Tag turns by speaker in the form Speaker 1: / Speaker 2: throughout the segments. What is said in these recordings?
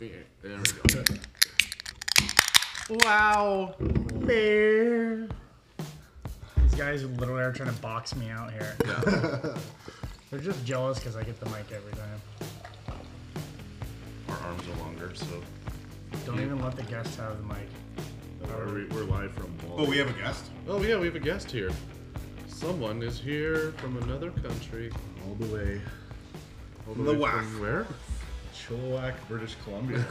Speaker 1: Yeah, there we go.
Speaker 2: Wow. Bear. These guys literally are trying to box me out here. They're just jealous because I get the mic every time.
Speaker 1: Our arms are longer, so.
Speaker 2: Don't even let the guests have the mic.
Speaker 1: Are we, we're live from. Wall-
Speaker 3: Oh, we have a guest.
Speaker 1: Oh, yeah, we have a guest here. Someone is here from another country.
Speaker 3: All the way
Speaker 1: All
Speaker 3: From
Speaker 1: way
Speaker 3: the WAF.
Speaker 1: From where?
Speaker 3: Chilliwack, British Columbia.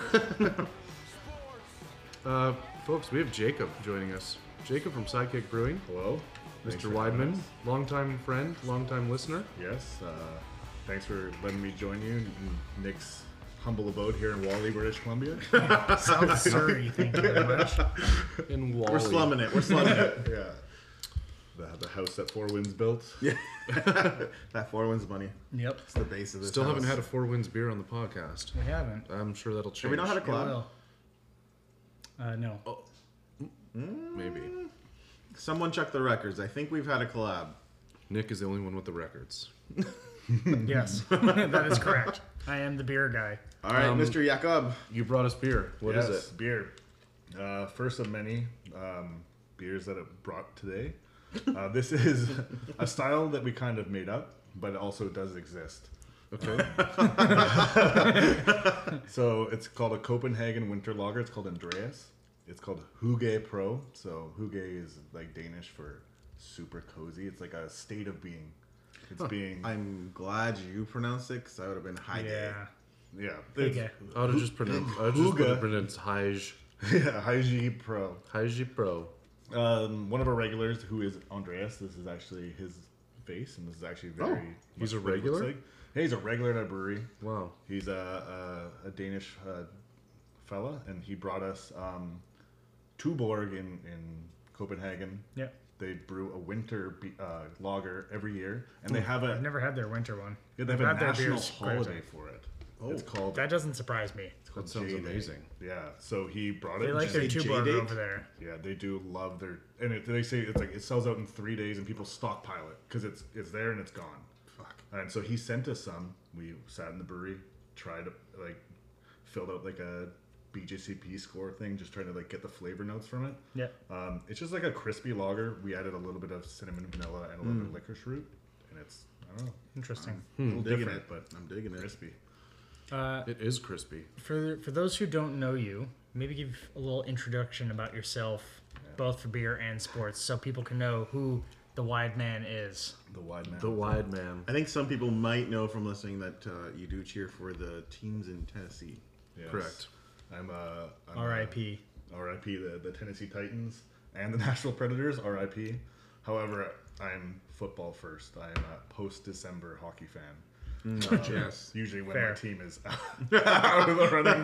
Speaker 1: Uh, folks, we have Jacob joining us. Jacob from Sidekick Brewing.
Speaker 3: Hello, Thanks
Speaker 1: Mr.
Speaker 3: for having
Speaker 1: Weidman,
Speaker 3: us.
Speaker 1: longtime friend, longtime listener.
Speaker 3: Yes. Uh, thanks for letting me join you in Nick's humble abode here in Wally, British Columbia.
Speaker 2: South Surrey, thank you very much.
Speaker 1: In Wall.
Speaker 3: We're slumming it. We're slumming it. Yeah. The, the house that Four Winds built. Yeah. that Four Winds money.
Speaker 2: Yep.
Speaker 3: It's the base of this.
Speaker 1: Still haven't
Speaker 3: house.
Speaker 1: had a Four Winds beer on the podcast.
Speaker 2: We haven't.
Speaker 1: I'm sure that'll change.
Speaker 3: Have we not had a
Speaker 2: It
Speaker 3: club?
Speaker 2: will. Uh, no.
Speaker 4: Oh.
Speaker 1: Maybe.
Speaker 3: Someone check the records. I think we've had a collab.
Speaker 1: Nick is the only one with the records.
Speaker 2: Yes, that is correct. I am the beer guy.
Speaker 3: All right,
Speaker 1: Um,
Speaker 3: Mr. Jacob.
Speaker 1: You brought us beer. What is
Speaker 4: Yes, Beer. Uh, first of many um, beers that it brought today. Uh, this is a style that we kind of made up, but it also does exist.
Speaker 1: it? Okay.
Speaker 4: So it's called a Copenhagen Winter Lager. It's called Andreas. It's called Hygge Pro. So Hygge is like Danish for super cozy. It's like a state of being. It's being
Speaker 3: I'm glad you pronounced it because I would have been high
Speaker 2: Yeah.
Speaker 4: yeah.
Speaker 2: Big
Speaker 4: it's-
Speaker 2: guy.
Speaker 1: I would have just pronounced. I would just
Speaker 4: Hygge.
Speaker 1: pronounced Haj
Speaker 4: yeah. Hygge Pro.
Speaker 1: Haiji Pro.
Speaker 4: Um, one of our regulars, who is Andreas, this is actually his face, and this is actually very. much
Speaker 1: Oh, he's a
Speaker 4: what he looks
Speaker 1: regular?
Speaker 4: like. Yeah, he's a regular at our brewery.
Speaker 1: Wow.
Speaker 4: He's a a, a Danish uh, fella, and he brought us um, Tuborg in in Copenhagen.
Speaker 2: Yep.
Speaker 4: They brew a winter be- uh, lager every year, and they have a
Speaker 2: Hmm. I've never had their winter one.
Speaker 4: yeah, they have a
Speaker 2: I've had their
Speaker 4: national
Speaker 2: beers quite a
Speaker 4: holiday
Speaker 2: bit.
Speaker 4: for it. It's called
Speaker 2: That doesn't surprise me.
Speaker 4: it's called
Speaker 1: That sounds
Speaker 4: J-Day.
Speaker 1: amazing.
Speaker 4: Yeah, so he brought it.
Speaker 2: They
Speaker 4: and
Speaker 2: like
Speaker 4: just-
Speaker 2: their
Speaker 3: say
Speaker 2: tuber
Speaker 3: J-Date?
Speaker 2: over there.
Speaker 4: Yeah, they do love their, and it, they say it's like it sells out in three days, and people stockpile it because it's it's there and it's gone. Fuck. And so he sent us some. We sat in the brewery, tried to like filled out like a BJCP score thing, just trying to like get the flavor notes from it.
Speaker 2: Yep.
Speaker 4: Um, it's just like a crispy lager. We added a little bit of cinnamon, vanilla, and a little bit of licorice root, and it's I don't know,
Speaker 2: Interesting.
Speaker 4: a little
Speaker 3: I'm digging
Speaker 4: different,
Speaker 3: it,
Speaker 4: but
Speaker 3: I'm digging it.
Speaker 4: crispy.
Speaker 2: Uh,
Speaker 1: It is crispy.
Speaker 2: for for those who don't know you, maybe give a little introduction about yourself, both for beer and sports, so people can know who the wide man is.
Speaker 4: The wide man.
Speaker 1: The wide man.
Speaker 3: I think some people might know from listening that uh, you do cheer for the teams in Tennessee.
Speaker 4: Yes.
Speaker 1: Correct.
Speaker 4: I'm a
Speaker 3: uh,
Speaker 4: I'm a-
Speaker 2: R.I.P.
Speaker 4: R.I.P. The, the Tennessee Titans and the Nashville Predators. R.I.P. However, I'm football first. I am a post December hockey fan.
Speaker 3: yes.
Speaker 4: Usually, when
Speaker 2: Fair.
Speaker 4: my team is out of the running,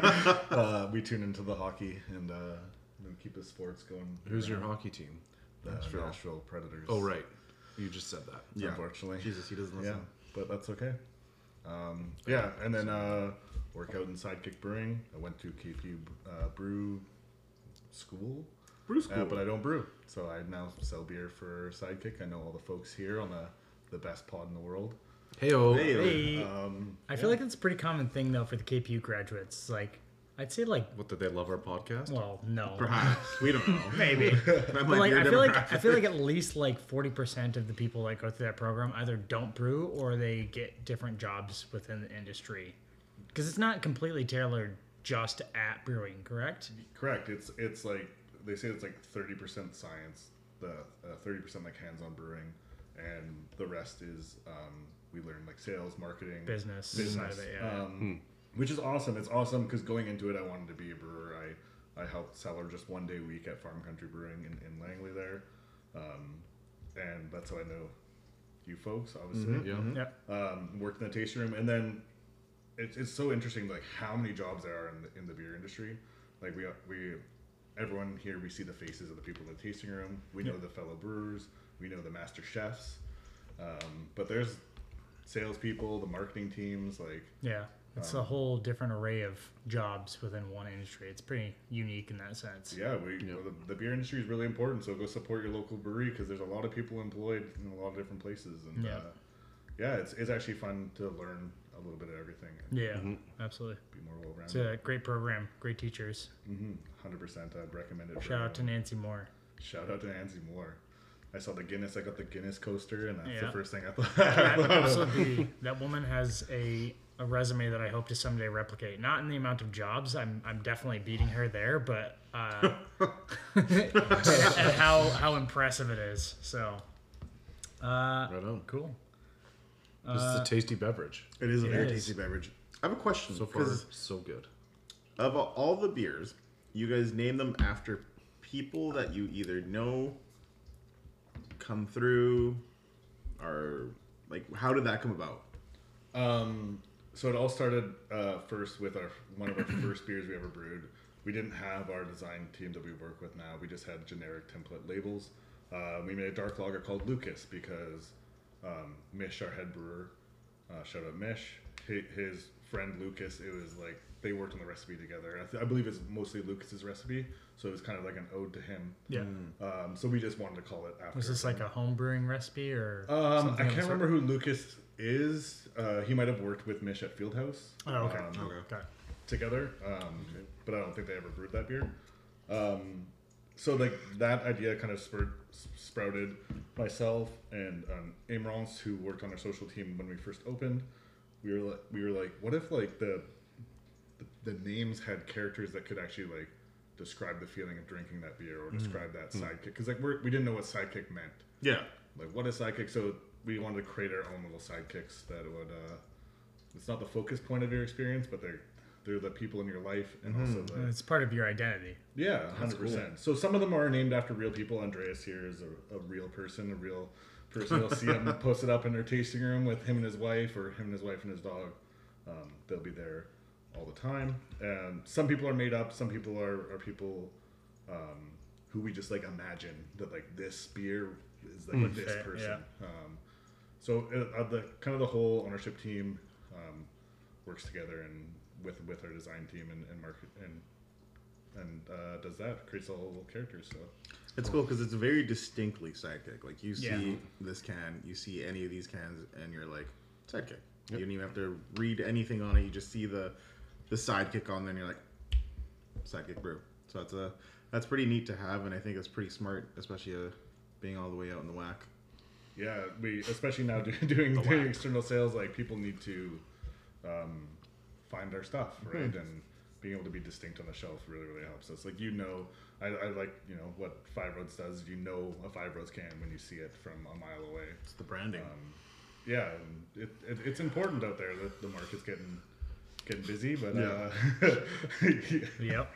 Speaker 4: uh, we tune into the hockey and uh, we keep the sports going.
Speaker 1: Who's your hockey team?
Speaker 4: the Nashville. Predators?
Speaker 1: Oh, right. You just said that.
Speaker 3: Yeah.
Speaker 4: Unfortunately,
Speaker 3: Jesus, he doesn't
Speaker 4: yeah,
Speaker 3: listen.
Speaker 4: but that's okay. Um, yeah, and then uh, work out in Sidekick Brewing. I went to KP uh, Brew School.
Speaker 3: Brew
Speaker 4: Uh, but I don't brew, so I now sell beer for Sidekick. I know all the folks here on the the best pod in the world.
Speaker 1: Hey, oh.
Speaker 3: Hey,
Speaker 2: Hey,
Speaker 4: Um,
Speaker 2: I feel like it's a pretty common thing though for the KPU graduates. It's Like, I'd say like,
Speaker 1: What did they love our podcast?
Speaker 2: well, no,
Speaker 3: perhaps we don't know.
Speaker 2: maybe.
Speaker 3: That
Speaker 2: But
Speaker 3: might
Speaker 2: like,
Speaker 3: be
Speaker 2: I
Speaker 3: your
Speaker 2: feel like
Speaker 3: demographic.
Speaker 2: I feel like at least like forty percent of the people that go through that program either don't brew or they get different jobs within the industry, because it's not completely tailored just at brewing, correct?
Speaker 4: correct. It's it's like they say it's like thirty percent science, the uh, thirty percent like hands on brewing, and the rest is um, we learn like sales, marketing,
Speaker 2: Business side of
Speaker 4: business,
Speaker 2: it, yeah.
Speaker 4: um, which is awesome. It's awesome because going into it, I wanted to be a brewer. I I helped Seller just one day a week at Farm Country Brewing in, in Langley there, um, and that's how I know you folks obviously.
Speaker 1: Yeah.
Speaker 2: Yep.
Speaker 4: um, worked in the tasting room, and then it's, it's so interesting like how many jobs there are in the, in the beer industry. Like we we everyone here we see the faces of the people in the tasting room. We know the fellow brewers. We know the master chefs. Um, but there's salespeople, the marketing teams. Like
Speaker 2: Yeah, it's
Speaker 4: Um,
Speaker 2: a whole different array of jobs within one industry. It's pretty unique in that sense.
Speaker 4: yeah, we the, the beer industry is really important. So go support your local brewery because there's a lot of people employed in a lot of different places. And
Speaker 2: Yeah.
Speaker 4: Uh, yeah, it's, it's actually fun to learn a little bit of everything and
Speaker 2: Yeah, absolutely.
Speaker 4: be more well
Speaker 2: It's
Speaker 4: rounded.
Speaker 2: a great program, great teachers.
Speaker 4: Hundred percent, I'd recommend it. for
Speaker 2: Shout out to
Speaker 4: everyone.
Speaker 2: Nancy Moore.
Speaker 4: shout out to Nancy Moore. I saw the Guinness. I got the Guinness coaster, and that's
Speaker 2: Yeah.
Speaker 4: the first thing I thought.
Speaker 2: That, absolutely, that woman has a, a resume that I hope to someday replicate. Not in the amount of jobs, I'm, I'm definitely beating her there, but uh, and how, how impressive it is. So
Speaker 1: Right on.
Speaker 2: cool.
Speaker 1: This is a tasty beverage.
Speaker 3: It is a very
Speaker 2: is.
Speaker 3: tasty beverage. I have a question.
Speaker 1: So far,
Speaker 3: 'cause
Speaker 1: so good.
Speaker 3: of all the beers, you guys name them after people that you either know come through, or like how did that come about?
Speaker 4: Um, so it all started uh, first with our one of our first beers we ever brewed. We didn't have our design team that we work with now. We just had generic template labels. Uh, we made a dark lager called Lucas because um, Mish, our head brewer, uh, shout out Mish, hi- his friend Lucas. It was like they worked on the recipe together. I, th- I believe it's mostly Lucas's recipe, so it was kind of like an ode to him.
Speaker 2: Yeah.
Speaker 4: Um, so we just wanted to call it after.
Speaker 2: Was this
Speaker 4: him.
Speaker 2: like a home brewing recipe or?
Speaker 4: Um, I
Speaker 2: something of
Speaker 4: can't
Speaker 2: the sort?
Speaker 4: remember who Lucas is. Uh, he might have worked with Mish at Fieldhouse.
Speaker 2: Oh, okay.
Speaker 4: um,
Speaker 2: okay. Got it.
Speaker 4: Together, um, but I don't think they ever brewed that beer. Um, so like that idea kind of spurred, s- sprouted myself and um, Imrance, who worked on our social team when we first opened. We were like, we were like, what if like the, the the names had characters that could actually like describe the feeling of drinking that beer or describe that sidekick because like we're, we didn't know what sidekick meant
Speaker 3: Yeah.
Speaker 4: like what is sidekick so we wanted to create our own little sidekicks that would uh it's not the focus point of your experience but they're they're the people in your life and also the
Speaker 2: It's part of your identity.
Speaker 4: yeah 100% so some of them are named after real people andreas here is a, a real person a real person you'll see him posted up in their tasting room with him and his wife or him and his wife and his dog um, they'll be there all the time and some people are made up some people are, are people um, who we just like imagine that like this beer is like this
Speaker 2: fair,
Speaker 4: person. Um, so uh, uh, the kind of the whole ownership team um, works together and with with our design team and, and market and and uh, does that creates all the little characters. So
Speaker 3: It's cool because it's very distinctly sidekick. Like you see
Speaker 2: Yeah.
Speaker 3: this can, you see any of these cans, and you're like sidekick. You don't even have to read anything on it. You just see the the sidekick on there, and you're like sidekick brew. So that's a that's pretty neat to have, and I think it's pretty smart, especially uh, being all the way out in the whack.
Speaker 4: yeah, we especially now do, doing, doing external sales like people need to um, find our stuff right and being able to be distinct on the shelf really really helps us. Like you know, I, I like you know what Five Roads does. You know a Five Roads can when you see it from a mile away.
Speaker 3: It's the branding.
Speaker 4: um, yeah, and it, it, it's important out there that the market's getting getting busy, but uh,
Speaker 2: Yep.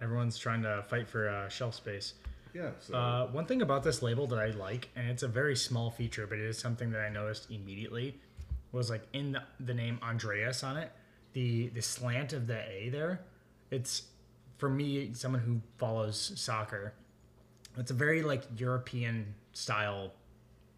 Speaker 2: Everyone's trying to fight for uh, shelf space.
Speaker 4: yeah. So
Speaker 2: Uh, one thing about this label that I like, and it's a very small feature, but it is something that I noticed immediately, was like in the, the name Andreas on it, the the slant of the A there. It's for me, someone who follows soccer. It's a very like European style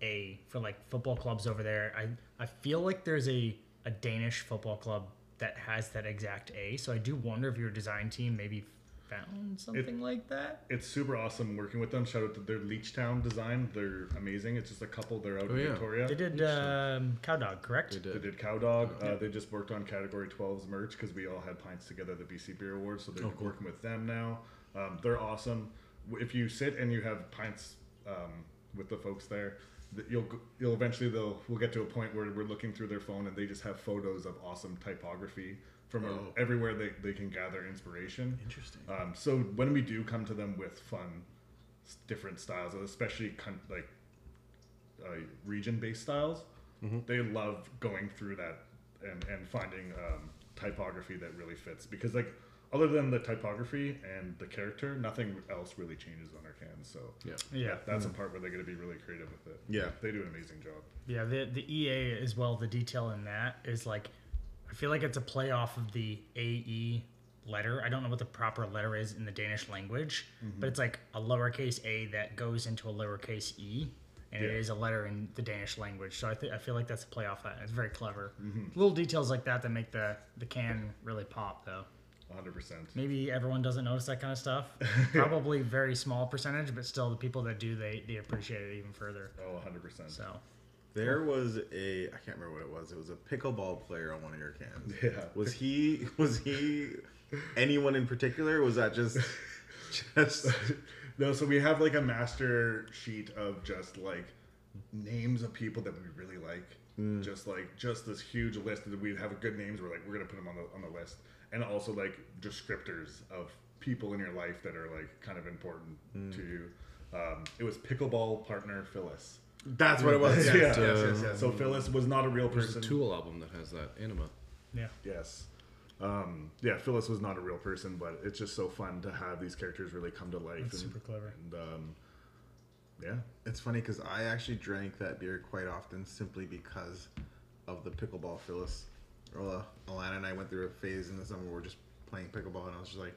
Speaker 2: A for like football clubs over there. I I feel like there's a a Danish football club that has that exact A. So I do wonder if your design team maybe found something like that.
Speaker 4: it's super awesome working with them. Shout out to their Leechtown design; they're amazing. It's just a couple. They're out
Speaker 1: Oh,
Speaker 4: in
Speaker 1: yeah.
Speaker 4: Victoria.
Speaker 2: They did um, Cowdog, correct?
Speaker 1: They
Speaker 4: They
Speaker 1: did.
Speaker 4: did Cow Dog. Uh, they just worked on Category 12's merch because we all had pints together at the BC Beer Awards, so they're
Speaker 3: Oh,
Speaker 4: working with them now. Um, they're awesome. W- If you sit and you have pints um, with the folks there, th- you'll g- you'll eventually they'll we'll get to a point where we're looking through their phone and they just have photos of awesome typography from uh,
Speaker 3: Oh.
Speaker 4: everywhere they, they can gather inspiration.
Speaker 3: Interesting.
Speaker 4: Um, so when we do come to them with fun, s- different styles, especially con- like uh, region-based styles, they love going through that and and finding um, typography that really fits because like other than the typography and the character, nothing else really changes on our cans. So
Speaker 1: Yeah.
Speaker 2: Yeah,
Speaker 4: that's a part where they're going to be really creative with it.
Speaker 3: Yeah.
Speaker 4: they do an amazing job.
Speaker 2: yeah. The the EA as well. The detail in that is like, I feel like it's a play off of the AE letter. I don't know what the proper letter is in the Danish language, but it's like a lowercase a that goes into a lowercase e, and it
Speaker 4: Yeah.
Speaker 2: is a letter in the Danish language. So I th- I feel like that's a play off that. It's very clever. Little details like that that make the the can really pop though.
Speaker 4: 100 percent.
Speaker 2: Maybe everyone doesn't notice that kind of stuff. Probably very small percentage, but still the people that do they they appreciate it even further.
Speaker 4: Oh, 100 percent.
Speaker 2: So
Speaker 3: There was a I can't remember what it was. It was a pickleball player on one of your cans.
Speaker 4: Yeah.
Speaker 3: Was he was he anyone in particular? Was that just just
Speaker 4: no, so we have like a master sheet of just like names of people that we really like.
Speaker 1: Mm.
Speaker 4: Just like just this huge list that we have good names. We're like we're gonna put them on the on the list, and also like descriptors of people in your life that are like kind of important
Speaker 1: Mm.
Speaker 4: to you. Um, it was pickleball partner Phyllis.
Speaker 3: That's what it was.
Speaker 4: Yeah,
Speaker 3: Yes,
Speaker 4: yes,
Speaker 3: yes,
Speaker 4: yes, yes. So Phyllis was not a real
Speaker 1: There's
Speaker 4: person.
Speaker 1: a Tool album that has that anima.
Speaker 2: Yeah.
Speaker 4: Yes. Um, yeah, Phyllis was not a real person, but it's just so fun to have these characters really come to life.
Speaker 2: That's super clever.
Speaker 4: And um, yeah,
Speaker 3: It's funny because I actually drank that beer quite often simply because of the pickleball Phyllis. Well, uh, Alana and I went through a phase in the summer where we are just playing pickleball, and I was just like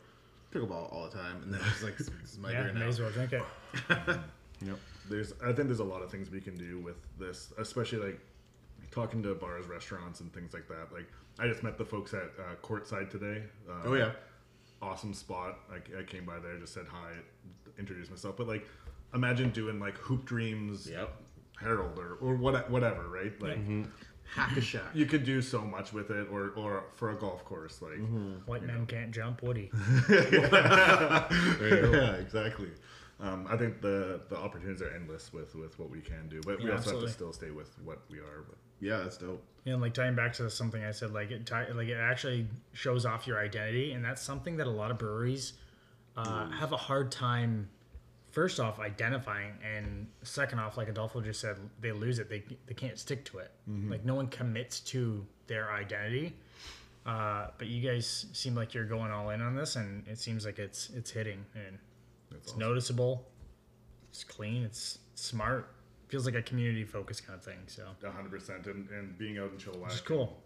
Speaker 3: pickleball all the time. And then I was like, "This is my
Speaker 2: Yeah,
Speaker 3: beer
Speaker 2: may
Speaker 3: now."
Speaker 2: as well drink it.
Speaker 4: Yep. There's, I think there's a lot of things we can do with this, especially like talking to bars, restaurants, and things like that. Like I just met the folks at uh, Courtside today. Um,
Speaker 3: Oh yeah,
Speaker 4: awesome spot. I, I came by there, just said hi, introduced myself. But like, imagine doing like Hoop Dreams,
Speaker 3: Yep.
Speaker 4: Herald, or or what, whatever, right? Like.
Speaker 3: hack a shack.
Speaker 4: Mm-hmm. You could do so much with it, or, or for a golf course, like
Speaker 2: White men can't jump, Woody.
Speaker 1: There you go.
Speaker 4: yeah, exactly. Um, I think the the opportunities are endless with with what we can do, but we
Speaker 2: Yeah,
Speaker 4: also
Speaker 2: absolutely.
Speaker 4: have to still stay with what we are. But
Speaker 3: Yeah, that's dope.
Speaker 2: And like tying back to something I said, like it tie, like it actually shows off your identity, and that's something that a lot of breweries uh, have a hard time. First off, identifying, and second off, like Adolfo just said, they lose it. They they can't stick to it. Like no one commits to their identity. Uh, but you guys seem like you're going all in on this, and it seems like it's it's hitting, and it's noticeable. It's clean. It's smart. Feels like a community focused kind of thing. So
Speaker 4: 100 percent and and being out in Chilliwack,
Speaker 2: it's cool.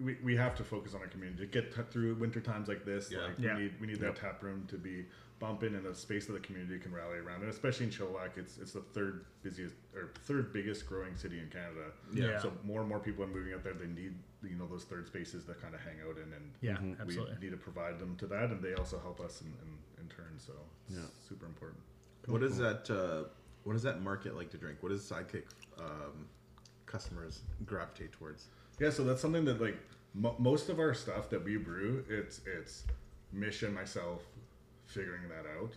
Speaker 4: we, we have to focus on our community. Get t- through winter times like this.
Speaker 3: Yeah.
Speaker 4: Like
Speaker 2: Yeah.
Speaker 4: we need we need that tap room to be bumping and a space that the community can rally around. And especially in Chilliwack, it's it's the third busiest or third biggest growing city in Canada.
Speaker 2: Yeah.
Speaker 4: So more and more people are moving out there. They need you know those third spaces to kind of hang out in, and
Speaker 2: Yeah, Mhm. absolutely.
Speaker 4: we need to provide them to that, and they also help us in in, in turn. So it's super important.
Speaker 3: What is that? Uh, what is that market like to drink? What does Sidekick um, customers gravitate towards?
Speaker 4: Yeah, so that's something that like mo most of our stuff that we brew, it's it's mission myself figuring that out.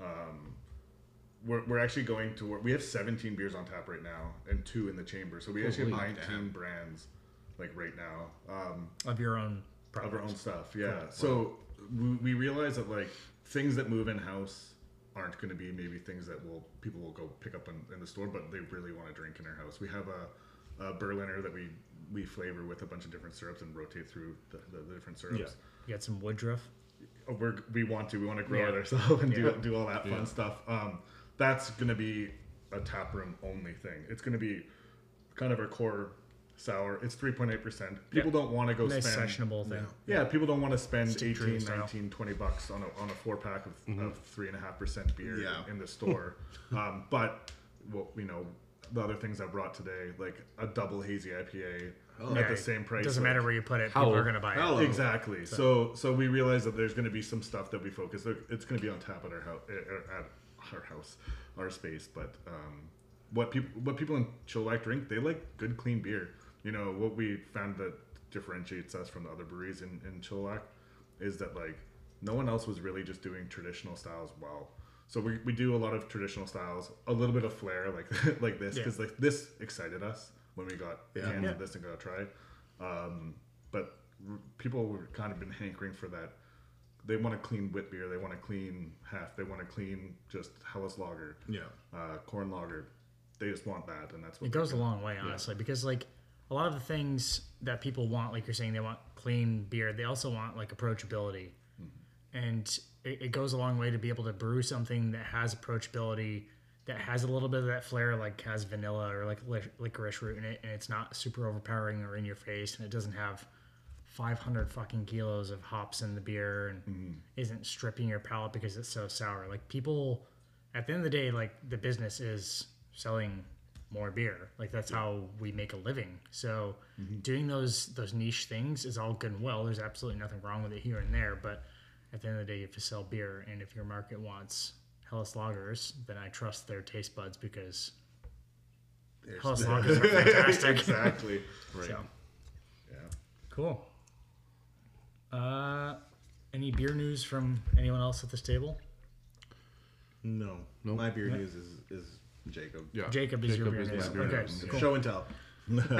Speaker 4: Um, we're, we're actually going to we have 17 beers on tap right now and two in the chamber, so we actually have
Speaker 1: Holy
Speaker 4: 19 brands like right now. Um,
Speaker 2: of your own product.
Speaker 4: of our own stuff. Yeah. So we, we realize that like things that move in house aren't going to be maybe things that will people will go pick up in, in the store, but they really want to drink in their house. We have a, a Berliner that we we flavor with a bunch of different syrups and rotate through the, the, the different syrups.
Speaker 2: You got some Woodruff.
Speaker 4: Oh, We're, we want to we want to grow it
Speaker 2: Yeah.
Speaker 4: ourselves and
Speaker 2: Yeah.
Speaker 4: do, do all that fun stuff. Um, that's going to be a tap room only thing. It's going to be kind of our core sour. It's 3.8%. People don't want to go
Speaker 2: Nice
Speaker 4: spend
Speaker 2: sessionable thing.
Speaker 4: yeah, people don't want to spend
Speaker 2: Adrian
Speaker 4: 18,
Speaker 2: style.
Speaker 4: 19, 20 bucks on a, on a four pack of, of three and a half percent beer
Speaker 3: Yeah.
Speaker 4: in the store. um, but well, you know, the other things I brought today, like a double hazy IPA at
Speaker 2: Yeah,
Speaker 4: the same price.
Speaker 2: Doesn't
Speaker 4: like-
Speaker 2: matter where you put it. People
Speaker 1: Howl.
Speaker 2: are gonna buy it.
Speaker 3: Howl.
Speaker 4: Exactly. So so we realize that there's going to be some stuff that we focus. there- It's going to be on tap at our house, at our house, our space. But um, what people what people in Chilliwack drink, they like good clean beer. You know what we found that differentiates us from the other breweries in in Chilliwack is that like no one else was really just doing traditional styles well. So we, we do a lot of traditional styles, a little bit of flair like like this because like this excited us when we got
Speaker 3: Yeah.
Speaker 4: hands on this and got to try. it. Um, but r- people were kind of been hankering for that. They want a clean wit beer. They want a clean half. They want a clean just Hellas lager,
Speaker 3: Yeah.
Speaker 4: uh, corn lager. They just want that, and that's what
Speaker 2: It goes a long way, honestly, because like a lot of the things that people want, like you're saying, they want clean beer. They also want like approachability,
Speaker 4: Mm-hmm.
Speaker 2: and it, it goes a long way to be able to brew something that has approachability, that has a little bit of that flair, like has vanilla or like lic- licorice root in it, and it's not super overpowering or in your face, and it doesn't have 500 fucking kilos of hops in the beer and
Speaker 4: Mm-hmm.
Speaker 2: isn't stripping your palate because it's so sour. Like people, at the end of the day, like the business is selling more beer. Like that's how we make a living. So doing those those niche things is all good and well. There's absolutely nothing wrong with it here and there, but at the end of the day, you have to sell beer. And if your market wants Hellas lagers, then I trust their taste buds because
Speaker 3: There's
Speaker 2: House
Speaker 3: the-
Speaker 2: lockers are fantastic.
Speaker 4: exactly.
Speaker 3: Right.
Speaker 2: So
Speaker 4: Yeah.
Speaker 2: cool. Uh, any beer news from anyone else at this table?
Speaker 3: No.
Speaker 1: No.
Speaker 3: My beer news is is Jacob.
Speaker 1: Yeah.
Speaker 2: Jacob is your beer
Speaker 1: my
Speaker 2: news.
Speaker 1: beer
Speaker 2: Okay,
Speaker 1: news.
Speaker 2: cool.
Speaker 3: Show and tell.
Speaker 2: Uh,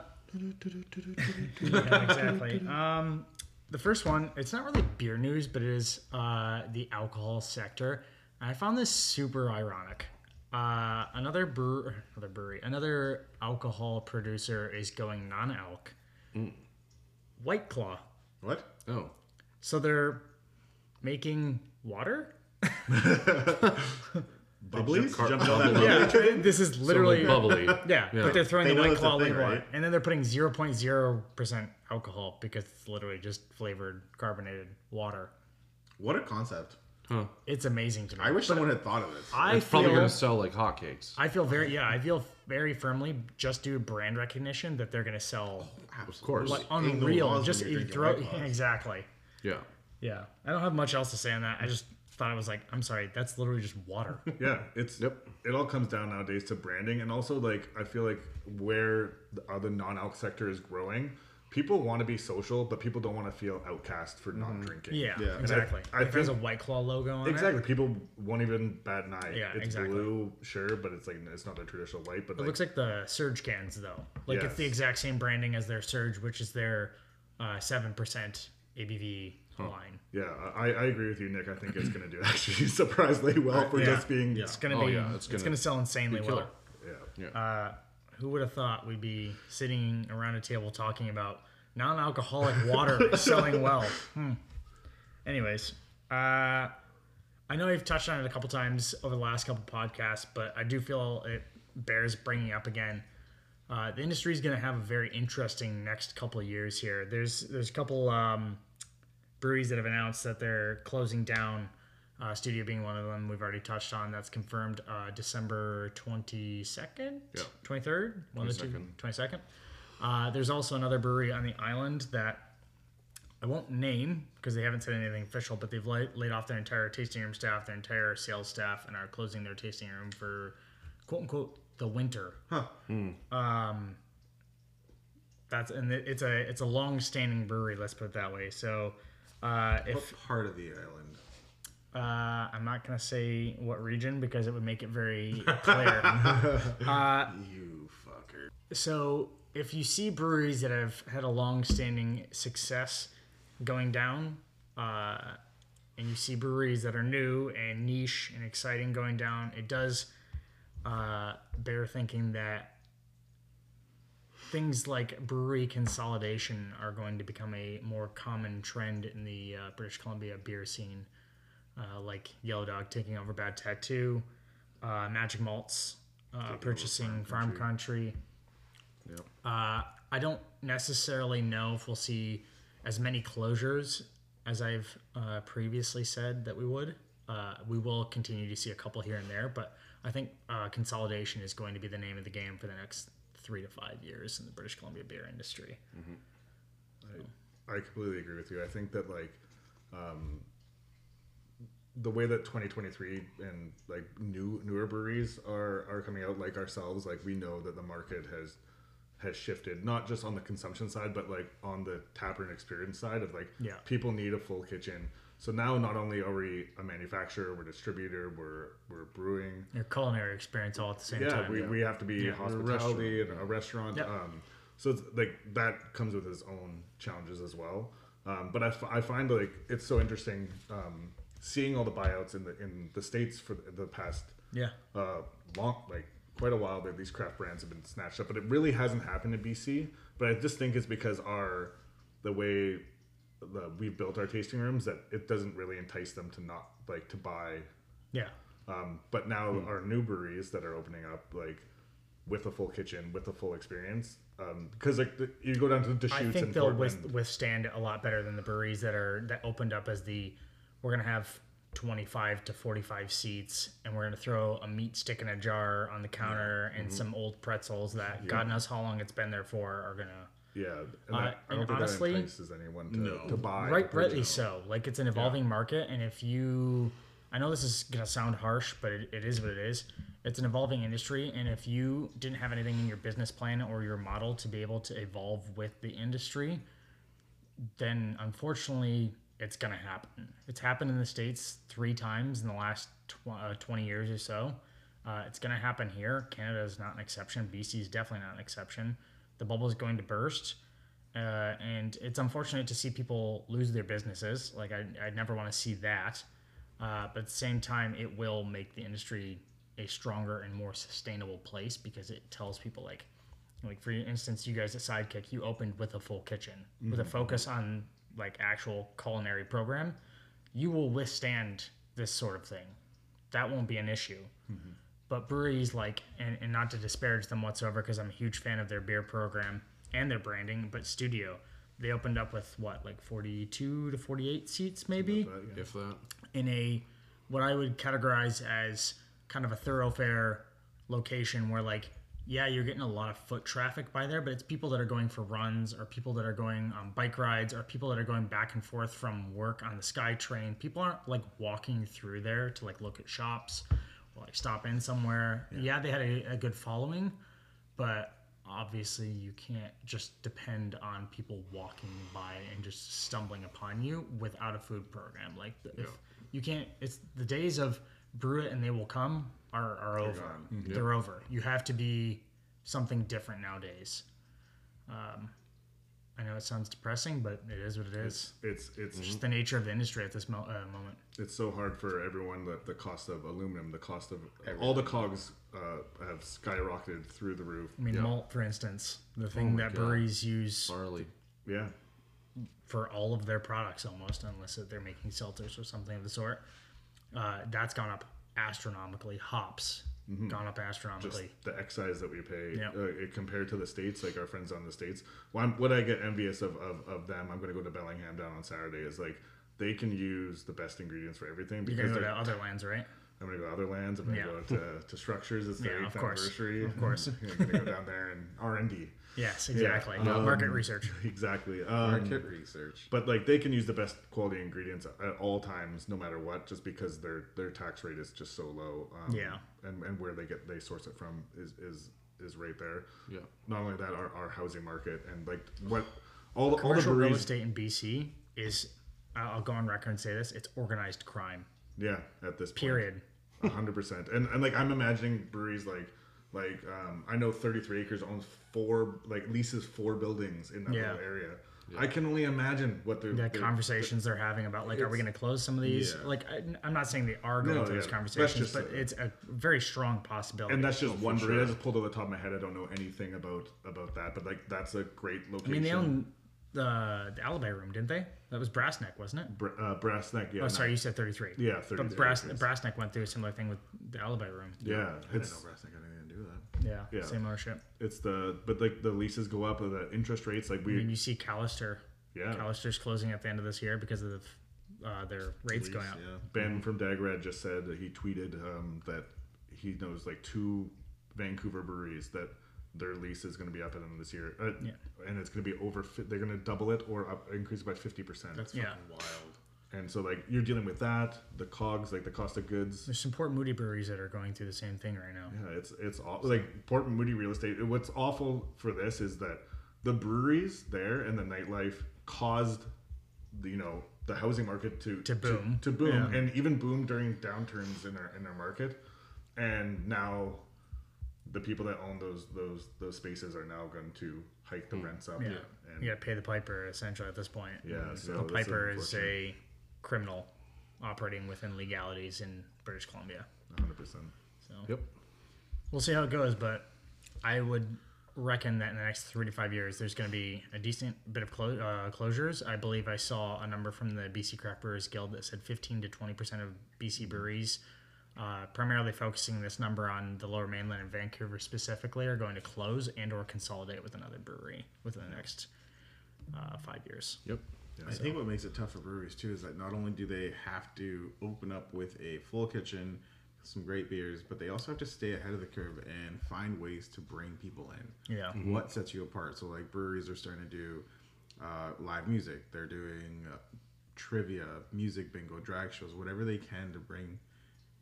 Speaker 2: yeah,
Speaker 3: Oh,
Speaker 2: exactly. Um, the first one, it's not really beer news, but it is uh, the alcohol sector. I found this super ironic. Uh, another brewer, another brewery, another alcohol producer is going non-alc.
Speaker 3: Mm.
Speaker 2: White Claw.
Speaker 3: What?
Speaker 1: Oh.
Speaker 2: So they're making water.
Speaker 3: Bubblies?
Speaker 1: car-
Speaker 3: Jumped on that
Speaker 1: bubble.
Speaker 3: bubble.
Speaker 2: Yeah, this is literally
Speaker 1: Bubbly.
Speaker 2: Yeah,
Speaker 1: Yeah.
Speaker 2: but they're throwing
Speaker 3: They
Speaker 2: the
Speaker 3: know
Speaker 2: white
Speaker 3: it's a
Speaker 2: claw
Speaker 3: thing,
Speaker 2: label on,
Speaker 3: right?
Speaker 2: it. and then they're putting zero point zero percent alcohol because it's literally just flavored carbonated water.
Speaker 3: What a concept.
Speaker 1: Huh.
Speaker 2: It's amazing to me.
Speaker 3: I wish someone had thought of this.
Speaker 2: I
Speaker 1: It's probably
Speaker 2: feel
Speaker 1: gonna sell like hotcakes.
Speaker 2: I feel very yeah I feel very firmly just due to brand recognition that they're gonna sell
Speaker 1: Of course.
Speaker 2: like
Speaker 3: the
Speaker 2: unreal.
Speaker 3: laws when
Speaker 2: Just
Speaker 3: you're
Speaker 2: you
Speaker 3: drinking
Speaker 2: throw
Speaker 3: White Claws.
Speaker 2: exactly.
Speaker 1: yeah.
Speaker 2: Yeah, I don't have much else to say on that. I just thought I was like, I'm sorry, that's literally just water.
Speaker 4: Yeah, it's
Speaker 1: Yep.
Speaker 4: it all comes down nowadays to branding and also like I feel like where the other non-alc sector is growing, people want to be social, but people don't want to feel outcast for not drinking.
Speaker 2: Yeah,
Speaker 3: Yeah. And I-
Speaker 2: exactly.
Speaker 4: I
Speaker 2: Like, there's a
Speaker 4: think-
Speaker 2: white claw logo on it.
Speaker 4: Exactly. People won't even bat an eye.
Speaker 2: Yeah,
Speaker 4: it's
Speaker 2: exactly.
Speaker 4: blue, sure, but it's like it's not the traditional white, but
Speaker 2: It
Speaker 4: like,
Speaker 2: looks like the Surge cans, though. Like it's the
Speaker 4: Yes.
Speaker 2: exact same branding as their Surge, which is their uh, seven percent ABV line.
Speaker 4: yeah, I, I agree with you, Nick. I think it's gonna do actually surprisingly well for
Speaker 2: Uh, Yeah.
Speaker 4: just being yeah.
Speaker 2: It's gonna
Speaker 1: Oh,
Speaker 2: be.
Speaker 1: yeah,
Speaker 2: it's,
Speaker 1: it's
Speaker 2: gonna,
Speaker 1: gonna
Speaker 2: sell insanely well.
Speaker 1: killer.
Speaker 4: yeah.
Speaker 2: Who would have thought we'd be sitting around a table talking about non-alcoholic water is selling well? Hmm. Anyways, uh, I know I've touched on it a couple times over the last couple podcasts, but I do feel it bears bringing up again. Uh, the industry is going to have a very interesting next couple of years here. There's there's a couple um, breweries that have announced that they're closing down. Uh, Studio being one of them. We've already touched on that's confirmed uh, December twenty second,
Speaker 1: Yeah.
Speaker 2: twenty third, one of the two,
Speaker 1: 22nd.
Speaker 2: twenty second. Uh, there's also another brewery on the island that I won't name because they haven't said anything official, but they've laid, laid off their entire tasting room staff, their entire sales staff, and are closing their tasting room for quote unquote the winter. Huh. Um, that's and it- it's a it's a long standing brewery. Let's put it that way. So uh, if
Speaker 3: What part of the island?
Speaker 2: uh, I'm not gonna say what region because it would make it very clear.
Speaker 3: You fucker.
Speaker 2: So if you see breweries that have had a long-standing success going down, uh, and you see breweries that are new and niche and exciting going down, it does uh, bear thinking that things like brewery consolidation are going to become a more common trend in the uh, British Columbia beer scene, uh, like Yellow Dog taking over Bad Tattoo, uh, Magic Malts uh, purchasing Farm Country. Uh, I don't necessarily know if we'll see as many closures as I've uh, previously said that we would. Uh, we will continue to see a couple here and there, but I think uh, consolidation is going to be the name of the game for the next three to five years in the British Columbia beer industry.
Speaker 4: Mm. I completely agree with you. I think that like um, the way that 2023 and like new newer breweries are are coming out like ourselves, like we know that the market has has shifted not just on the consumption side but like on the taproom experience side of like
Speaker 2: Yeah.
Speaker 4: people need a full kitchen. So now not only are we a manufacturer, we're distributor, we're we're brewing,
Speaker 2: Your culinary experience all at the same
Speaker 4: yeah,
Speaker 2: time.
Speaker 4: we, we have to be hospitality and a restaurant.
Speaker 2: Yep.
Speaker 4: Um, so it's like that comes with its own challenges as well. Um, but I, f- I find like it's so interesting um, seeing all the buyouts in the in the states for the past
Speaker 2: yeah.
Speaker 4: uh, long like quite a while that these craft brands have been snatched up, but it really hasn't happened in BC. But I just think it's because our the way that we've built our tasting rooms that it doesn't really entice them to not like to buy
Speaker 2: Yeah.
Speaker 4: um, but now our new breweries that are opening up, like with a full kitchen, with a full experience, because like the, you go down to the
Speaker 2: I
Speaker 4: Deschutes
Speaker 2: think
Speaker 4: and
Speaker 2: they'll
Speaker 4: Portland,
Speaker 2: with, withstand it a lot better than the breweries that are that opened up as the we're gonna have 25 to 45 seats and we're gonna throw a meat stick in a jar on the counter and some old pretzels that God knows how long it's been there for are gonna
Speaker 4: yeah, and
Speaker 2: Uh,
Speaker 4: that, I
Speaker 2: and
Speaker 4: don't think
Speaker 2: honestly-
Speaker 4: that entices anyone to, to buy.
Speaker 2: right
Speaker 4: the
Speaker 2: rightly
Speaker 4: purchase.
Speaker 2: so like it's an evolving market and if you i know this is gonna sound harsh but it, it is what it is It's an evolving industry, and if you didn't have anything in your business plan or your model to be able to evolve with the industry, then unfortunately, it's going to happen. It's happened in the States three times in the last tw- uh, 20 years or so. Uh, it's going to happen here. Canada is not an exception. BC is definitely not an exception. The bubble is going to burst. Uh, and it's unfortunate to see people lose their businesses. Like, I, I never want to see that. Uh, but at the same time, it will make the industry a stronger and more sustainable place because it tells people, like, like for instance, you guys at Sidekick, you opened with a full kitchen with a focus on like actual culinary program. You will withstand this sort of thing. That won't be an issue. But breweries like, and, and not to disparage them whatsoever, because I'm a huge fan of their beer program and their branding. But Studio, they opened up with what like 42 to 48 seats, maybe
Speaker 4: But, yeah.
Speaker 1: if that.
Speaker 2: in a what I would categorize as kind of a thoroughfare location where like yeah you're getting a lot of foot traffic by there but it's people that are going for runs or people that are going on bike rides or people that are going back and forth from work on the SkyTrain people aren't like walking through there to like look at shops or like stop in somewhere yeah, they had a, a good following but obviously you can't just depend on people walking by and just stumbling upon you without a food program like the, if you can't it's the days of brew it and they will come are, are over they're over you have to be something different nowadays um, i know it sounds depressing but it is what it is
Speaker 4: It's it's
Speaker 2: it's the nature of the industry at this mo- uh, moment
Speaker 4: it's so hard for everyone that the cost of aluminum, the cost of all the cogs uh, have skyrocketed through the roof.
Speaker 2: i mean malt for instance the thing
Speaker 1: my
Speaker 2: that
Speaker 1: God.
Speaker 2: breweries use
Speaker 1: Barley.
Speaker 4: Yeah,
Speaker 2: for all of their products almost, unless they're making seltzers or something of the sort. Uh, that's gone up astronomically. Hops
Speaker 4: Mm-hmm.
Speaker 2: gone up
Speaker 4: just
Speaker 2: astronomically.
Speaker 4: the excise that we pay
Speaker 2: Yeah.
Speaker 4: uh, it- compared to the states, like our friends down in the states. Well, I'm, what I get envious of, of of them, I'm going to go to Bellingham down on Saturday. Is like they can use the best ingredients for everything
Speaker 2: You're
Speaker 4: because
Speaker 2: gonna go
Speaker 4: they're-
Speaker 2: to other lands, right?
Speaker 4: I'm going to go to other lands. I'm going
Speaker 2: Yeah.
Speaker 4: to go to, to structures. It's their
Speaker 2: Yeah,
Speaker 4: eighth
Speaker 2: of course.
Speaker 4: anniversary. Of
Speaker 2: course.
Speaker 4: I'm going to go down there and R and D.
Speaker 2: Yes, exactly. No,
Speaker 4: Um,
Speaker 2: market research.
Speaker 4: Exactly. Um,
Speaker 3: Market research.
Speaker 4: But like they can use the best quality ingredients at all times, no matter what, just because their their tax rate is just so low. Um,
Speaker 2: Yeah.
Speaker 4: and, and where they get they source it from is is is right there.
Speaker 1: Yeah.
Speaker 4: Not only that, our, our housing market and like what all the all the
Speaker 2: Commercial real
Speaker 4: breweries,
Speaker 2: estate in BC is, I'll I'll go on record and say this: it's organized crime.
Speaker 4: yeah, at this point.
Speaker 2: Period.
Speaker 4: A hundred percent. And and like I'm imagining breweries like like um, I know 33 acres owns four like leases four buildings in that
Speaker 2: Yeah.
Speaker 4: little area. I can only imagine what they're,
Speaker 2: The
Speaker 4: they're-
Speaker 2: conversations they're having about like, are we going to close some of these? Like, I, I'm not saying they are going
Speaker 4: No,
Speaker 2: through those
Speaker 4: yeah. That's
Speaker 2: conversations,
Speaker 4: just
Speaker 2: but
Speaker 4: a-
Speaker 2: it's a very strong possibility.
Speaker 4: And that's just one brewery. I just pulled over the top of my head. I don't know anything about about that, but like that's a great
Speaker 2: I
Speaker 4: location.
Speaker 2: mean, they own uh, the, the Alibi Room, didn't they? That was Brassneck, wasn't it?
Speaker 4: Br- uh, Brass Neck. Yeah,
Speaker 2: Oh, sorry, you said 33.
Speaker 4: Yeah, 33
Speaker 2: But Brass,
Speaker 4: acres.
Speaker 2: Brassneck went through a similar thing with the Alibi Room.
Speaker 4: Yeah,
Speaker 3: It's, I
Speaker 4: it's
Speaker 3: didn't know Brass Neck had anything to do with that.
Speaker 2: Yeah,
Speaker 4: Yeah.
Speaker 2: same ownership.
Speaker 4: it's the but like the leases go up, the interest rates like
Speaker 2: And
Speaker 4: we
Speaker 2: you see Callister.
Speaker 4: Yeah.
Speaker 2: Callister's closing at the end of this year because of the, uh, their rates going up.
Speaker 3: Yeah.
Speaker 4: Ben from Dagrad just said that he tweeted um, that he knows like two Vancouver breweries that their lease is going to be up at the end of this year, uh,
Speaker 2: Yeah.
Speaker 4: and it's going to be over. fi- They're going to double it or up, increase by fifty percent.
Speaker 3: That's
Speaker 2: Yeah.
Speaker 3: fucking wild.
Speaker 4: And so like you're dealing with that, the cogs, like the cost of goods.
Speaker 2: There's some Port Moody breweries that are going through the same thing right now.
Speaker 4: Yeah, it's it's aw- like Port Moody real estate. What's awful for this is that the breweries there and the nightlife caused, the, you know, the housing market to
Speaker 2: To boom.
Speaker 4: to, boom,
Speaker 2: Yeah.
Speaker 4: and even boom during downturns in our in our market, and now the people that own those those those spaces are now going to hike the rents up.
Speaker 2: Hmm. Yeah.
Speaker 4: and,
Speaker 2: You got to pay the piper, essentially, at this point.
Speaker 4: Yeah, so
Speaker 2: the
Speaker 4: that's
Speaker 2: piper is
Speaker 4: unfortunate.
Speaker 2: a criminal operating within legalities in British Columbia.
Speaker 4: hundred percent.
Speaker 2: So.
Speaker 1: Yep.
Speaker 2: We'll see how it goes, but I would reckon that in the next three to five years, there's going to be a decent bit of clo- uh, closures. I believe I saw a number from the BC Craft Brewers Guild that said 15 to 20 percent of BC breweries, uh, primarily focusing this number on the Lower Mainland and Vancouver specifically, are going to close and or consolidate with another brewery within the next uh, five years.
Speaker 1: Yep.
Speaker 3: I think what makes it tough for breweries too is that not only do they have to open up with a full kitchen, some great beers, but they also have to stay ahead of the curve and find ways to bring people in.
Speaker 2: Yeah.
Speaker 1: Mm-hmm.
Speaker 3: What sets you apart? So like breweries are starting to do uh, live music. They're doing uh, trivia, music bingo, drag shows, whatever they can to bring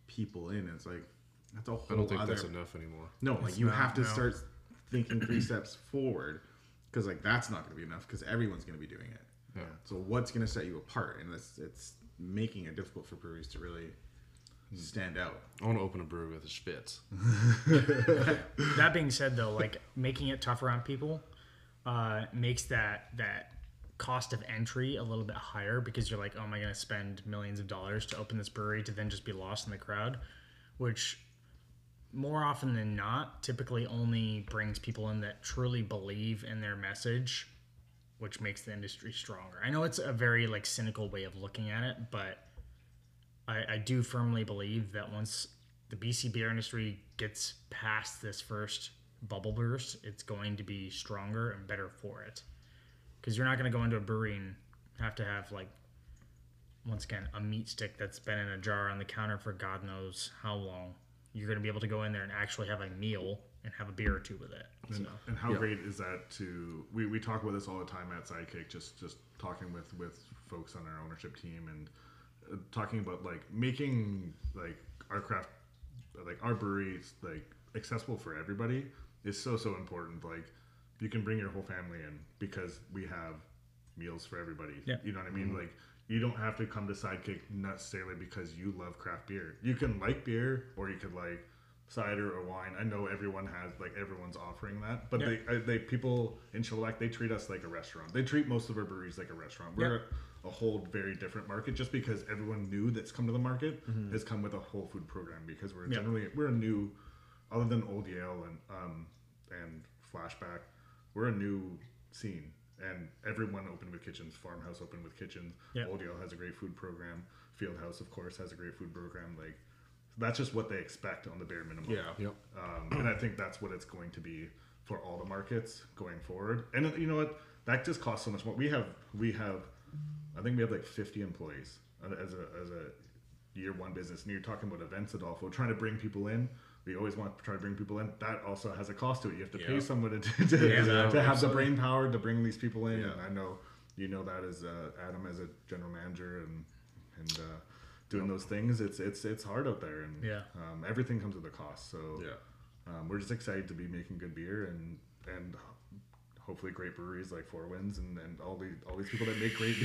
Speaker 3: people in. It's like That's a whole
Speaker 1: I don't think
Speaker 3: other
Speaker 1: that's enough anymore.
Speaker 3: No, like you
Speaker 2: not-
Speaker 3: have to
Speaker 2: no.
Speaker 3: start thinking three steps forward because like that's not going to be enough because everyone's going to be doing it.
Speaker 1: Yeah.
Speaker 3: So what's going to set you apart? And that's it's making it difficult for breweries to really
Speaker 1: Hmm.
Speaker 3: stand out.
Speaker 1: I want to open a brewery with a Spitz.
Speaker 2: that being said though like making it tougher on people uh, makes that that cost of entry a little bit higher because you're like oh am i going to spend millions of dollars to open this brewery to then just be lost in the crowd which more often than not typically only brings people in that truly believe in their message which makes the industry stronger i know it's a very like cynical way of looking at it but I, I do firmly believe that once the BC beer industry gets past this first bubble burst, it's going to be stronger and better for it. Because you're not going to go into a brewery and have to have, like, once again, a meat stick that's been in a jar on the counter for God knows how long. You're going to be able to go in there and actually have a meal and have a beer or two with it. So,
Speaker 4: And how great is that to we, we talk about this all the time at Sidekick, just just talking with with folks on our ownership team and uh, talking about like making like our craft like our breweries like accessible for everybody is so so important. Like you can bring your whole family in because we have meals for everybody.
Speaker 2: Yeah.
Speaker 4: You know what I mean? Like you don't have to come to Sidekick necessarily because you love craft beer. You can like beer or you could like cider or wine. I know everyone has like everyone's offering that, but
Speaker 2: Yeah.
Speaker 4: they uh, they people in Chilliwack they treat us like a restaurant. They treat most of our breweries like a restaurant. We're a whole very different market just because everyone new that's come to the market has come with a whole food program because we're
Speaker 2: Mm-hmm. Yeah.
Speaker 4: generally we're a new other than old Yale and um and flashback, we're a new scene. And everyone opened with kitchens. Farmhouse opened with kitchens.
Speaker 2: Yeah.
Speaker 4: Old Yale has a great food program. Fieldhouse, of course, has a great food program. Like that's just what they expect on the bare minimum.
Speaker 1: Yep.
Speaker 4: Um, and I think that's what it's going to be for all the markets going forward. And you know what? That just costs so much more. We have we have, I think we have like fifty employees as a as a year one business. And you're talking about events, Adolfo, trying to bring people in. We always want to try to bring people in. That also has a cost to it. You have to
Speaker 1: Yeah.
Speaker 4: pay someone to, to,
Speaker 1: Yeah,
Speaker 4: to have the brain power to bring these people in.
Speaker 3: Yeah.
Speaker 4: And I know you know that as uh, Adam as a general manager and and uh, doing those things. It's it's it's hard out there. And
Speaker 2: Yeah.
Speaker 4: um, everything comes with a cost. So
Speaker 3: Yeah.
Speaker 4: um, we're just excited to be making good beer and and hopefully great breweries like Four Winds and, and all the all these people that make great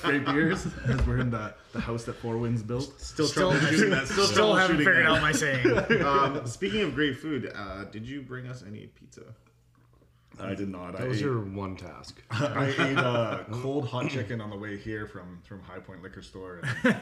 Speaker 4: great beers. As we're in the, the house that Four Winds built.
Speaker 3: Still,
Speaker 2: Still-
Speaker 3: troubleshooting that. Still,
Speaker 2: still haven't
Speaker 3: troubleshooting
Speaker 2: figured
Speaker 3: that.
Speaker 2: out my saying.
Speaker 3: Um, speaking of great food, uh, did you bring us any pizza?
Speaker 4: I did not. I
Speaker 1: That was
Speaker 4: ate,
Speaker 1: your one task.
Speaker 4: I ate uh, cold hot chicken on the way here from from High Point Liquor Store, and,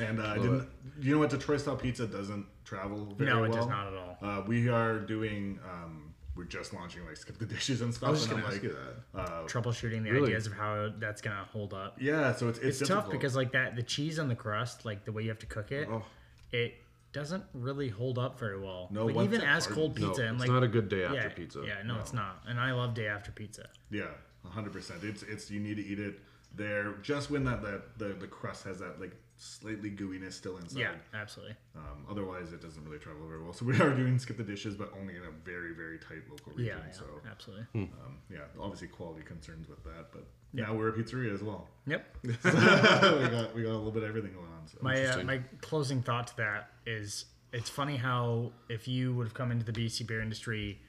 Speaker 4: and uh, I didn't. You know what? Detroit style pizza doesn't travel very
Speaker 2: No,
Speaker 4: well.
Speaker 2: it does not at all.
Speaker 4: Uh, we are doing. Um, we're just launching like skip the dishes and stuff.
Speaker 3: I was just
Speaker 4: and
Speaker 3: going to
Speaker 4: I'm
Speaker 3: ask you
Speaker 4: like,
Speaker 3: that.
Speaker 2: Troubleshooting the
Speaker 1: Really?
Speaker 2: ideas of how that's going to hold up.
Speaker 4: Yeah, so it's it's,
Speaker 2: it's tough
Speaker 4: difficult.
Speaker 2: because like that the cheese on the crust like the way you have to cook it
Speaker 3: Oh.
Speaker 2: it doesn't really hold up very well
Speaker 4: No,
Speaker 2: like,
Speaker 4: once
Speaker 2: even
Speaker 4: it
Speaker 2: as cold
Speaker 1: No,
Speaker 2: pizza and
Speaker 1: it's
Speaker 2: like
Speaker 1: not a good day after
Speaker 2: yeah,
Speaker 1: pizza.
Speaker 2: yeah no, it's not and i love day after pizza
Speaker 4: Yeah, hundred percent. It's it's you need to eat it there just when that, that the the crust has that like slightly gooiness still inside.
Speaker 2: yeah absolutely
Speaker 4: Um, otherwise, it doesn't really travel very well. So we are doing skip the dishes, but only in a very very tight local
Speaker 2: yeah,
Speaker 4: region.
Speaker 2: yeah,
Speaker 4: so
Speaker 2: absolutely
Speaker 4: um, yeah, obviously quality concerns with that, but now we're a pizzeria as well.
Speaker 2: yep
Speaker 4: we got we got a little bit of everything going on. So.
Speaker 2: my uh,
Speaker 1: Interesting.
Speaker 2: my closing thought to that is it's funny how if you would have come into the bc beer industry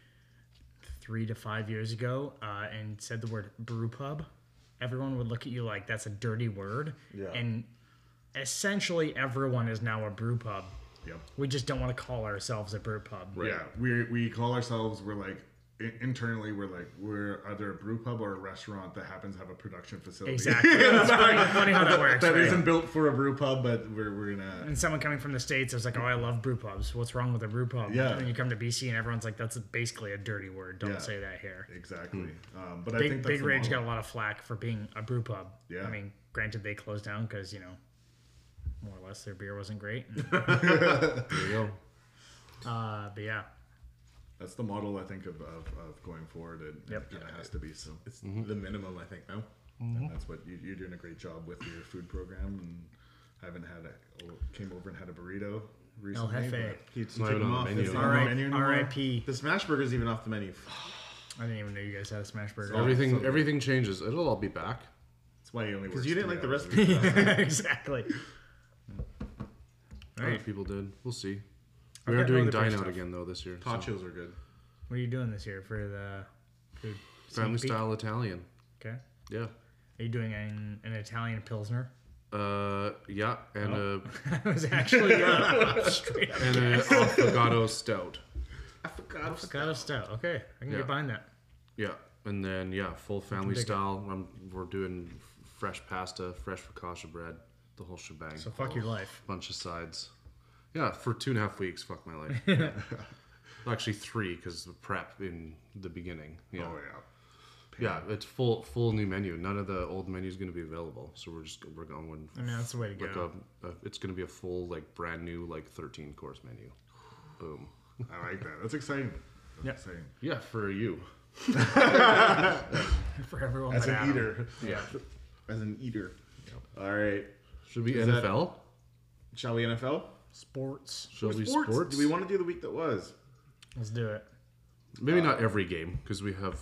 Speaker 2: three to five years ago uh, and said the word brew pub everyone would look at you like that's a dirty word
Speaker 4: Yeah.
Speaker 2: and essentially everyone is now a brew pub
Speaker 4: yep.
Speaker 2: We just don't want to call ourselves a brew pub.
Speaker 4: Yeah, we we call ourselves. We're like i- internally, we're like we're either a brew pub or a restaurant that happens to have a production facility.
Speaker 2: Exactly. it's funny, funny how that works.
Speaker 4: That
Speaker 2: right?
Speaker 4: not built for a brew pub, but we're we're in a
Speaker 2: and someone coming from the States is like, oh, I love brew pubs. What's wrong with a brew pub?
Speaker 4: Yeah.
Speaker 2: And then you come to BC and everyone's like, that's basically a dirty word. Don't
Speaker 4: Yeah.
Speaker 2: say that here.
Speaker 4: exactly. Um, but I
Speaker 2: Hmm.
Speaker 4: think
Speaker 2: Big,
Speaker 4: that's
Speaker 2: Big
Speaker 4: the
Speaker 2: Rage
Speaker 4: model.
Speaker 2: got a lot of flack for being a brew pub.
Speaker 4: Yeah.
Speaker 2: I mean, granted, they closed down because, you know, more or less their beer wasn't great.
Speaker 1: There you go.
Speaker 2: uh, but yeah.
Speaker 4: That's the model I think of, of, of going forward. It,
Speaker 2: Yep.
Speaker 4: it kind of has to be so.
Speaker 3: It's the minimum, I think, no?
Speaker 4: And that's what you, you're doing a great job with your food program. And I haven't had a oh, came over and had a burrito recently.
Speaker 2: Jefe.
Speaker 3: He, he
Speaker 1: not
Speaker 3: took
Speaker 1: even on the
Speaker 3: them off.
Speaker 1: menu.
Speaker 3: It's
Speaker 4: but
Speaker 3: not
Speaker 4: on the
Speaker 3: on the
Speaker 2: Alright.
Speaker 4: menu anymore.
Speaker 2: R.I.P.
Speaker 3: The smash burger's even off the menu. Fuck.
Speaker 2: I didn't even know you guys had a smash burger.
Speaker 1: Everything everything changes. It'll all be back.
Speaker 4: That's why he only
Speaker 3: Because you didn't like the rest of
Speaker 4: it.
Speaker 3: it.
Speaker 2: exactly.
Speaker 1: Other people did. We'll see. We are
Speaker 2: Okay,
Speaker 1: doing
Speaker 2: no, they're
Speaker 1: Dine
Speaker 2: pretty
Speaker 1: Out
Speaker 2: tough.
Speaker 1: again though this year. so-
Speaker 3: Tachos are good.
Speaker 2: What are you doing this year for the food?
Speaker 1: Family
Speaker 2: Sneak peek?
Speaker 1: style Italian.
Speaker 2: Okay.
Speaker 1: Yeah.
Speaker 2: Are you doing an, an Italian pilsner?
Speaker 1: Uh, yeah, and a
Speaker 2: I was actually uh, straight up
Speaker 1: and a affogato stout.
Speaker 3: I forgot.
Speaker 2: Scottish stout. Okay, I can
Speaker 1: Yeah.
Speaker 2: get behind that.
Speaker 1: Yeah, and then yeah, full family
Speaker 2: dig it.
Speaker 1: style. Um we're doing f- fresh pasta, fresh focaccia bread, the whole shebang.
Speaker 2: So fuck
Speaker 4: Oh.
Speaker 2: your life.
Speaker 1: bunch of sides. Yeah, for two and a half weeks. Fuck my life. Well, Actually, three because the prep in the beginning. Yeah,
Speaker 4: Oh yeah.
Speaker 1: yeah, it's full full new menu. None of the old menu is going to be available. So we're just we're going
Speaker 2: I mean, that's the way to go.
Speaker 1: like a, a it's going to be a full like brand new like thirteen course menu. Boom.
Speaker 4: I like that. That's exciting. That's
Speaker 2: Yep.
Speaker 4: exciting.
Speaker 1: Yeah, for you.
Speaker 2: for everyone.
Speaker 4: As
Speaker 2: but
Speaker 4: an
Speaker 2: Adam.
Speaker 4: eater,
Speaker 1: Yeah,
Speaker 3: As an eater. All right.
Speaker 1: should be
Speaker 3: Is that-
Speaker 1: NFL.
Speaker 3: Shall we NFL?
Speaker 2: sports.
Speaker 1: Shall
Speaker 3: Or
Speaker 1: we sports?
Speaker 3: Do we want to do the week that was?
Speaker 2: Let's do it.
Speaker 3: uh,
Speaker 1: Maybe not every game because we have.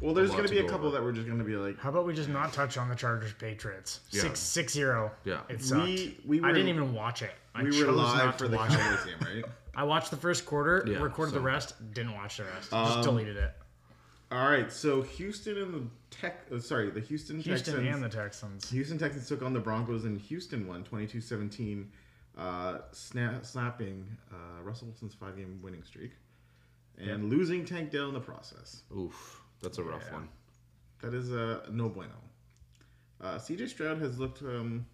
Speaker 3: Well, there's
Speaker 1: lot
Speaker 3: going to
Speaker 1: to
Speaker 3: be a
Speaker 1: go
Speaker 3: couple
Speaker 1: over.
Speaker 3: that we're just going to be like,
Speaker 2: How about we just not touch on the Chargers Patriots?
Speaker 1: Yeah.
Speaker 2: Six six zero.
Speaker 1: Yeah.
Speaker 2: it
Speaker 1: We-
Speaker 2: sucked.
Speaker 3: we
Speaker 2: I
Speaker 3: were-
Speaker 2: didn't even watch it. I
Speaker 3: we
Speaker 2: chose
Speaker 3: were
Speaker 2: not
Speaker 3: live
Speaker 2: to
Speaker 3: for the
Speaker 2: watch it.
Speaker 3: Cowboys game, right?
Speaker 2: I watched the first quarter,
Speaker 1: Yeah,
Speaker 2: recorded the
Speaker 1: so-
Speaker 2: rest, didn't watch the rest.
Speaker 3: Um,
Speaker 2: just deleted it.
Speaker 3: All right. So Houston and the Tech, uh, sorry, the Houston,
Speaker 2: Houston
Speaker 3: Texans.
Speaker 2: and the Texans.
Speaker 3: Houston Texans took on the Broncos and Houston won 22-17, uh, sna- snapping uh, Russell Wilson's five-game winning streak and losing Tank Dell in the process.
Speaker 1: Oof, that's a rough one.
Speaker 3: That is uh, no bueno. Uh, CJ Stroud has looked um,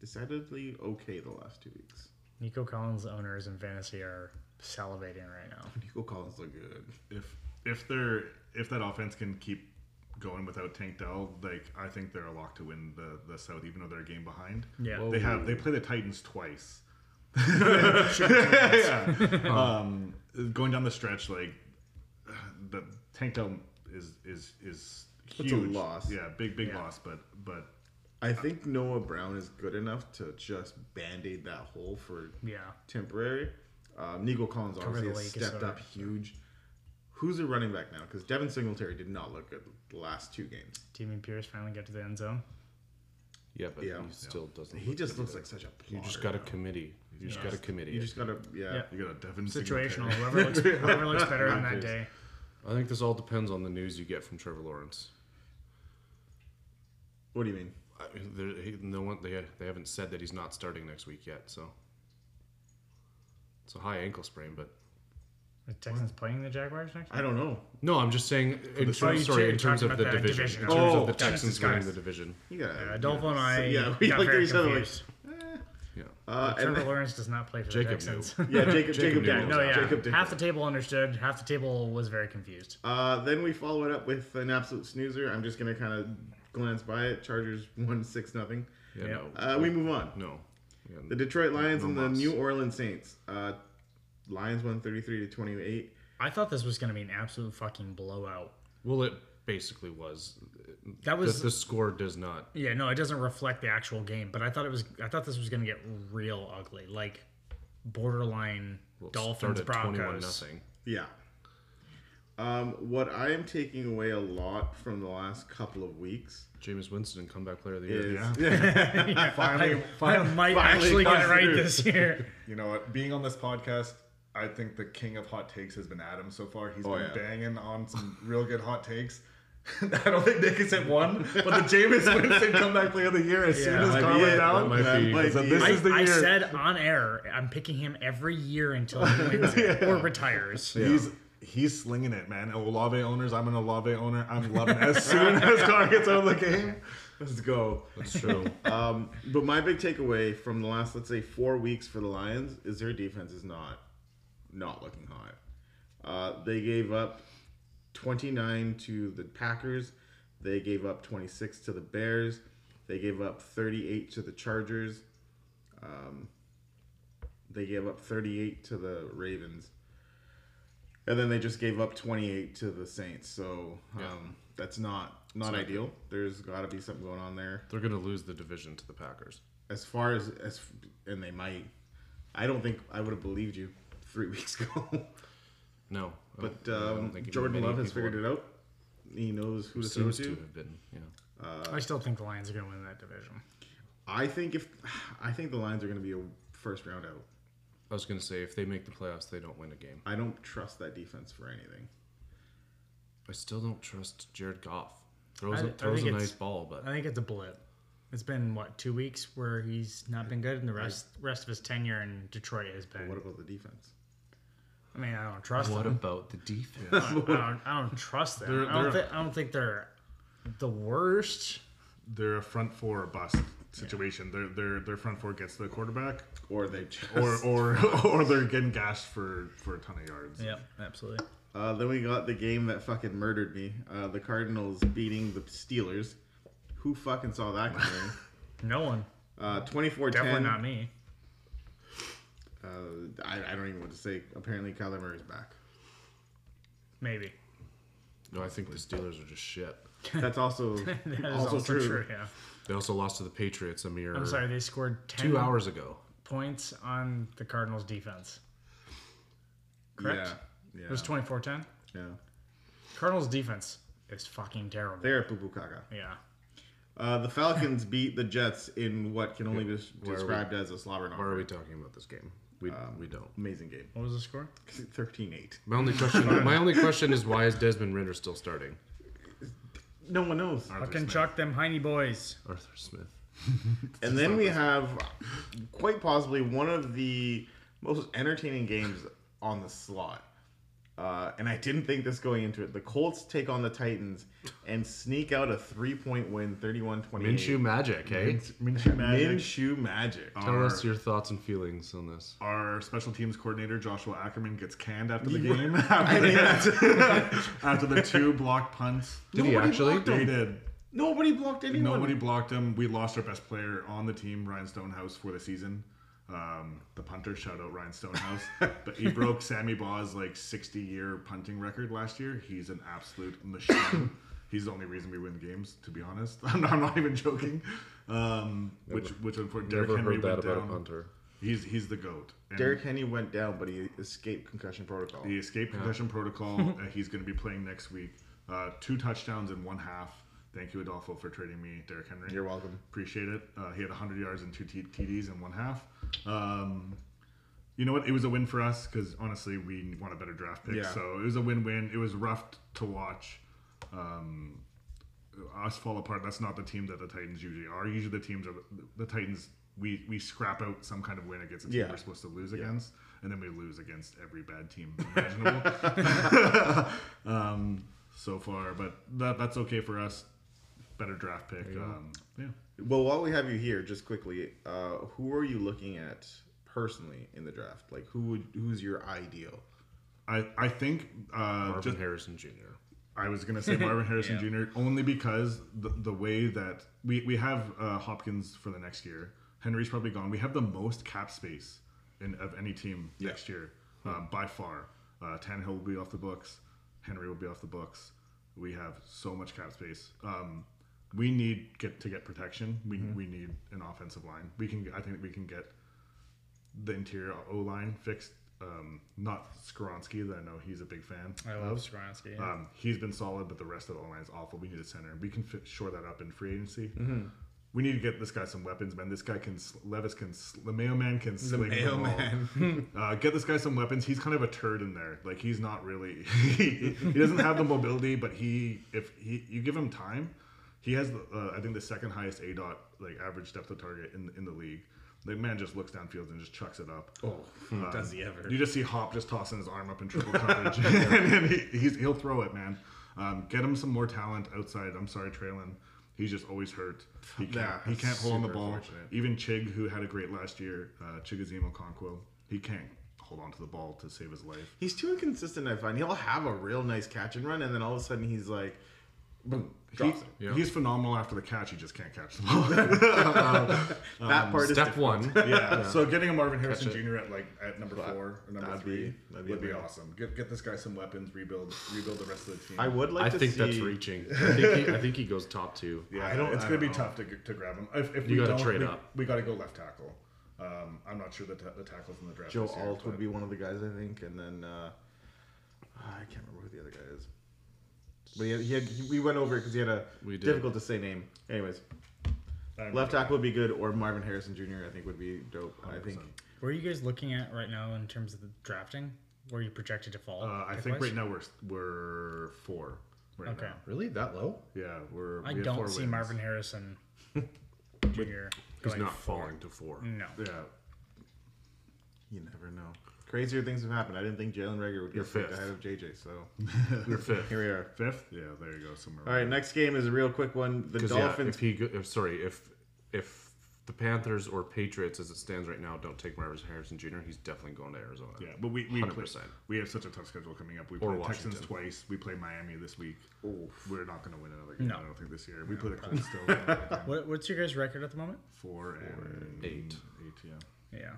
Speaker 3: decidedly okay the last two weeks.
Speaker 2: Nico Collins owners in fantasy are salivating right now.
Speaker 3: Nico Collins look good.
Speaker 4: if if they're if that offense can keep going without Tank Dell, like I think they're a lock to win the the South, even though they're a game behind.
Speaker 2: Yeah.
Speaker 4: they have they play the Titans twice. yeah. um, going down the stretch, like the Tank Dell is is is
Speaker 3: That's
Speaker 4: huge.
Speaker 3: a loss.
Speaker 4: Yeah, big big
Speaker 2: Yeah.
Speaker 4: loss, but but
Speaker 3: I think Noah Brown is good enough to just band-aid that hole for
Speaker 2: Yeah.
Speaker 3: temporary. Um, Nico Collins
Speaker 2: the
Speaker 3: obviously has
Speaker 2: league is
Speaker 3: stepped
Speaker 2: over.
Speaker 3: up huge. Who's the running back now? Because Devin Singletary did not look good the last two games.
Speaker 2: Damien Pierce finally got to the end zone.
Speaker 1: Yeah, but
Speaker 3: Yeah.
Speaker 1: he still doesn't.
Speaker 3: He
Speaker 1: look
Speaker 3: just
Speaker 1: good
Speaker 3: looks
Speaker 1: either.
Speaker 3: like such a
Speaker 1: You
Speaker 3: plotter.
Speaker 1: just got a committee. You just got a committee.
Speaker 3: You just gotta yeah.
Speaker 2: Yeah.
Speaker 4: you got a Devin
Speaker 2: Situational.
Speaker 4: Singletary.
Speaker 2: Whoever looks, whoever looks better on that
Speaker 3: Pierce.
Speaker 2: day.
Speaker 1: I think this all depends on the news you get from Trevor Lawrence.
Speaker 3: What do you mean?
Speaker 1: I, there, he, no one they they haven't said that he's not starting next week yet. So it's a high ankle sprain, but
Speaker 2: The Texans playing the Jaguars next
Speaker 3: I don't know.
Speaker 1: no, I'm just saying. In, terms-
Speaker 2: you
Speaker 1: sorry,
Speaker 2: two
Speaker 1: in terms
Speaker 2: talked
Speaker 1: of the
Speaker 2: about that
Speaker 1: division,
Speaker 2: division.
Speaker 1: in terms
Speaker 3: Oh,
Speaker 1: of the
Speaker 2: Jesus
Speaker 1: Texans winning
Speaker 2: Christ.
Speaker 1: the division.
Speaker 3: You gotta
Speaker 2: Uh, Adolfo and I
Speaker 3: yeah, we
Speaker 2: got
Speaker 3: looked at
Speaker 2: very
Speaker 3: each other like-
Speaker 2: confused.
Speaker 1: Yeah,
Speaker 3: uh, and
Speaker 2: Trevor
Speaker 3: then-
Speaker 2: Lawrence does not play for
Speaker 1: Jacob
Speaker 2: the
Speaker 1: knew.
Speaker 2: Texans.
Speaker 3: yeah, Jacob Jacob
Speaker 1: Jacob
Speaker 3: Daniels.
Speaker 1: Daniels.
Speaker 2: no, yeah.
Speaker 3: Jacob Daniels.
Speaker 2: half the table understood. Half the table was very confused.
Speaker 3: Uh, then we follow it up with an absolute snoozer. I'm just gonna kind of glance by it. Chargers one six nothing.
Speaker 1: yeah,
Speaker 2: Yeah.
Speaker 1: no,
Speaker 3: Uh, we move on.
Speaker 1: no. Yeah,
Speaker 3: The Detroit Lions
Speaker 1: No
Speaker 3: and the
Speaker 1: loss.
Speaker 3: New Orleans Saints. Uh, Lions won 33 to 28.
Speaker 2: I thought this was going to be an absolute fucking blowout.
Speaker 1: well, it basically was.
Speaker 2: That
Speaker 1: The,
Speaker 2: was
Speaker 1: the score does not.
Speaker 2: yeah. No, it doesn't reflect the actual game. But I thought it was. I thought this was going to get real ugly, like borderline Dolphins
Speaker 1: twenty-one
Speaker 2: Broncos.
Speaker 1: nothing.
Speaker 3: Yeah. Um, what I am taking away a lot from the last couple of weeks
Speaker 1: Jameis Winston, comeback player of the year.
Speaker 3: is
Speaker 2: Yeah,
Speaker 4: Finally-
Speaker 2: I, I might actually get it
Speaker 3: got
Speaker 2: right
Speaker 3: through.
Speaker 2: this year.
Speaker 4: You know what? Being on this podcast, I think the king of hot takes has been Adam so far. He's
Speaker 3: Oh,
Speaker 4: been
Speaker 3: yeah.
Speaker 4: banging on some real good hot takes. I don't think Nick has hit one, but the Jameis Winston comeback player of the year as
Speaker 2: Yeah,
Speaker 4: soon as
Speaker 2: might
Speaker 3: Might
Speaker 4: Carl
Speaker 3: be
Speaker 4: went
Speaker 3: it.
Speaker 4: out.
Speaker 1: might be-
Speaker 3: might
Speaker 4: so
Speaker 3: be
Speaker 4: this
Speaker 3: it.
Speaker 2: I,
Speaker 4: is the
Speaker 2: I
Speaker 4: year.
Speaker 2: said on air, I'm picking him every year until he wins it or retires.
Speaker 4: He's he's slinging it, man. Olave owners, I'm an Olave owner. I'm loving it. As soon as Carl gets out of the game,
Speaker 3: let's go.
Speaker 1: That's true.
Speaker 3: Um, but my big takeaway from the last, let's say, four weeks for the Lions is their defense is not not looking hot. Uh, they gave up 29 to the Packers. They gave up 26 to the Bears. They gave up 38 to the Chargers. Um, they gave up 38 to the Ravens. And then they just gave up 28 to the Saints. So um,
Speaker 1: Yeah.
Speaker 3: that's not not ideal. Oh, There's got to be something going on there
Speaker 1: They're gonna lose the division to the Packers.
Speaker 3: as far as as and they might i don't think i would have believed you three weeks ago
Speaker 1: No, I don't-
Speaker 3: but
Speaker 1: I don't
Speaker 3: um,
Speaker 1: think
Speaker 3: jordan
Speaker 1: many
Speaker 3: love has
Speaker 1: people
Speaker 3: figured it out he knows who to throw
Speaker 1: Seems
Speaker 3: to
Speaker 1: to have been. Yeah.
Speaker 2: I still think the Lions are going to win that division.
Speaker 3: i think if i think the lions are going to be a first round out
Speaker 1: I was going to say if they make the playoffs, they don't win a game.
Speaker 3: I don't trust that defense for anything.
Speaker 1: I still don't trust Jared Goff. Throws,
Speaker 2: I-
Speaker 1: a
Speaker 2: I
Speaker 1: throws a
Speaker 2: think
Speaker 1: nice
Speaker 2: it's-
Speaker 1: ball,
Speaker 2: I
Speaker 1: but
Speaker 2: think it's a blip. It's been what two weeks where he's not been good, and the rest rest of his tenure in Detroit has been.
Speaker 3: What about the defense?
Speaker 2: I mean, I don't trust
Speaker 1: what
Speaker 2: them.
Speaker 1: about the defense?
Speaker 2: I don't, I don't, I don't trust them.
Speaker 4: They're-
Speaker 2: I, don't
Speaker 4: they're-
Speaker 2: thi- I don't think they're the worst.
Speaker 4: They're a front four bust situation. Their their their front four gets the quarterback,
Speaker 3: Or they just.
Speaker 4: or or or they're getting gashed for for a ton of yards.
Speaker 2: Yep, absolutely.
Speaker 3: Uh, then we got the game that fucking murdered me. Uh, the Cardinals beating the Steelers. Who fucking saw that coming?
Speaker 2: No one.
Speaker 3: Uh, 24
Speaker 2: Definitely not me.
Speaker 3: Uh, I, I don't even know what to say. Apparently, Kyler Murray's back.
Speaker 2: Maybe.
Speaker 1: no, I think the Steelers are just shit.
Speaker 3: That's also
Speaker 2: That is
Speaker 3: also, true.
Speaker 2: Yeah.
Speaker 1: They also lost to the Patriots a mere
Speaker 2: I'm sorry. They scored ten
Speaker 1: two hours ago.
Speaker 2: points on the Cardinals defense. Correct.
Speaker 3: Yeah. Yeah.
Speaker 2: It was 24-10.
Speaker 3: yeah.
Speaker 2: Cardinals defense is fucking terrible.
Speaker 3: They're poo poo caca.
Speaker 2: yeah.
Speaker 3: Uh, the Falcons beat the Jets in what can only be
Speaker 1: are we?
Speaker 3: described as a slobber
Speaker 1: Why are
Speaker 3: knocker.
Speaker 1: we talking about this game? We, we don't.
Speaker 3: Amazing game.
Speaker 2: What was the score?
Speaker 3: 13 8.
Speaker 1: My only question. my only question is why is Desmond Ritter still starting?
Speaker 3: No one knows.
Speaker 4: Arthur
Speaker 2: Fucking
Speaker 4: Smith.
Speaker 2: chuck them heiny boys.
Speaker 1: Arthur Smith.
Speaker 3: And then we have quite possibly one of the most entertaining games on the slot. Uh, and I didn't think this going into it. The Colts take on the Titans and sneak out a three point win 31 28.
Speaker 1: Minshew magic, eh?
Speaker 4: Minshew Magic.
Speaker 3: Minshew Magic.
Speaker 1: Tell us your thoughts and feelings on this.
Speaker 4: Our special teams coordinator Joshua Ackerman gets canned after the game after, the, after the two blocked punts.
Speaker 1: Did he
Speaker 3: Nobody
Speaker 1: actually?
Speaker 3: blocked
Speaker 4: They did.
Speaker 3: Nobody blocked anyone.
Speaker 4: Nobody blocked him. We lost our best player on the team, Ryan Stonehouse, for the season. Um, the punter, shout out Ryan Stonehouse. but he broke Sammy Baugh's like 60 year punting record last year. He's an absolute machine. He's the only reason we win games, to be honest. I'm not, I'm not even joking. Um, which, which unfortunately,
Speaker 1: Never
Speaker 4: Derrick Henry
Speaker 1: heard that
Speaker 4: went
Speaker 1: about a
Speaker 4: down.
Speaker 1: punter.
Speaker 4: He's he's the goat. And
Speaker 3: Derrick Henry went down, but he escaped concussion protocol.
Speaker 4: He escaped concussion protocol. uh, he's going to be playing next week. Uh, two touchdowns in one half. Thank you, Adolfo, for trading me Derrick Henry.
Speaker 3: You're welcome.
Speaker 4: Appreciate it. Uh, he had 100 yards and two T- TDs in one half. Um, you know what? It was a win for us because honestly, we want a better draft pick.
Speaker 3: Yeah.
Speaker 4: So it was a win-win. It was rough t- to watch. Um, us fall apart. That's not the team that the Titans usually are. Usually, the teams are the, the Titans. We we scrap out some kind of win against a team
Speaker 3: Yeah.
Speaker 4: we're supposed to lose against, and then we lose against every bad team imaginable. um, so far, but that, that's okay for us. Better draft pick. Um, yeah,
Speaker 3: Well, while we have you here, just quickly, uh, who are you looking at personally in the draft? Like, who would who's your ideal?
Speaker 4: I I think uh,
Speaker 1: Marvin
Speaker 4: just
Speaker 1: Harrison Jr.
Speaker 4: I was gonna say Marvin Harrison Jr. only because the, the way that we we have uh, Hopkins for the next year, Henry's probably gone. We have the most cap space in, of any team next year uh, by far. Uh, Tannehill will be off the books. Henry will be off the books. We have so much cap space. Um, we need get to get protection. We, we need an offensive line. We can I think we can get the interior O line fixed. Um, not Skoronsky, that I know he's a big fan.
Speaker 2: I love Skoronsky.
Speaker 4: Um, he's been solid, but the rest of the line is awful. We need a center. We can fi- shore that up in free agency. We need to get this guy some weapons, man. This guy can sl- Levis can sl- the mailman can sling the ball. uh, get this guy some weapons. He's kind of a turd in there. Like he's not really. he doesn't have the mobility, but he if he you give him time, he has the, uh, I think the second highest A dot like average depth of target in in the league. The man just looks downfield and just chucks it up.
Speaker 3: Oh, does he ever?
Speaker 4: You just see Hop just tossing his arm up in triple coverage, and, then he, he's, he'll throw it, man. Um, get him some more talent outside. I'm sorry, Traylon. He's just always hurt. He can't,
Speaker 3: Yeah,
Speaker 4: he can't hold on the
Speaker 3: super
Speaker 4: ball.
Speaker 3: unfortunate.
Speaker 4: Even Chig, who had a great last year, uh, Chigazimo Conquo, he can't hold on to the ball to save his life.
Speaker 3: He's too inconsistent. I find he'll have a real nice catch and run, and then all of a sudden he's like, boom, drops
Speaker 4: He-
Speaker 3: it.
Speaker 1: Yeah.
Speaker 4: He's phenomenal after the catch. He just can't catch the ball.
Speaker 1: Um,
Speaker 3: that part is
Speaker 1: Step
Speaker 3: different.
Speaker 1: one.
Speaker 4: yeah. So getting a Marvin Harrison
Speaker 1: Catch
Speaker 4: Jr. at like at number
Speaker 3: But
Speaker 4: four or number
Speaker 3: that'd
Speaker 4: three
Speaker 3: be- that'd be
Speaker 4: would be
Speaker 3: amazing.
Speaker 4: awesome. Get get this guy some weapons. Rebuild rebuild the rest of the team.
Speaker 3: I would like
Speaker 1: I
Speaker 3: to
Speaker 1: think
Speaker 3: see.
Speaker 1: that's reaching. I think, he, I think he goes top two.
Speaker 4: Yeah,
Speaker 3: I don't-
Speaker 4: it's
Speaker 3: I
Speaker 4: going to
Speaker 3: don't
Speaker 4: be
Speaker 3: know.
Speaker 4: tough to, to grab him. If, if
Speaker 1: You
Speaker 4: we
Speaker 1: gotta
Speaker 4: don't,
Speaker 1: trade
Speaker 4: we,
Speaker 1: up.
Speaker 4: We got to go left tackle. Um, I'm not sure the, ta- the tackle from the draft.
Speaker 3: Joe
Speaker 4: this year,
Speaker 3: Alt would
Speaker 4: but-
Speaker 3: be one of the guys, I think, and then uh, I can't remember who the other guy is. But he had, he had he, we went over it because he had a
Speaker 1: We did.
Speaker 3: difficult to say name. Anyways,
Speaker 4: I'm-
Speaker 3: Left tackle would be good, or Marvin Harrison Jr. I think would be dope. I think
Speaker 4: 100%.
Speaker 2: Where are you guys looking at right now in terms of the drafting? Where you projected to fall?
Speaker 4: Uh, I think
Speaker 2: pick-wise?
Speaker 4: right now we're we're four. Right
Speaker 2: Okay.
Speaker 4: now.
Speaker 1: Really, that low?
Speaker 4: Yeah, we're.
Speaker 2: I
Speaker 4: we have
Speaker 2: don't
Speaker 4: four
Speaker 2: see
Speaker 4: wins.
Speaker 2: Marvin Harrison Jr.
Speaker 1: He's
Speaker 2: going
Speaker 1: not
Speaker 2: forward.
Speaker 1: falling to four.
Speaker 3: Mm.
Speaker 2: No.
Speaker 4: Yeah,
Speaker 3: you never know. Crazier things have happened. I didn't think Jalen Rager would
Speaker 1: You're
Speaker 3: get picked
Speaker 1: fifth.
Speaker 3: ahead of JJ. So
Speaker 1: You're fifth.
Speaker 3: here we are.
Speaker 4: fifth. Yeah, there you go. Somewhere.
Speaker 3: All right, next game is a real quick one. The
Speaker 1: 'Cause, Yeah,
Speaker 3: Dolphins.
Speaker 1: if he, go- if, sorry, if if the Panthers or Patriots, as it stands right now, don't take Marvin Harrison Jr., he's definitely going to Arizona.
Speaker 4: Yeah, but we we,
Speaker 1: 100%.
Speaker 4: we have such a tough schedule coming up. We
Speaker 1: Or
Speaker 4: play Texans
Speaker 1: Washington.
Speaker 4: twice. We play Miami this week. We're not going to win another game.
Speaker 2: No.
Speaker 4: I don't think this year. We play the Colts still.
Speaker 2: What, what's your guys' record at the moment?
Speaker 4: Four and
Speaker 1: Eight.
Speaker 4: Eight. Yeah.
Speaker 2: Yeah,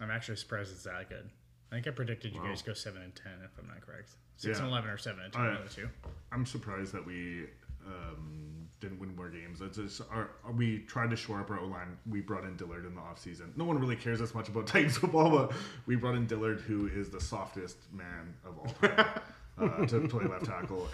Speaker 2: I'm actually surprised it's that good. I think I predicted you guys go seven and ten, if I'm not correct. Six
Speaker 4: Yeah.
Speaker 2: and eleven or seven and ten,
Speaker 4: All
Speaker 2: one
Speaker 4: right.
Speaker 2: of the two.
Speaker 4: I'm surprised that we um, didn't win more games. It's just our, we tried to shore up our O line. We brought in Dillard in the offseason. No one really cares as much about Titans football, but we brought in Dillard, who is the softest man of all time. Uh, to play left tackle,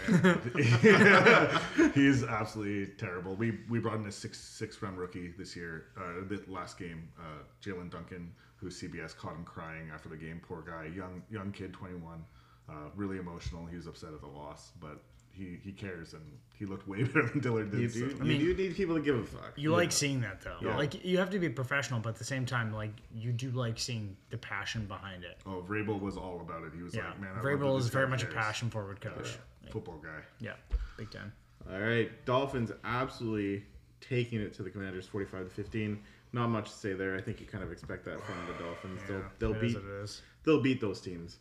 Speaker 4: and he's absolutely terrible. We we brought in a six six round rookie this year. Uh, the last game, uh, Jalen Duncan, who CBS caught him crying after the game. Poor guy, young young kid, twenty one, uh, really emotional. He was upset at the loss, but he he cares and he looked way better than Dillard
Speaker 3: You
Speaker 4: did.
Speaker 3: do,
Speaker 4: so-
Speaker 3: you do need people to give a fuck.
Speaker 2: You like seeing that though. Like you have to be professional, but at the same time, like you do like seeing the passion behind it.
Speaker 4: Oh, Vrabel was all about it. He was
Speaker 2: Yeah,
Speaker 4: like, man, I love that
Speaker 2: Vrabel
Speaker 4: this
Speaker 2: is very
Speaker 4: guy
Speaker 2: much a
Speaker 4: cares."
Speaker 2: passion forward coach.
Speaker 4: Football guy.
Speaker 2: Yeah, big time.
Speaker 3: All right, Dolphins absolutely taking it to the Commanders, forty-five to fifteen. Not much to say there. I think you kind of expect that from the Dolphins. they'll they'll
Speaker 2: It is
Speaker 3: beat
Speaker 2: what it is.
Speaker 3: they'll beat those teams.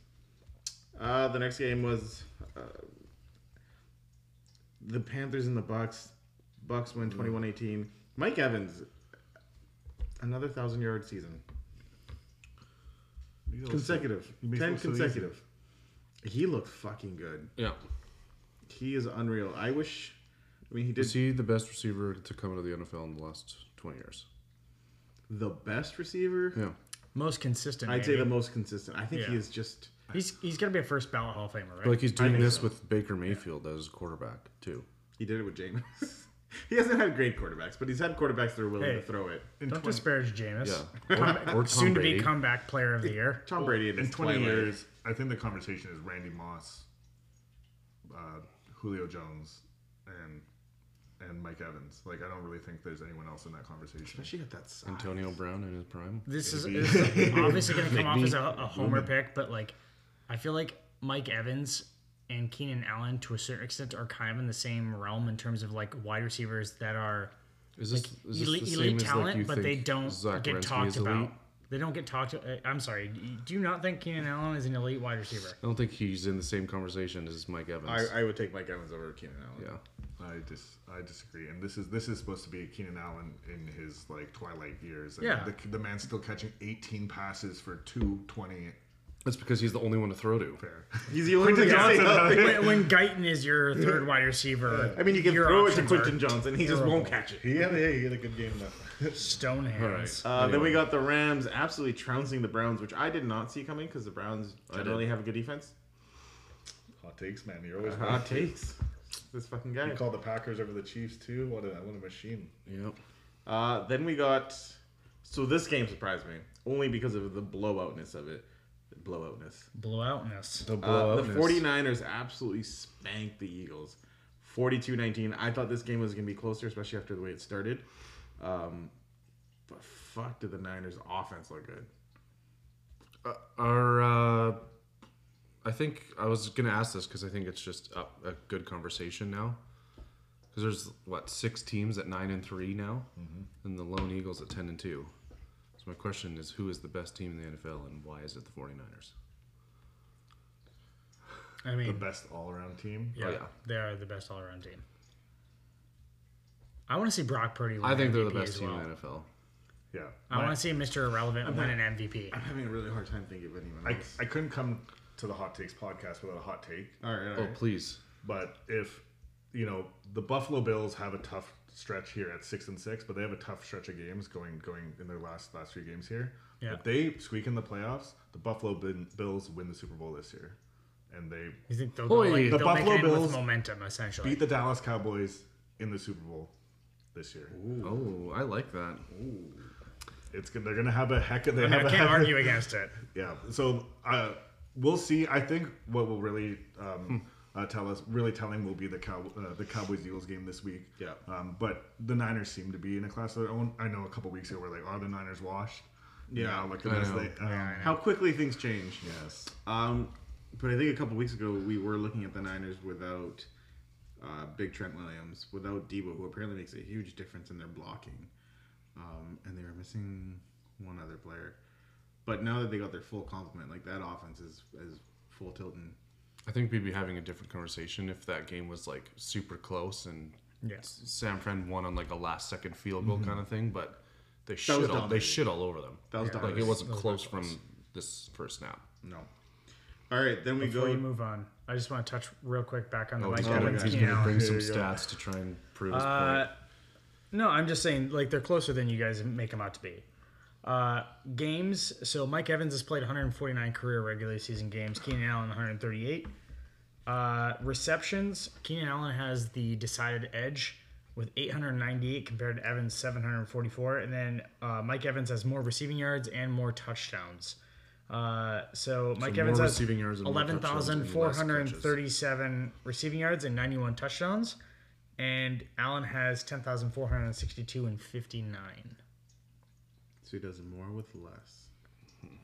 Speaker 3: Uh, the next game was uh, the Panthers and the Bucks. Bucks
Speaker 2: Hmm.
Speaker 3: win 21-18. Mike Evans, another thousand yard season, consecutive,
Speaker 4: He makes it
Speaker 3: ten
Speaker 4: look so
Speaker 3: consecutive. he looked fucking good.
Speaker 1: Yeah.
Speaker 3: He is unreal. I wish. I mean, he did
Speaker 1: Is he the best receiver to come out of the NFL in the last 20 years?
Speaker 3: the best receiver.
Speaker 1: Yeah.
Speaker 2: Most consistent.
Speaker 3: I'd say the
Speaker 2: maybe.
Speaker 3: most consistent. I think he
Speaker 2: Yeah.
Speaker 3: is just.
Speaker 2: he's he's gonna be a first ballot Hall of Famer, right?
Speaker 1: Like he's doing
Speaker 3: think
Speaker 1: this
Speaker 3: so.
Speaker 1: with Baker Mayfield as quarterback, too.
Speaker 3: He did it with Jameis. he hasn't had great quarterbacks, but he's had quarterbacks that are willing
Speaker 2: Hey.
Speaker 3: to throw it.
Speaker 4: In,
Speaker 2: Don't
Speaker 4: 20,
Speaker 2: disparage Jameis.
Speaker 1: Yeah. Or, or Tom
Speaker 2: Soon to be
Speaker 1: Brady.
Speaker 2: comeback player of the year.
Speaker 3: Tom Brady
Speaker 4: in
Speaker 3: in
Speaker 4: 20 years, I think the conversation is Randy Moss, uh, Julio Jones, and and Mike Evans. Like, I don't really think there's anyone else in that conversation.
Speaker 3: Especially at that size.
Speaker 1: Antonio Brown in his prime.
Speaker 2: This is, this is obviously going to come off as a, a homer pick, but like, I feel like Mike Evans and Keenan Allen, to a certain extent, are kind of in the same realm in terms of like wide receivers that are
Speaker 1: Is this, is this
Speaker 2: elite,
Speaker 1: the
Speaker 2: elite
Speaker 1: same as,
Speaker 2: talent,
Speaker 1: like, you
Speaker 2: but they
Speaker 1: think
Speaker 2: don't
Speaker 1: Zach
Speaker 2: get
Speaker 1: Wierenski
Speaker 2: talked
Speaker 1: is elite?
Speaker 2: about. They don't get talked. uh, I'm sorry. Do you not think Keenan Allen is an elite wide receiver?
Speaker 1: I don't think he's in the same conversation as Mike Evans.
Speaker 3: I, I would take Mike Evans over Keenan Allen.
Speaker 1: yeah.
Speaker 4: I dis I disagree. And this is this is supposed to be Keenan Allen in his like twilight years. And
Speaker 2: Yeah.
Speaker 4: the, the man's still catching 18 passes for 220.
Speaker 1: That's because he's the only one to throw to.
Speaker 4: Fair.
Speaker 3: He's the only one that can say nothing.
Speaker 2: when, when Guyton is your third wide receiver,
Speaker 3: I mean, you can
Speaker 2: your
Speaker 3: throw it to
Speaker 2: options are
Speaker 3: Quinton Johnson. He just won't
Speaker 2: terrible.
Speaker 3: catch it.
Speaker 4: He had, a, he had a good game though.
Speaker 2: Stone hands.
Speaker 1: All right.
Speaker 3: Uh, Then we got the Rams absolutely trouncing the Browns, which I did not see coming because the Browns generally have a good defense.
Speaker 4: Hot takes, man. You're always
Speaker 3: Hot takes. This fucking guy.
Speaker 4: You called the Packers over the Chiefs too. What a what a machine.
Speaker 1: Yep.
Speaker 3: Uh, then we got. So this game surprised me only because of the blowoutness of it. The blowoutness.
Speaker 2: Blowoutness.
Speaker 1: The
Speaker 3: Uh, the
Speaker 1: blowoutness.
Speaker 3: 49ers absolutely spanked the Eagles 42 19. I thought this game was going to be closer, especially after the way it started. Um, but fuck, did the Niners' offense look good?
Speaker 1: Uh, our, uh, I think I was gonna ask this because I think it's just a, a good conversation now. Because there's what six teams at nine and three now,
Speaker 2: Mm-hmm.
Speaker 1: and the lone Eagles at ten and two. So my question is, who is the best team in the NFL, and why is it the 49ers?
Speaker 2: I
Speaker 4: The
Speaker 2: mean,
Speaker 4: best all around team.
Speaker 2: Yeah,
Speaker 1: Oh, yeah.
Speaker 2: they are the best all around team. I want to see Brock Purdy. Win
Speaker 1: I think they're the
Speaker 2: MVP
Speaker 1: best
Speaker 2: as
Speaker 1: team
Speaker 2: well.
Speaker 1: in the NFL.
Speaker 4: Yeah.
Speaker 2: I want to see Mr. Irrelevant win an MVP.
Speaker 3: I'm having a really hard time thinking of anyone.
Speaker 4: I,
Speaker 3: Else.
Speaker 4: I couldn't come to the hot takes podcast without a hot take.
Speaker 3: all right, all
Speaker 1: Oh
Speaker 3: right.
Speaker 1: please,
Speaker 4: But if you know the Buffalo Bills have a tough stretch here at six and six, but they have a tough stretch of games going going in their last last few games here.
Speaker 2: Yeah.
Speaker 4: If they squeak in the playoffs, the Buffalo Bin- Bills win the Super Bowl this year, and they
Speaker 2: You think they'll,
Speaker 1: Boy,
Speaker 2: like,
Speaker 1: the
Speaker 2: they'll make
Speaker 4: Buffalo
Speaker 2: it in with
Speaker 4: Bills
Speaker 2: momentum essentially?
Speaker 4: beat the Dallas Cowboys in the Super Bowl. this year.
Speaker 1: Oh, I like that.
Speaker 4: It's gonna, they're gonna have a heck of they
Speaker 2: I, mean,
Speaker 4: have
Speaker 2: I
Speaker 4: a
Speaker 2: can't
Speaker 4: heck of-
Speaker 2: argue against it.
Speaker 4: Yeah. So uh, we'll see. I think what will really
Speaker 1: Hmm.
Speaker 4: um, uh, tell us, really telling, will be the Cow- uh, the Cowboys Eagles game this week.
Speaker 3: Yeah.
Speaker 4: Um, but the Niners seem to be in a class of their own. I know a couple weeks ago we're like, are the Niners washed?
Speaker 3: Yeah.
Speaker 4: Now look at
Speaker 1: I
Speaker 4: this.
Speaker 1: know.
Speaker 4: They, um,
Speaker 3: How quickly things change.
Speaker 4: Yes.
Speaker 3: Um, but I think a couple weeks ago we were looking at the Niners without uh, Big Trent Williams, without Debo, who apparently makes a huge difference in their blocking. Um, and they were missing one other player. But now that they got their full complement, like that offense is, is full tilting.
Speaker 1: I think we'd be having a different conversation if that game was like super close and
Speaker 2: Yes.
Speaker 1: Sam Friend won on like a last second field goal kind of thing, but they
Speaker 3: was
Speaker 1: shit all, they
Speaker 3: dominating.
Speaker 1: shit all over them.
Speaker 3: That was
Speaker 2: Yeah.
Speaker 1: like
Speaker 3: dominant.
Speaker 1: it wasn't
Speaker 2: That was
Speaker 1: close
Speaker 2: not
Speaker 1: from this first snap.
Speaker 3: No. All right, then we
Speaker 2: Before
Speaker 3: go.
Speaker 2: you move on, I just want to touch real quick back on the
Speaker 1: Oh, he's
Speaker 2: Mike
Speaker 1: gonna,
Speaker 2: Evans.
Speaker 1: he's
Speaker 2: you
Speaker 1: gonna
Speaker 2: know.
Speaker 1: bring some
Speaker 4: you go.
Speaker 1: stats to try and prove his
Speaker 2: Uh,
Speaker 1: point.
Speaker 2: no, I'm just saying, like, they're closer than you guys make them out to be. Uh, games. So Mike Evans has played 149 career regular season games. Keenan Allen 138. Uh, receptions. Keenan Allen has the decided edge with 898 compared to Evans 744, and then uh, Mike Evans has more receiving yards and more touchdowns. Uh, so Mike
Speaker 1: more
Speaker 2: Evans has
Speaker 1: receiving yards and more touchdowns and less catches.
Speaker 2: 11,437 receiving yards and 91 touchdowns, and Allen has 10,462 and 59.
Speaker 3: So he does more with less.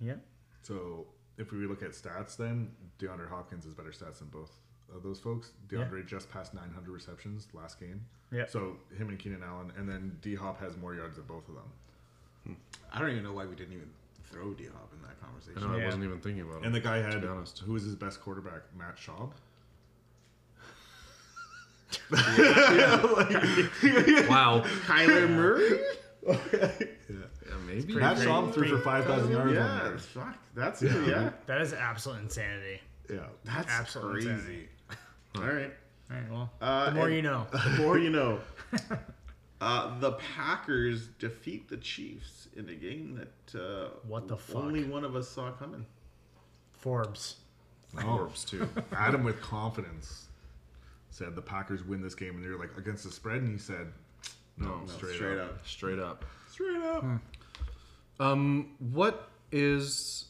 Speaker 2: Yep.
Speaker 4: So if we look at stats, then DeAndre Hopkins has better stats than both of those folks. DeAndre just passed 900 receptions last game.
Speaker 2: Yeah.
Speaker 4: So him and Keenan Allen, and then D Hop has more yards than both of them.
Speaker 1: Hmm.
Speaker 3: I don't even know why we didn't even throw D Hop in that
Speaker 1: I
Speaker 3: conversation.
Speaker 1: know I
Speaker 2: yeah.
Speaker 1: wasn't even thinking about it.
Speaker 4: And the guy had
Speaker 1: be honest.
Speaker 4: who was his best quarterback, Matt Schaub.
Speaker 1: wow,
Speaker 3: Kyler Murray?
Speaker 1: yeah, maybe
Speaker 4: Matt Schaub threw for five thousand yards. on
Speaker 3: yeah,
Speaker 4: there.
Speaker 3: fuck. That's it, yeah.
Speaker 2: That is absolute insanity.
Speaker 4: yeah.
Speaker 3: That's
Speaker 2: Absolute
Speaker 3: crazy.
Speaker 2: insanity.
Speaker 3: All right.
Speaker 2: All right, well,
Speaker 3: Uh,
Speaker 2: the more
Speaker 3: and-
Speaker 2: you know.
Speaker 3: Before you know. Uh, the Packers defeat the Chiefs in a game that uh,
Speaker 2: What the fuck?
Speaker 3: only one of us saw coming.
Speaker 2: Forbes.
Speaker 1: Forbes too.
Speaker 4: Oh. Adam with confidence said the Packers win this game, and they were like against the spread, and he said, "No, straight,
Speaker 3: straight
Speaker 4: up.
Speaker 3: up.
Speaker 1: Straight up.
Speaker 3: Straight up.
Speaker 1: Um, what is,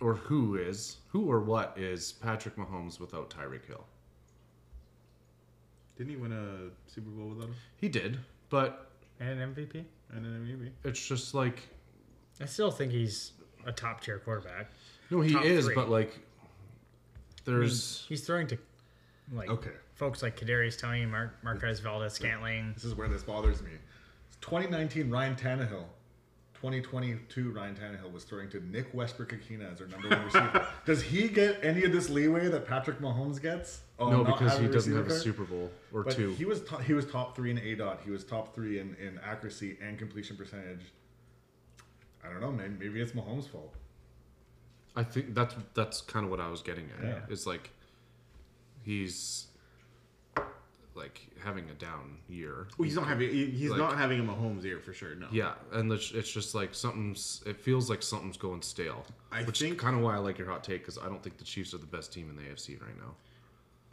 Speaker 1: or who is, who or what is Patrick Mahomes without Tyreek Hill?
Speaker 3: Didn't he win a Super Bowl without him?
Speaker 1: He did, but
Speaker 2: And an MVP?
Speaker 3: And an MVP?
Speaker 1: it's just like
Speaker 2: I still think he's a top tier quarterback.
Speaker 1: no, he
Speaker 2: Top
Speaker 1: is,
Speaker 2: three.
Speaker 1: but like there's
Speaker 2: He's throwing to like
Speaker 4: Okay.
Speaker 2: folks like Kadarius Tony, Mark Marquez Valdez Scantling.
Speaker 4: This is where this bothers me. 2019 Ryan Tannehill, 2022 Ryan Tannehill was throwing to Nick Westbrook Akina as their number one receiver. Does he get any of this leeway that Patrick Mahomes gets? Oh,
Speaker 1: no
Speaker 4: not
Speaker 1: because
Speaker 4: having
Speaker 1: he doesn't
Speaker 4: receiver
Speaker 1: have a
Speaker 4: card?
Speaker 1: Super Bowl or
Speaker 4: But
Speaker 1: two.
Speaker 4: he was to- he was top three in A dot. He was top three in, in accuracy and completion percentage. I don't know, man. Maybe it's Mahomes' fault.
Speaker 1: I think that's that's kind of what I was getting at.
Speaker 4: Yeah.
Speaker 1: It's like he's like having a down year.
Speaker 3: Well, he's not having he- he's
Speaker 1: Like-
Speaker 3: not having him a Mahomes here for sure. No.
Speaker 1: Yeah, and it's, it's just like something's. It feels like something's going stale.
Speaker 3: I
Speaker 1: which
Speaker 3: think-
Speaker 1: is kind of why I like your hot take because I don't think the Chiefs are the best team in the AFC right now.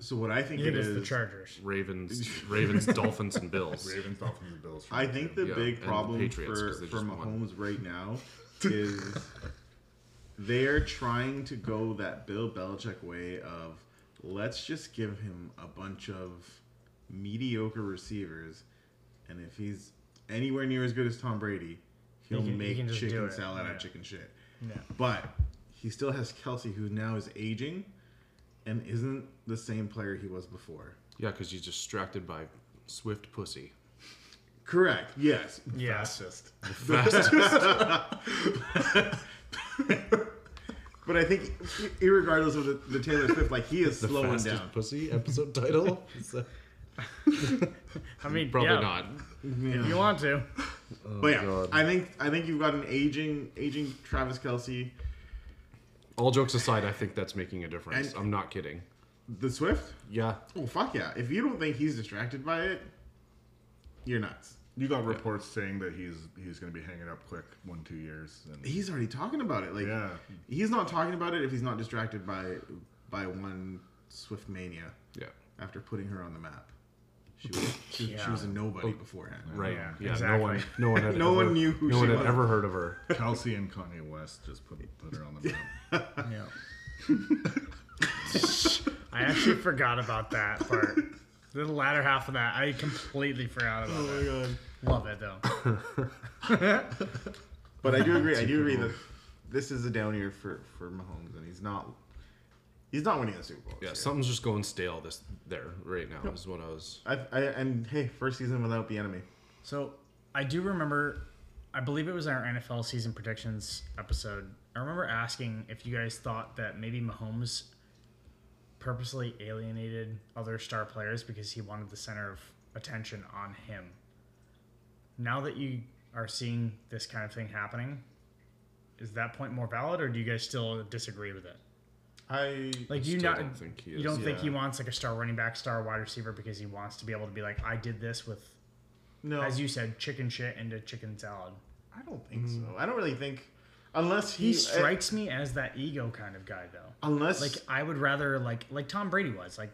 Speaker 3: So what I think
Speaker 2: I
Speaker 3: it
Speaker 2: think it's
Speaker 3: is,
Speaker 2: the Chargers.
Speaker 1: Ravens, Ravens, Dolphins, and Bills.
Speaker 4: Ravens, Dolphins, and Bills.
Speaker 3: I think the
Speaker 1: Yeah,
Speaker 3: big
Speaker 1: and the
Speaker 3: problem
Speaker 1: Patriots,
Speaker 3: for
Speaker 1: 'cause they
Speaker 3: for
Speaker 1: just won.
Speaker 3: Mahomes right now is they're trying to go that Bill Belichick way of let's just give him a bunch of mediocre receivers, and if he's anywhere near as good as Tom Brady, he'll
Speaker 2: can- he
Speaker 3: make
Speaker 2: can just do
Speaker 3: chicken
Speaker 2: it.
Speaker 3: salad out
Speaker 2: Yeah.
Speaker 3: of chicken shit.
Speaker 2: Yeah.
Speaker 3: But he still has Kelsey, who now is aging, and isn't the same player he was before.
Speaker 1: Yeah, because he's distracted by Swift pussy.
Speaker 3: Correct. Yes.
Speaker 2: Yeah.
Speaker 4: Fascist.
Speaker 1: Fast.
Speaker 3: But I think, i- irregardless of the, the Taylor Swift, like he is slowing
Speaker 1: fastest
Speaker 3: down.
Speaker 1: pussy episode title. Is that-
Speaker 2: I mean,
Speaker 1: Probably
Speaker 2: yeah,
Speaker 1: not.
Speaker 2: If you want to.
Speaker 3: but yeah,
Speaker 1: God.
Speaker 3: I think I think you've got an aging aging Travis Kelsey.
Speaker 1: All jokes aside, I think that's making a difference.
Speaker 3: And-
Speaker 1: I'm not kidding.
Speaker 3: The Swift?
Speaker 1: Yeah,
Speaker 3: Oh fuck yeah! If you don't think he's distracted by it, you're nuts.
Speaker 4: You got reports saying that he's he's going to be hanging up quick one two years. And
Speaker 3: He's already talking about it. Like
Speaker 4: yeah,
Speaker 3: he's not talking about it if he's not distracted by by one Swift mania
Speaker 1: yeah.
Speaker 3: after putting her on the map. She was, she, was- she was a nobody beforehand.
Speaker 1: Right.
Speaker 2: Yeah,
Speaker 1: Yeah.
Speaker 2: exactly.
Speaker 1: No one. No one had.
Speaker 3: No
Speaker 1: ever,
Speaker 3: one knew who
Speaker 1: no
Speaker 3: she
Speaker 1: one had
Speaker 3: was.
Speaker 1: ever heard of her.
Speaker 4: Kelsey and Kanye West just put, put her on the map.
Speaker 2: Yeah. I actually forgot about that part. The latter half of that, I completely forgot about it.
Speaker 3: Oh my god.
Speaker 2: Love it though.
Speaker 3: But I do agree. I do agree that this is a down year for for Mahomes, and he's not he's not winning the Super Bowl.
Speaker 1: Yeah,
Speaker 3: this year.
Speaker 1: something's just going stale. This there right now is what I was.
Speaker 3: I, I and hey, first season without the enemy.
Speaker 2: So I do remember, I believe it was our NFL season predictions episode. I remember asking if you guys thought that maybe Mahomes purposely alienated other star players because he wanted the center of attention on him. Now that you are seeing this kind of thing happening, is that point more valid, or do you guys still disagree with it?
Speaker 3: I
Speaker 2: Like you
Speaker 1: Still
Speaker 2: not,
Speaker 1: don't think he
Speaker 2: you don't
Speaker 1: is.
Speaker 2: think he
Speaker 3: Yeah.
Speaker 2: wants like a star running back, star wide receiver because he wants to be able to be like, I did this with
Speaker 3: no,
Speaker 2: as you said, chicken shit into chicken salad.
Speaker 3: I don't think so. I don't really think unless he,
Speaker 2: Mm. He strikes me as that ego kind of guy, though.
Speaker 3: unless
Speaker 2: Like I would rather like like Tom Brady was like,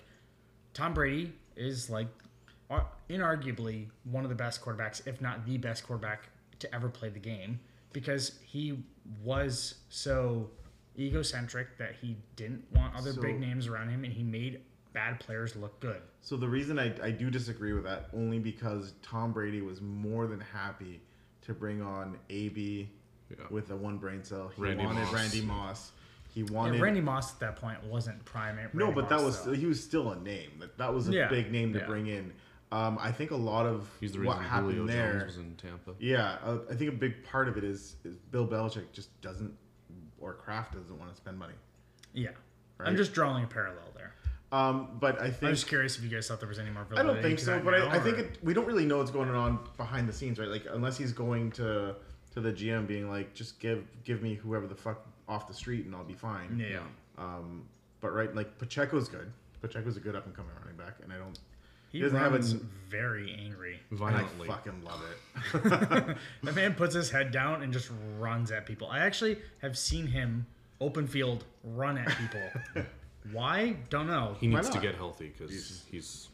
Speaker 2: Tom Brady is like, ar- inarguably one of the best quarterbacks, if not the best quarterback to ever play the game, because he was so egocentric that he didn't want other
Speaker 3: So-
Speaker 2: big names around him, and he made bad players look good.
Speaker 3: So the reason I, I do disagree with that only because Tom Brady was more than happy to bring on AB
Speaker 1: Yeah.
Speaker 3: with a one brain cell. He
Speaker 1: Randy
Speaker 3: wanted
Speaker 1: Moss.
Speaker 3: Randy Moss. He
Speaker 2: And
Speaker 3: wanted
Speaker 2: Randy Moss at that point wasn't prime. at
Speaker 3: no,
Speaker 2: Randy
Speaker 3: but that
Speaker 2: Moss,
Speaker 3: was
Speaker 2: though.
Speaker 3: he was still a name. That that was a
Speaker 2: Yeah.
Speaker 3: big name to
Speaker 2: Yeah.
Speaker 3: bring in. Um, I think a lot of
Speaker 1: He's the
Speaker 3: what
Speaker 1: reason
Speaker 3: happened
Speaker 1: Julio
Speaker 3: there.
Speaker 1: Jones was in Tampa.
Speaker 3: Yeah, uh, I think a big part of it is, is Bill Belichick just doesn't, or Kraft doesn't want to spend money.
Speaker 2: yeah. I'm
Speaker 3: Right?
Speaker 2: just drawing a parallel there.
Speaker 3: Um, but I
Speaker 2: I'm
Speaker 3: think
Speaker 2: just curious if you guys thought there was any more
Speaker 3: I
Speaker 2: validity.
Speaker 3: don't think
Speaker 2: to
Speaker 3: so.
Speaker 2: that
Speaker 3: But
Speaker 2: now,
Speaker 3: I, I think
Speaker 2: or-
Speaker 3: it, we don't really know what's going on behind the scenes, right? Like unless he's going to to the GM being like, just give give me whoever the fuck off the street and I'll be fine.
Speaker 2: yeah,
Speaker 3: Um, but right, like Pacheco's good. Pacheco's a good up and coming running back, and I don't.
Speaker 2: he,
Speaker 3: doesn't have
Speaker 2: runs
Speaker 3: a-
Speaker 2: very angry.
Speaker 3: And I
Speaker 1: Violently.
Speaker 3: fucking love it.
Speaker 2: The man puts his head down and just runs at people. I actually have seen him open field run at people. Why? Don't know.
Speaker 1: He
Speaker 3: Why
Speaker 1: needs to
Speaker 3: not?
Speaker 1: get healthy because he's, he's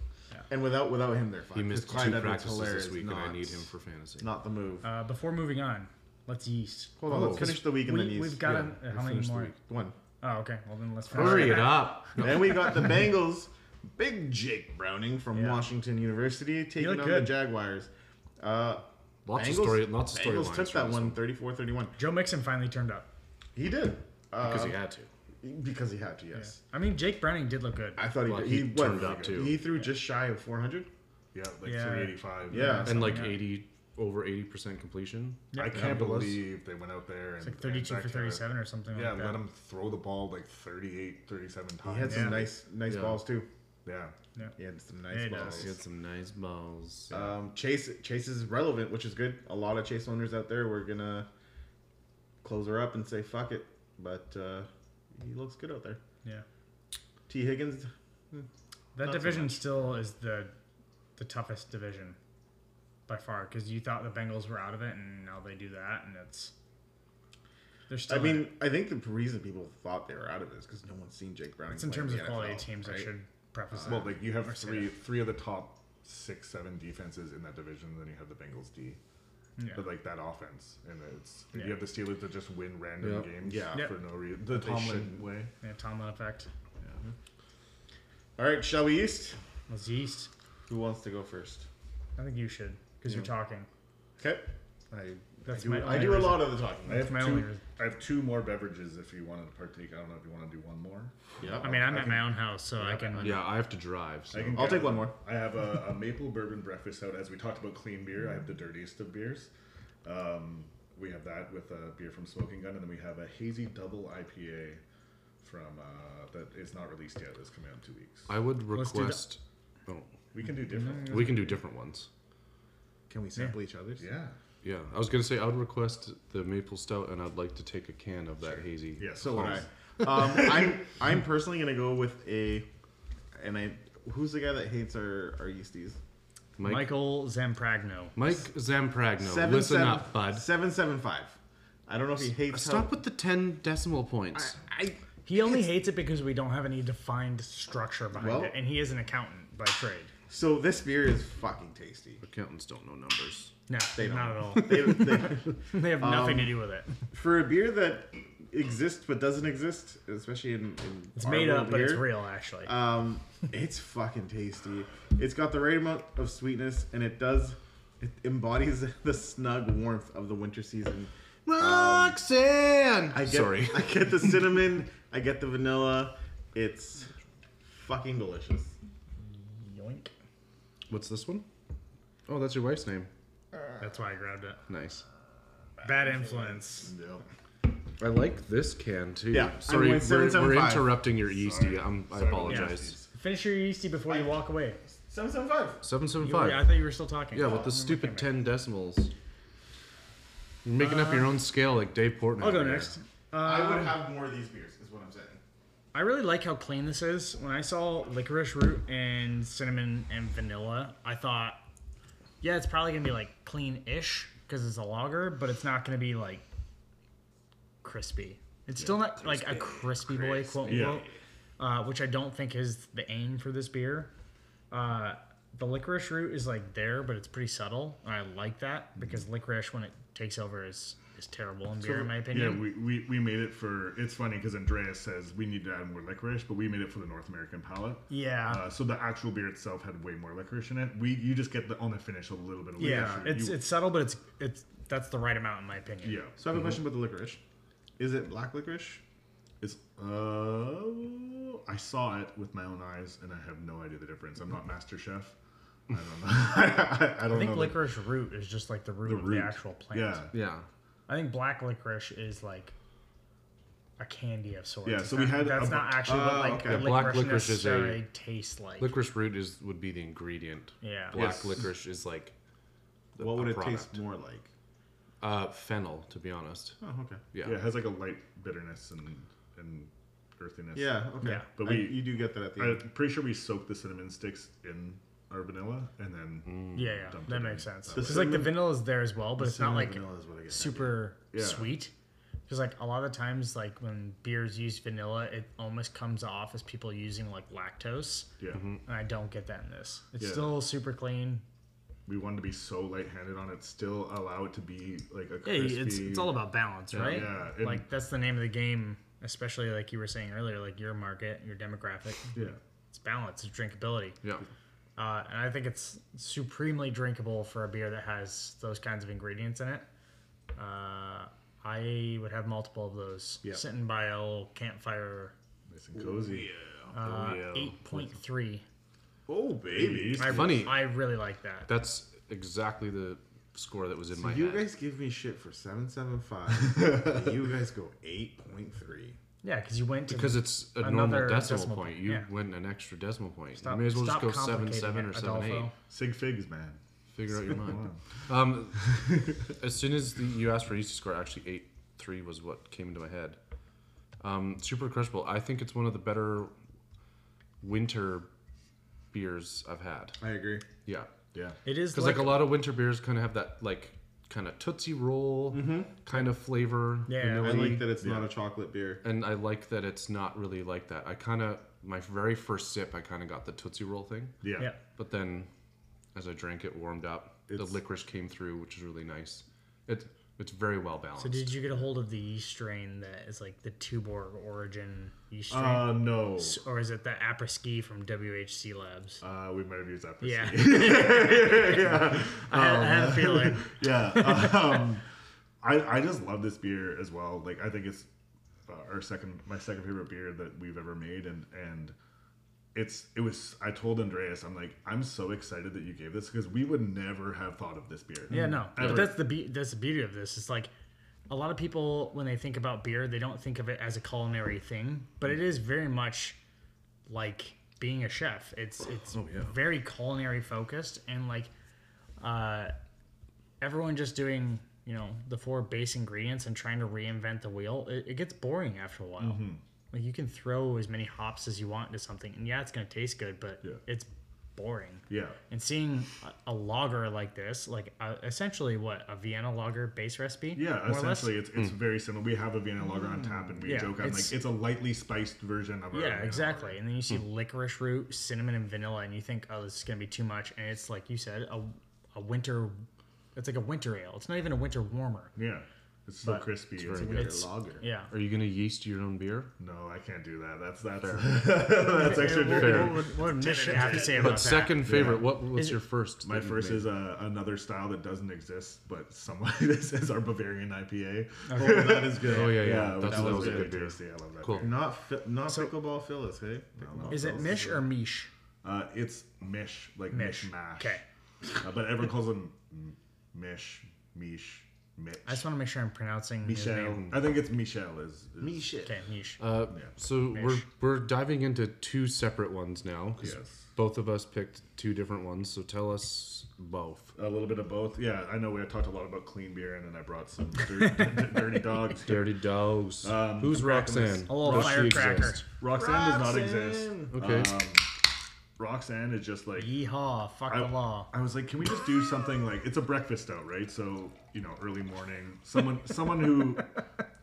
Speaker 3: And without without him, they're fine.
Speaker 1: he
Speaker 3: 'Cause
Speaker 1: missed
Speaker 3: Clyde
Speaker 1: two
Speaker 3: Edwards-Helaire
Speaker 1: practices this
Speaker 3: is
Speaker 1: week, and I
Speaker 3: not-
Speaker 1: need him for fantasy.
Speaker 3: not the move.
Speaker 2: Uh, before moving on, let's yeast.
Speaker 3: Hold on, let's finish the week and then
Speaker 2: We,
Speaker 3: he's
Speaker 2: we've got
Speaker 1: Oh. Yeah,
Speaker 2: a,
Speaker 1: we
Speaker 2: how many
Speaker 1: finished the
Speaker 2: more?
Speaker 1: week.
Speaker 3: one.
Speaker 2: Oh, okay. Well then, let's finish
Speaker 1: Hurry
Speaker 2: that.
Speaker 1: it up!
Speaker 3: Then we got the Bengals. Big Jake Browning from
Speaker 2: Yeah.
Speaker 3: Washington University taking on
Speaker 2: looked
Speaker 3: the
Speaker 2: good.
Speaker 3: Jaguars. Uh,
Speaker 1: Lots
Speaker 3: Bengals,
Speaker 1: of story. Lots of
Speaker 3: Bengals
Speaker 1: storylines.
Speaker 3: took
Speaker 1: from
Speaker 3: that
Speaker 1: this
Speaker 3: one 34-31.
Speaker 2: Joe Mixon finally turned up.
Speaker 3: He did. Uh,
Speaker 1: because he had to.
Speaker 3: because he had to,
Speaker 2: Yeah.
Speaker 3: yes.
Speaker 2: I mean, Jake Browning did look good.
Speaker 3: I thought he,
Speaker 1: Well,
Speaker 3: did.
Speaker 1: he
Speaker 3: he, what,
Speaker 1: turned up, too.
Speaker 3: He threw just shy of 400.
Speaker 4: Yeah, like
Speaker 2: Yeah.
Speaker 4: 385.
Speaker 3: Yeah.
Speaker 1: And like
Speaker 2: Yeah.
Speaker 1: eighty over eighty percent completion.
Speaker 2: Yeah.
Speaker 4: I can't
Speaker 1: Yeah, it was.
Speaker 4: believe they went out there and
Speaker 2: It's like
Speaker 4: and
Speaker 2: 32
Speaker 4: Zach
Speaker 2: for
Speaker 4: Taylor-
Speaker 2: 37 or something
Speaker 4: Yeah,
Speaker 2: like that.
Speaker 4: let him throw the ball like 38, 37 times.
Speaker 3: He had some
Speaker 2: Yeah.
Speaker 3: nice nice
Speaker 1: Yeah.
Speaker 3: balls too.
Speaker 4: yeah.
Speaker 3: He had some
Speaker 2: Yeah, he
Speaker 3: nice
Speaker 2: does.
Speaker 3: balls.
Speaker 1: He had some nice balls.
Speaker 3: Um, Chase Chase is relevant, which is good. A lot of Chase owners out there were gonna close her up and say fuck it, but uh, he looks good out there.
Speaker 2: Yeah.
Speaker 3: T Higgins,
Speaker 2: That
Speaker 3: Not so
Speaker 2: division still is the the toughest division by far because you thought the Bengals were out of it and now they do that and it's they're still.
Speaker 3: I
Speaker 2: in
Speaker 3: mean,
Speaker 2: it.
Speaker 3: I think the reason people thought they were out of it is because no one's seen Jake Browning.
Speaker 2: it's in
Speaker 3: play
Speaker 2: terms
Speaker 3: the
Speaker 2: of quality
Speaker 3: NFL,
Speaker 2: teams. I
Speaker 3: right?
Speaker 2: should preface
Speaker 4: Well,
Speaker 2: that.
Speaker 4: like you have
Speaker 2: Or say
Speaker 4: three three of the top six, seven defenses in that division, then you have the Bengals D.
Speaker 2: Yeah.
Speaker 4: But like that offense, and it's
Speaker 2: Yeah.
Speaker 4: you have the Steelers that just win random
Speaker 1: Yeah.
Speaker 4: games
Speaker 3: Yeah.
Speaker 2: Yeah.
Speaker 4: for no reason. The
Speaker 3: That they
Speaker 4: Tomlin
Speaker 3: shouldn't.
Speaker 4: way.
Speaker 2: yeah, Tomlin effect.
Speaker 3: All right, shall we East?
Speaker 2: Let's yeast.
Speaker 3: Who wants to go first?
Speaker 2: I think you should because you're talking.
Speaker 3: Okay. I,
Speaker 2: That's
Speaker 3: I do,
Speaker 2: my
Speaker 3: I
Speaker 2: only
Speaker 3: do a
Speaker 2: reason.
Speaker 3: lot of the talking.
Speaker 4: I have,
Speaker 2: my
Speaker 4: two,
Speaker 2: only reason.
Speaker 4: I have two more beverages if you wanted to partake. I don't know if you want to do one more.
Speaker 3: Yeah.
Speaker 2: I mean, I'm at my own house, so I can.
Speaker 1: yeah, I have to drive. So.
Speaker 4: I can
Speaker 3: I'll
Speaker 4: get-
Speaker 3: take one more.
Speaker 4: I have a, a maple bourbon breakfast out. As we talked about clean beer, I have the dirtiest of beers. Um, we have that with a beer from Smoking Gun, and then we have a hazy double IPA from uh, that is not released yet. It's coming out in two weeks.
Speaker 1: I would
Speaker 2: Let's do that.
Speaker 1: request. Oh,
Speaker 4: We can do different.
Speaker 2: Mm-hmm.
Speaker 1: we can do different ones.
Speaker 3: Can we sample each other's?
Speaker 4: Yeah.
Speaker 1: Yeah, I was gonna say I would request the maple stout, and I'd like to take a can of that hazy.
Speaker 4: Yeah.
Speaker 3: So would I.
Speaker 1: Nice.
Speaker 3: Um, I'm I'm personally gonna go with a, and I who's the guy that hates our our yeasties?
Speaker 1: Mike, Mike,
Speaker 2: Michael Zampragno.
Speaker 1: Zampragno, listen up, bud.
Speaker 3: Seven seven five. I don't know if he hates.
Speaker 1: Stop with the ten decimal points.
Speaker 3: how, I
Speaker 2: He only hates it because we don't have any defined structure behind
Speaker 3: Well-
Speaker 2: it, and he is an accountant by trade.
Speaker 3: So this beer is fucking tasty.
Speaker 1: Accountants don't know numbers.
Speaker 2: No,
Speaker 3: They don't. Um,
Speaker 2: not at all.
Speaker 3: They- they-
Speaker 2: They have nothing to do with it.
Speaker 3: for a beer that exists but doesn't exist, especially in, in
Speaker 2: It's
Speaker 3: our
Speaker 2: made up,
Speaker 3: world
Speaker 2: but it's
Speaker 3: here,
Speaker 2: real actually.
Speaker 3: Um, it's fucking tasty. It's got the right amount of sweetness, and it does it embodies the snug warmth of the winter season.
Speaker 1: Roxanne.
Speaker 3: I get,
Speaker 1: Um, Sorry.
Speaker 3: I get the cinnamon. I get the vanilla. It's fucking delicious.
Speaker 2: Yoink.
Speaker 1: What's this one? Oh, that's your wife's name.
Speaker 2: That's why I grabbed it.
Speaker 1: Nice.
Speaker 2: Bad influence.
Speaker 4: Yeah.
Speaker 1: I like this can too.
Speaker 3: Yeah, I'm
Speaker 1: Sorry,
Speaker 3: with
Speaker 1: we're, we're
Speaker 3: 775.
Speaker 1: interrupting your yeasty. I'm, I
Speaker 4: Sorry.
Speaker 1: apologize.
Speaker 2: Finish your yeasty before you walk away.
Speaker 3: Seven seven five.
Speaker 1: Seven seven
Speaker 2: You were- I
Speaker 1: five.
Speaker 2: thought you were still talking. Oh,
Speaker 1: Yeah, with the stupid ten decimals. You're making up your own scale like Dave Portnoy.
Speaker 2: I'll go
Speaker 1: over here.
Speaker 2: next.
Speaker 3: I would have more of these beers. Is what I'm saying.
Speaker 2: I really like how clean this is. When I saw licorice root and cinnamon and vanilla, I thought, yeah, it's probably gonna be like clean-ish because it's a lager, but it's not gonna be like crispy. It's still not like a crispy, boy, quote
Speaker 4: Yeah.
Speaker 2: unquote, uh, which I don't think is the aim for this beer. Uh, the licorice root is like there, but it's pretty subtle, and I like that because licorice when it takes over is is terrible in beer, in my opinion.
Speaker 4: Mm-hmm. Yeah, we, we, we made it for. It's funny because Andreas says we need to add more licorice, but we made it for the North American palate.
Speaker 2: yeah.
Speaker 4: Uh, so the actual beer itself had way more licorice in it. We you just get the on the finish a little bit of licorice.
Speaker 2: Yeah,
Speaker 4: You-
Speaker 2: it's
Speaker 4: you-
Speaker 2: it's subtle, but it's it's that's the right amount in my opinion.
Speaker 4: yeah.
Speaker 3: So I have a question about the licorice. Is it black licorice?
Speaker 4: It's uh, I saw it with my own eyes, and I have no idea the difference. I'm not Master Chef. I don't know. I, I don't
Speaker 2: I think
Speaker 4: know the-
Speaker 2: licorice root is just like the root
Speaker 4: the
Speaker 2: of
Speaker 4: root.
Speaker 2: the actual plant.
Speaker 4: Yeah,
Speaker 1: Yeah.
Speaker 2: I think black licorice is like a candy of sorts.
Speaker 4: Yeah,
Speaker 2: It's
Speaker 4: so we
Speaker 2: not-
Speaker 4: had
Speaker 2: that's
Speaker 4: a Ah, bu-
Speaker 2: not actually
Speaker 3: Oh,
Speaker 2: what like
Speaker 3: okay.
Speaker 2: the
Speaker 3: Yeah,
Speaker 2: licorice
Speaker 1: black licorice is a-
Speaker 2: necessarily tastes like.
Speaker 1: Licorice root is would be the ingredient.
Speaker 2: Yeah.
Speaker 1: Black
Speaker 3: Yes.
Speaker 1: licorice is like the-
Speaker 3: What would
Speaker 1: a
Speaker 3: it
Speaker 1: product.
Speaker 3: taste more like?
Speaker 1: Uh, fennel, to be honest.
Speaker 3: Oh, okay.
Speaker 1: Yeah.
Speaker 4: yeah, it has like a light bitterness and and earthiness.
Speaker 3: Yeah, okay.
Speaker 2: Yeah.
Speaker 4: But
Speaker 3: But
Speaker 4: we-
Speaker 3: we, you do get that at the end.
Speaker 4: I'm pretty sure we soaked the cinnamon sticks in our vanilla, and then
Speaker 2: yeah, yeah,
Speaker 4: Dumped it
Speaker 2: that
Speaker 4: in.
Speaker 2: makes sense.
Speaker 4: The
Speaker 2: Because like the
Speaker 3: cinnamon-
Speaker 2: vanilla is there as well, but it's not like
Speaker 3: Vanilla is what I get.
Speaker 2: super
Speaker 4: Yeah.
Speaker 2: sweet. Because like a lot of times, like when beers use vanilla, it almost comes off as people using like lactose,
Speaker 4: yeah,
Speaker 2: and I don't get that in this. It's
Speaker 4: Yeah.
Speaker 2: still super clean.
Speaker 4: we wanted to be so light-handed on it. Still allow it to be like a
Speaker 2: Yeah,
Speaker 4: crispy.
Speaker 2: it's, it's all about balance, right?
Speaker 4: yeah, and-
Speaker 2: like that's the name of the game, especially like you were saying earlier, like your market, your demographic.
Speaker 4: yeah.
Speaker 2: It's balance, it's drinkability.
Speaker 1: Yeah.
Speaker 2: Uh, and I think it's supremely drinkable for a beer that has those kinds of ingredients in it. Uh, I would have multiple of those
Speaker 3: Yeah.
Speaker 2: sitting by a little campfire.
Speaker 4: Nice and cozy.
Speaker 2: Uh,
Speaker 4: yeah.
Speaker 2: 8.3.
Speaker 3: Oh, baby.
Speaker 2: I,
Speaker 1: Funny.
Speaker 2: I really like that.
Speaker 1: That's exactly the score that was in my
Speaker 3: you
Speaker 1: head.
Speaker 3: guys give me shit for 775. and you guys go 8.3.
Speaker 2: Yeah, because you went to
Speaker 1: because it's a
Speaker 2: Another
Speaker 1: normal decimal,
Speaker 2: decimal
Speaker 1: point.
Speaker 2: point,
Speaker 1: You
Speaker 2: yeah.
Speaker 1: went an extra decimal point.
Speaker 2: Stop-
Speaker 1: you may as well just
Speaker 2: stop
Speaker 1: go seven
Speaker 2: complicating
Speaker 1: seven
Speaker 2: it,
Speaker 1: or seven
Speaker 2: Adolfo.
Speaker 1: eight.
Speaker 4: Sig figs, man.
Speaker 1: Figure out your mind. Um, as soon as the, you asked for yeasty score, actually eight three was what came into my head. Um, super crushable. I think it's one of the better winter beers I've had.
Speaker 3: I agree.
Speaker 1: Yeah,
Speaker 4: Yeah.
Speaker 2: It is
Speaker 1: because like, a lot of winter beers kind of have that like kind of tootsie roll kind of flavor.
Speaker 2: Yeah, I
Speaker 3: I
Speaker 1: vanilla-y.
Speaker 3: like that it's not a chocolate beer.
Speaker 1: and I like that it's not really like that. I kind of my very first sip, I kind of got the tootsie roll thing.
Speaker 4: Yeah.
Speaker 2: yeah.
Speaker 1: But then, as I drank it, warmed up,
Speaker 4: It's-
Speaker 1: the licorice came through, which is really nice. It it's very well balanced.
Speaker 2: So did you get a hold of the yeast strain that is like the Tuborg origin yeast strain,
Speaker 4: Uh, no.
Speaker 2: S- or is it the Apreski from WHC Labs?
Speaker 4: Uh, we might have used that. for
Speaker 2: yeah,
Speaker 4: Sig.
Speaker 2: I, had, I
Speaker 4: oh,
Speaker 2: had a feeling.
Speaker 4: Yeah. Um, I, I just love this beer as well. Like I think it's uh, our second my second favorite beer that we've ever made and and it's it was I told Andreas I'm like I'm so excited that you gave this because we would never have thought of this beer.
Speaker 2: Yeah, no,
Speaker 4: Ever.
Speaker 2: but that's the be- that's the beauty of this. It's like a lot of people when they think about beer, they don't think of it as a culinary thing, but it is very much like being a chef. It's it's very culinary focused and like uh, everyone just doing you know the four base ingredients and trying to reinvent the wheel. It, it gets boring after a while. Like you can throw as many hops as you want into something, and yeah, it's gonna taste good, but
Speaker 4: Yeah.
Speaker 2: it's boring.
Speaker 4: Yeah.
Speaker 2: And seeing a- a lager like this, like uh, essentially what a Vienna lager base recipe,
Speaker 4: Yeah,
Speaker 2: more or less? Mm.
Speaker 4: essentially, it's, it's very similar. We have a Vienna lager on tap, and we
Speaker 2: Yeah,
Speaker 4: joke on
Speaker 2: it's-
Speaker 4: like it's a lightly spiced version of our
Speaker 2: Yeah,
Speaker 4: Vienna
Speaker 2: exactly. And then you see licorice root, cinnamon, and vanilla, and you think, oh, this is gonna be too much. And it's like you said, a, a winter. It's like a winter ale. It's not even a winter warmer.
Speaker 4: lager. Yeah, it's so
Speaker 2: But-
Speaker 4: crispy. It's
Speaker 1: very
Speaker 4: so
Speaker 1: good.
Speaker 4: good.
Speaker 2: It's-
Speaker 3: lager.
Speaker 2: Yeah.
Speaker 1: Are you gonna yeast your own beer?
Speaker 4: No, I can't do that. That's that's that's extra
Speaker 2: What,
Speaker 4: dirty.
Speaker 2: what would, what would Mitch have to say
Speaker 1: But
Speaker 2: about that?
Speaker 1: second favorite.
Speaker 4: Yeah.
Speaker 1: What what's
Speaker 2: Is-
Speaker 1: your first?
Speaker 4: My
Speaker 1: that you've
Speaker 4: first
Speaker 1: made?
Speaker 4: is uh, another style that doesn't exist, but someone this is our Bavarian IPA.
Speaker 3: Oh, that is good.
Speaker 1: Oh yeah, yeah.
Speaker 4: Yeah,
Speaker 1: That's,
Speaker 4: that,
Speaker 1: that was a
Speaker 4: really
Speaker 1: good beer.
Speaker 4: tasty. I love that.
Speaker 1: Cool.
Speaker 4: beer.
Speaker 3: Not fi- not pickleball Phyllis, hey? Pickleball
Speaker 2: Is it
Speaker 3: Phyllis
Speaker 2: Mish
Speaker 3: good.
Speaker 2: or Mish?
Speaker 4: Uh, it's mish, like mish,
Speaker 2: Mish.
Speaker 4: mash.
Speaker 2: Okay.
Speaker 4: Uh, but everyone calls them m- mish, mish, mitch.
Speaker 2: I just want to make sure I'm pronouncing his
Speaker 4: Michelle.
Speaker 2: name.
Speaker 4: I think it's Michelle. Is, is
Speaker 3: Mish it.
Speaker 2: Okay, Mish.
Speaker 1: Uh,
Speaker 4: Yeah.
Speaker 1: so we're we're diving into two separate ones now. 'cause
Speaker 4: Yes.
Speaker 1: Both of us picked two different ones. So tell us both.
Speaker 4: a little bit of both. Yeah, I know we had talked a lot about clean beer, and then I brought some dirty, dirty dogs. here.
Speaker 1: Dirty dogs.
Speaker 4: Um,
Speaker 1: Who's Roxanne?
Speaker 2: a little
Speaker 1: Does she
Speaker 2: firecracker.
Speaker 1: exist?
Speaker 4: Roxanne, does not exist.
Speaker 3: Roxanne!
Speaker 1: Okay.
Speaker 4: Um, Roxanne is just like
Speaker 2: Yeehaw! Fuck
Speaker 4: I,
Speaker 2: the law.
Speaker 4: I was like, can we just do something like it's a breakfast out, right? So you know, early morning, someone, someone who,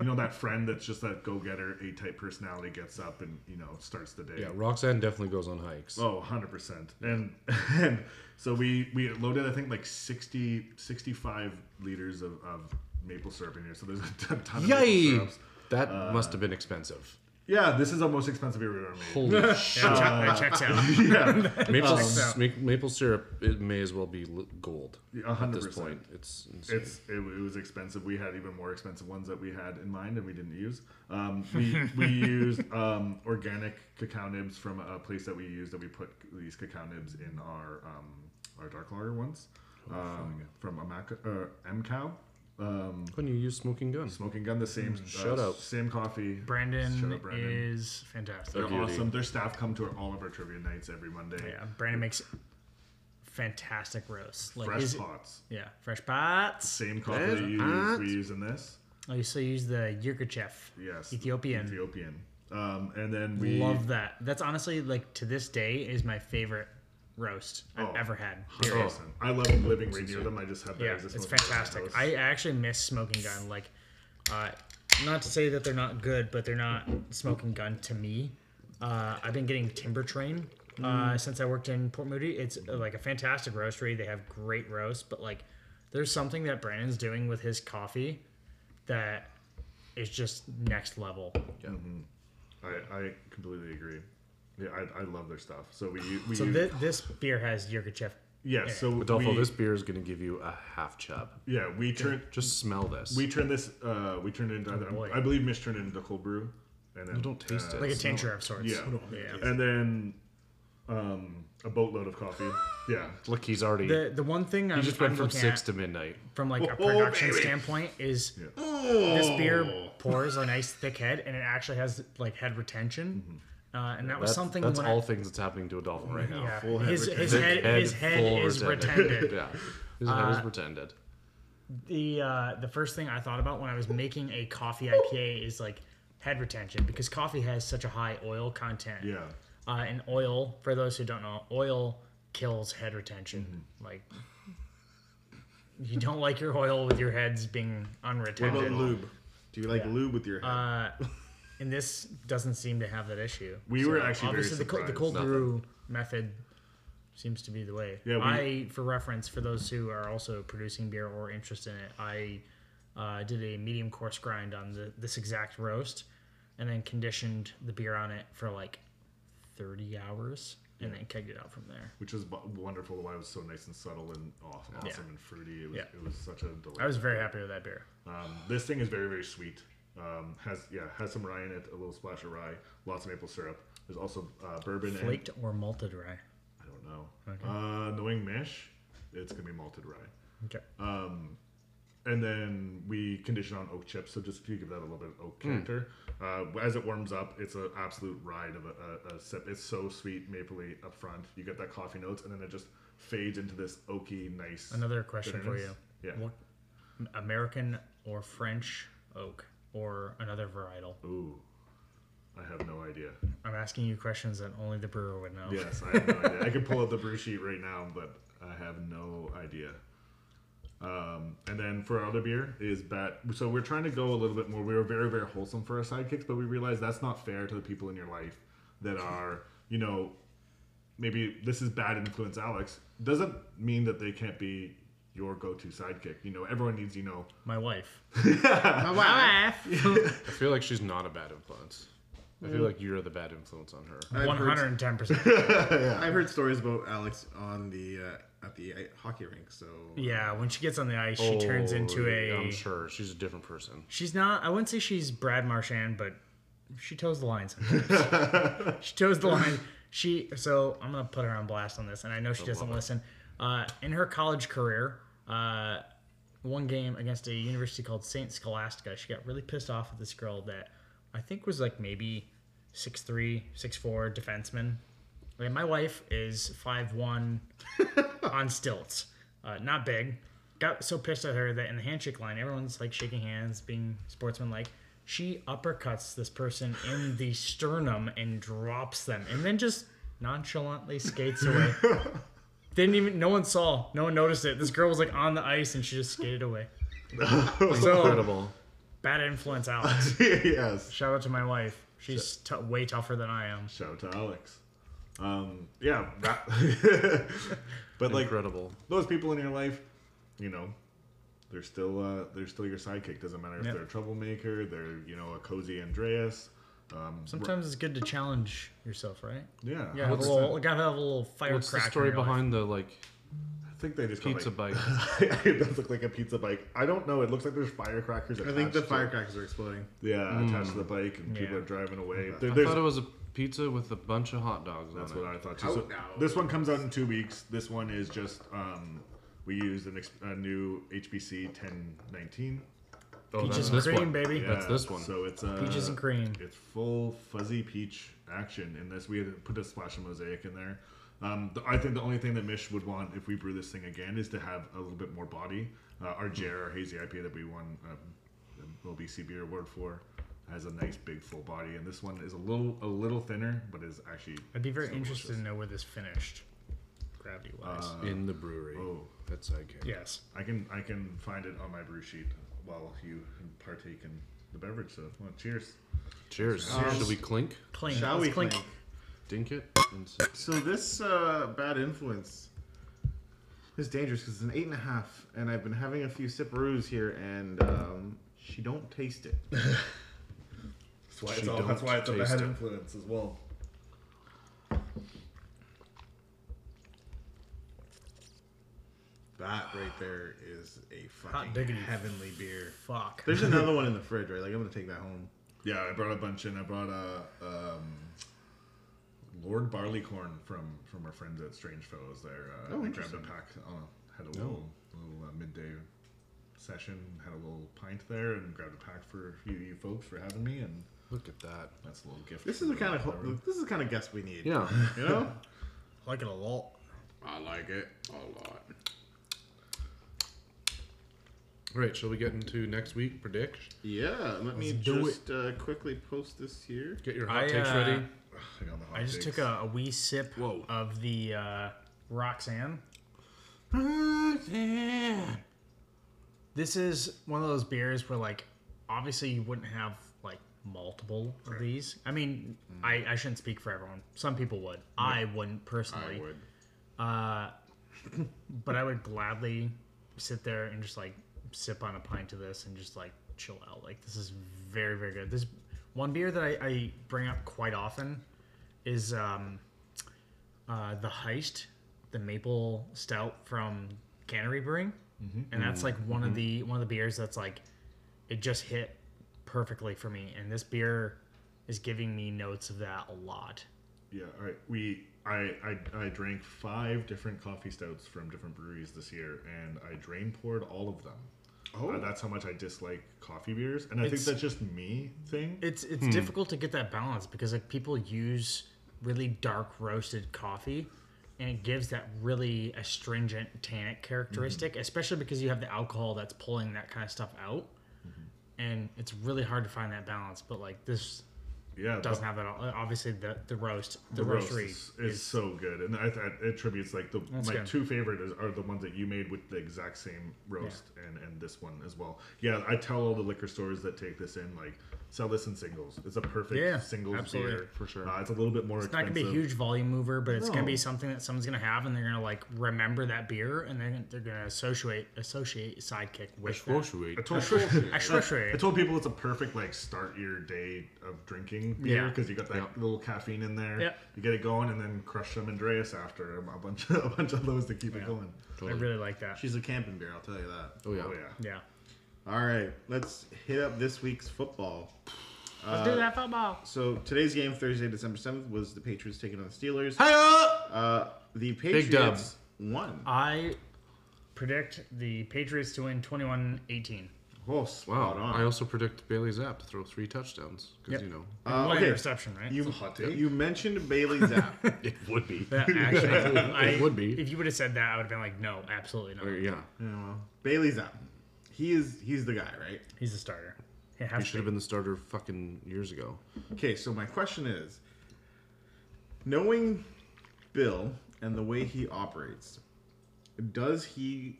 Speaker 4: you know, that friend that's just that go-getter, A-type personality gets up and you know starts the day.
Speaker 1: yeah, Roxanne definitely goes on hikes.
Speaker 4: Oh, 100%. And, and so we, we loaded, I think, like 60, 65 liters of, of maple syrup in here. So there's a ton, ton of maple
Speaker 1: Yay!
Speaker 4: syrups.
Speaker 1: That
Speaker 4: Uh,
Speaker 1: must have been expensive.
Speaker 4: Yeah, this is our most expensive beer we've ever made.
Speaker 1: Holy
Speaker 2: Yeah, check- that checks out.
Speaker 4: yeah,
Speaker 1: maple,
Speaker 2: Um,
Speaker 1: s- ma- maple syrup it may as well be li- gold
Speaker 4: Yeah,
Speaker 1: at this
Speaker 4: 100%.
Speaker 1: point it's insane.
Speaker 4: it's it, it was expensive. We had even more expensive ones that we had in mind and we didn't use. Um, we we used um, organic cacao nibs from a place that we use that we put these cacao nibs in our um, our dark lager ones
Speaker 1: Oh,
Speaker 4: um, from Amac- uh, MCow. Um,
Speaker 1: when you use smoking gun
Speaker 4: Smoking Gun, the same uh,
Speaker 1: Mm, Shout out.
Speaker 4: same coffee.
Speaker 2: Brandon,
Speaker 4: Shout out Brandon.
Speaker 2: is fantastic.
Speaker 4: They're
Speaker 1: Beauty.
Speaker 4: awesome. Their staff come to all of our trivia nights every Monday.
Speaker 2: Yeah, Brandon makes fantastic roasts. Like
Speaker 4: Fresh
Speaker 2: is-
Speaker 4: pots,
Speaker 2: Yeah, fresh pots.
Speaker 4: same coffee
Speaker 1: Fresh
Speaker 4: that you use,
Speaker 1: pots.
Speaker 4: we use in this.
Speaker 2: I used to use the Yirgachev.
Speaker 4: Yes,
Speaker 2: Ethiopian.
Speaker 4: Ethiopian. Um, and then we
Speaker 2: Love that. That's honestly like to this day is my favorite roast I've
Speaker 4: Oh.
Speaker 2: ever had.
Speaker 4: Oh,
Speaker 2: Period.
Speaker 4: I love living right near them. I just have that
Speaker 2: Yeah, it's
Speaker 4: existence in my
Speaker 2: fantastic.
Speaker 4: house.
Speaker 2: I actually miss Smoking Gun. Like, uh, not to say that they're not good, but they're not Smoking Gun to me. Uh, I've been getting Timber Train uh,
Speaker 1: Mm.
Speaker 2: since I worked in Port Moody. It's uh, like a fantastic roastery. They have great roasts, but like, there's something that Brandon's doing with his coffee that is just next level.
Speaker 4: I, I completely agree. Yeah, I, I love their stuff. So we u- we
Speaker 2: So
Speaker 4: use-
Speaker 2: thi- this beer has Yirgachev.
Speaker 4: yeah. So
Speaker 1: Adolfo,
Speaker 4: we,
Speaker 1: this beer is going to give you a half chub
Speaker 4: yeah we turn
Speaker 1: just smell this
Speaker 4: we turn this uh we turned it into
Speaker 2: Oh, boy.
Speaker 4: I believe Mish turned it into cold brew. And then, uh,
Speaker 1: I Oh, don't taste it.
Speaker 2: Uh, Like a
Speaker 1: Smell
Speaker 2: tincture of sorts.
Speaker 4: Yeah.
Speaker 2: Yeah.
Speaker 4: And then um a boatload of coffee. Yeah.
Speaker 1: look he's already
Speaker 2: The, the one thing I'm,
Speaker 1: he just
Speaker 2: I'm
Speaker 1: went from
Speaker 2: looking
Speaker 1: six
Speaker 2: at-
Speaker 1: to midnight
Speaker 2: from like a
Speaker 4: Oh,
Speaker 2: production
Speaker 4: baby.
Speaker 2: standpoint is this beer pours a nice thick head and it actually has like head retention uh, and that was
Speaker 1: that's,
Speaker 2: something
Speaker 1: that's
Speaker 2: when
Speaker 1: all
Speaker 2: I,
Speaker 1: things that's happening to Adolfo right now
Speaker 2: yeah,
Speaker 4: full head
Speaker 2: his, his
Speaker 1: Thick
Speaker 2: head, his head
Speaker 1: full
Speaker 2: is
Speaker 1: retended.
Speaker 2: retended Uh,
Speaker 1: yeah his head is pretended
Speaker 2: the uh, the first thing I thought about when I was making a coffee IPA is like head retention because coffee has such a high oil content
Speaker 4: Yeah.
Speaker 2: uh, and oil for those who don't know oil kills head retention like you don't like your oil with your heads being unretended
Speaker 3: What about lube? Do you like lube with your head?
Speaker 2: Uh, and this doesn't seem to have that issue.
Speaker 4: We were actually very
Speaker 2: obviously the, co- the
Speaker 4: surprised.
Speaker 2: cold
Speaker 1: Nothing.
Speaker 2: brew method seems to be the way.
Speaker 4: Yeah, we-
Speaker 2: I, for reference, for those who are also producing beer or interested in it, I uh, did a medium coarse grind on the, this exact roast, and then conditioned the beer on it for like thirty hours, and then kegged it out from there.
Speaker 4: Which was bu- wonderful. Why it was so nice and subtle and aw- awesome, and fruity. It was,
Speaker 2: Yeah.
Speaker 4: it was such a delight.
Speaker 2: I was very happy with that beer.
Speaker 4: Um, this thing is very very sweet. Um, has yeah has some rye in it, a little splash of rye, lots of maple syrup. There's also uh, bourbon and
Speaker 2: Flaked or malted rye.
Speaker 4: I don't know. Uh, knowing Mish, it's gonna be malted rye.
Speaker 2: Okay.
Speaker 4: And then we condition on oak chips, so just if you give that a little bit of
Speaker 2: Hmm.
Speaker 4: oak character. Uh, as it warms up, it's an absolute ride of a, a, a sip. It's so sweet, mapley up front. You get that coffee notes, and then it just fades into this oaky, nice.
Speaker 2: Another question for
Speaker 4: bitterness.
Speaker 2: you.
Speaker 4: Yeah.
Speaker 2: What American or French oak or another varietal?
Speaker 4: Ooh. I have no idea.
Speaker 2: I'm asking you questions that only the brewer would know.
Speaker 4: Yes, I have no idea. I could pull up the brew sheet right now, but I have no idea. Um, and then for our other beer is bat. So we're trying to go a little bit more. We were very very wholesome for our sidekicks, but we realized that's not fair to the people in your life that are you know maybe this is bad influence Alex doesn't mean that they can't be your go-to sidekick. You know everyone needs you know
Speaker 2: My wife.
Speaker 3: My wife.
Speaker 1: I feel like she's not a bad influence. I feel like you're the bad influence on her.
Speaker 3: I've heard-
Speaker 2: 110%.
Speaker 3: I've heard stories about Alex on the uh, at the uh, hockey rink. So
Speaker 2: yeah, when she gets on the ice, she turns
Speaker 1: Oh,
Speaker 2: into a.
Speaker 1: I'm sure she's a different person.
Speaker 2: She's not. I wouldn't say she's Brad Marchand, but she toes the line sometimes. she toes the line. She. So I'm gonna put her on blast on this, and I know she doesn't listen. Uh, in her college career, uh, one game against a university called Saint Scholastica, she got really pissed off at this girl that I think was like maybe 6'3", 6'4", defenseman. And my wife is 5'1", on stilts. Uh, not big. Got so pissed at her that in the handshake line, everyone's like shaking hands, being sportsmanlike. She uppercuts this person in the sternum and drops them, and then just nonchalantly skates away. Didn't even. No one saw. No one noticed it. This girl was like on the ice, and she just skated away. so
Speaker 1: Incredible.
Speaker 2: bad influence, Alex.
Speaker 4: yes.
Speaker 2: Shout out to my wife. She's t- way tougher than I am.
Speaker 4: Shout out to Alex. Um, yeah, that- but like
Speaker 1: Incredible.
Speaker 4: those people in your life, you know, they're still uh, they're still your sidekick. Doesn't matter if
Speaker 2: Yeah.
Speaker 4: they're a troublemaker, they're you know a cozy Andreas. Um,
Speaker 2: Sometimes it's good to challenge yourself, right?
Speaker 4: yeah,
Speaker 2: Yeah, have a
Speaker 1: What's
Speaker 2: little, gotta have a little firecracker.
Speaker 1: What's the story
Speaker 2: in your life.
Speaker 1: behind the like
Speaker 4: I think they just got,
Speaker 1: pizza
Speaker 4: like,
Speaker 1: bike?
Speaker 4: it does look like a pizza bike. I don't know. It looks like there's firecrackers.
Speaker 3: I think the
Speaker 4: attached to it.
Speaker 3: firecrackers are exploding.
Speaker 4: Yeah, attached to the bike, and people
Speaker 2: Yeah.
Speaker 4: are driving away. There-
Speaker 1: I
Speaker 4: there's-
Speaker 1: thought it was a pizza with a bunch of hot dogs
Speaker 4: That's
Speaker 1: on it.
Speaker 4: what I thought too.
Speaker 3: Oh,
Speaker 4: So
Speaker 3: no.
Speaker 4: This one comes out in two weeks. This one is just um, we used an ex- a new HBC 1019.
Speaker 1: oh,
Speaker 2: Peaches
Speaker 1: that's
Speaker 2: and
Speaker 1: this
Speaker 2: cream,
Speaker 1: one.
Speaker 2: baby.
Speaker 1: That's this one.
Speaker 4: So it's uh,
Speaker 2: Peaches and cream.
Speaker 4: It's full fuzzy peach action in this. We had to put a splash of mosaic in there. Um, the, I think the only thing that Mish would want if we brew this thing again is to have a little bit more body. Uh, our Jer, our hazy IPA that we won um, the OBC Beer Award for, has a nice big full body, and this one is a little a little thinner, but is actually
Speaker 2: I'd be very
Speaker 4: still
Speaker 2: interested
Speaker 4: delicious.
Speaker 2: to know where this finished, gravity wise.
Speaker 3: Um,
Speaker 1: in the brewery.
Speaker 4: Oh.
Speaker 1: That's sidekick.
Speaker 2: yes.
Speaker 4: I can I can find it on my brew sheet while you partake in the beverage. So well, cheers.
Speaker 1: Cheers. Should we clink,
Speaker 2: Clink.
Speaker 3: Shall
Speaker 2: Let's
Speaker 3: we
Speaker 2: clink?
Speaker 3: clink?
Speaker 1: dink it, and sip it?
Speaker 3: So this uh, bad influence is dangerous because it's an eight and a half, and I've been having a few sipperoos here, and um, she don't taste it.
Speaker 4: That's why
Speaker 1: She
Speaker 4: it's all,
Speaker 1: don't
Speaker 4: that's why it's a
Speaker 1: taste
Speaker 4: bad
Speaker 1: it.
Speaker 4: influence as well.
Speaker 3: That right there is a fucking
Speaker 2: diggity.
Speaker 3: heavenly beer.
Speaker 2: Fuck.
Speaker 3: There's another one in the fridge, right? Like I'm gonna take that home.
Speaker 4: Yeah, I brought a bunch in. I brought a um, Lord Barleycorn from from our friends at Strange Fellows. There, uh,
Speaker 3: Oh,
Speaker 4: I grabbed a
Speaker 3: interesting. Oh.
Speaker 4: pack. Uh, had a little little uh, midday session. Had a little pint there and grabbed a pack for you, you folks for having me. And
Speaker 1: Look at that.
Speaker 4: that's a little gift.
Speaker 3: This is
Speaker 4: from
Speaker 3: the kind of
Speaker 4: Lord Barley.
Speaker 3: ho- this is the kind of guest we need.
Speaker 1: Yeah.
Speaker 3: You know?
Speaker 2: I like it a lot.
Speaker 3: I like it a lot.
Speaker 1: All right. Shall we get into next week prediction?
Speaker 3: Yeah, let me
Speaker 2: Let's do
Speaker 3: just uh, quickly post this here.
Speaker 1: Get your hot
Speaker 2: I,
Speaker 1: takes
Speaker 2: uh,
Speaker 1: ready.
Speaker 4: I got the hot
Speaker 2: I just
Speaker 4: takes.
Speaker 2: took a, a wee sip
Speaker 1: Whoa.
Speaker 2: of the uh, Roxanne. This is one of those beers where, like, obviously you wouldn't have like multiple of these. I mean,
Speaker 3: Mm-hmm.
Speaker 2: I, I shouldn't speak for everyone. Some people would. I wouldn't personally. Uh,
Speaker 3: I would.
Speaker 2: but I would gladly sit there and just like sip on a pint of this and just like chill out. Like this is very very good. This one beer that I, I bring up quite often is um, uh, the Heist, the maple stout from Cannery Brewing, and that's like one of the one of the beers that's like it just hit perfectly for me. And this beer is giving me notes of that a lot.
Speaker 4: Yeah, all right. We I, I I drank five different coffee stouts from different breweries this year, and I drain poured all of them.
Speaker 3: Oh.
Speaker 4: Uh, that's how much I dislike coffee beers, and I
Speaker 2: It's-
Speaker 4: think that's just me thing.
Speaker 2: it's it's difficult to get that balance because like people use really dark roasted coffee and it gives that really astringent tannic characteristic especially because you have the alcohol that's pulling that kind of stuff out and it's really hard to find that balance but like this
Speaker 4: Yeah,
Speaker 2: doesn't have that. All. uh, Obviously, the the roast, the,
Speaker 4: the roast
Speaker 2: roastery
Speaker 4: is, is so good, and I, I it attributes like the
Speaker 2: That's
Speaker 4: my
Speaker 2: good.
Speaker 4: two favorite is, are the ones that you made with the exact same roast and and this one as well. Yeah, I tell all the liquor stores that take this in like sell this in singles. It's a perfect
Speaker 2: Yeah,
Speaker 4: singles
Speaker 2: absolutely.
Speaker 4: beer
Speaker 1: For sure.
Speaker 4: Uh, it's a little bit more
Speaker 2: It's not
Speaker 4: expensive.
Speaker 2: gonna be a huge volume mover, but it's gonna
Speaker 4: No.
Speaker 2: be something that someone's gonna have, and they're gonna like remember that beer, and then they're gonna associate associate sidekick with that.
Speaker 4: I
Speaker 1: Ashwaushua.
Speaker 4: told, people,
Speaker 2: Ashwaushua.
Speaker 4: I told people it's a perfect like start your day of drinking beer
Speaker 2: Yeah.
Speaker 4: because you got that little caffeine in there.
Speaker 2: Yeah.
Speaker 4: You get it going and then crush some Andreas after a bunch of, a bunch of those to keep it going.
Speaker 2: I really like that.
Speaker 3: She's a camping beer, I'll tell you that.
Speaker 1: Oh yeah.
Speaker 4: Oh yeah.
Speaker 2: Yeah,
Speaker 3: All right, let's hit up this week's football.
Speaker 4: Uh,
Speaker 2: let's do that football.
Speaker 3: So today's game, Thursday, December seventh, was the Patriots taking on the Steelers.
Speaker 1: Hi-ya!
Speaker 3: Uh, the
Speaker 1: dub.
Speaker 3: Patriots won.
Speaker 2: I predict the Patriots to win 21-18.
Speaker 3: Oh,
Speaker 1: Wow.
Speaker 3: spot
Speaker 1: I
Speaker 3: on.
Speaker 1: also predict Bailey Zapp to throw three touchdowns because
Speaker 2: Yep.
Speaker 1: you know
Speaker 3: Uh,
Speaker 4: Oh,
Speaker 2: One
Speaker 3: okay.
Speaker 2: interception, right?
Speaker 3: You,
Speaker 4: hot take.
Speaker 3: you mentioned Bailey Zapp.
Speaker 1: it would be.
Speaker 2: That actually, I,
Speaker 1: would be.
Speaker 2: If you would have said that, I would have been like, no, absolutely not.
Speaker 1: Yeah.
Speaker 3: Yeah, well, Bailey Zapp. He is he's the guy, right?
Speaker 2: He's a starter. He
Speaker 1: He
Speaker 2: has
Speaker 1: should
Speaker 2: to
Speaker 1: have
Speaker 2: be.
Speaker 1: been the starter fucking years ago.
Speaker 3: Okay, so my question is, knowing Bill and the way he operates, does he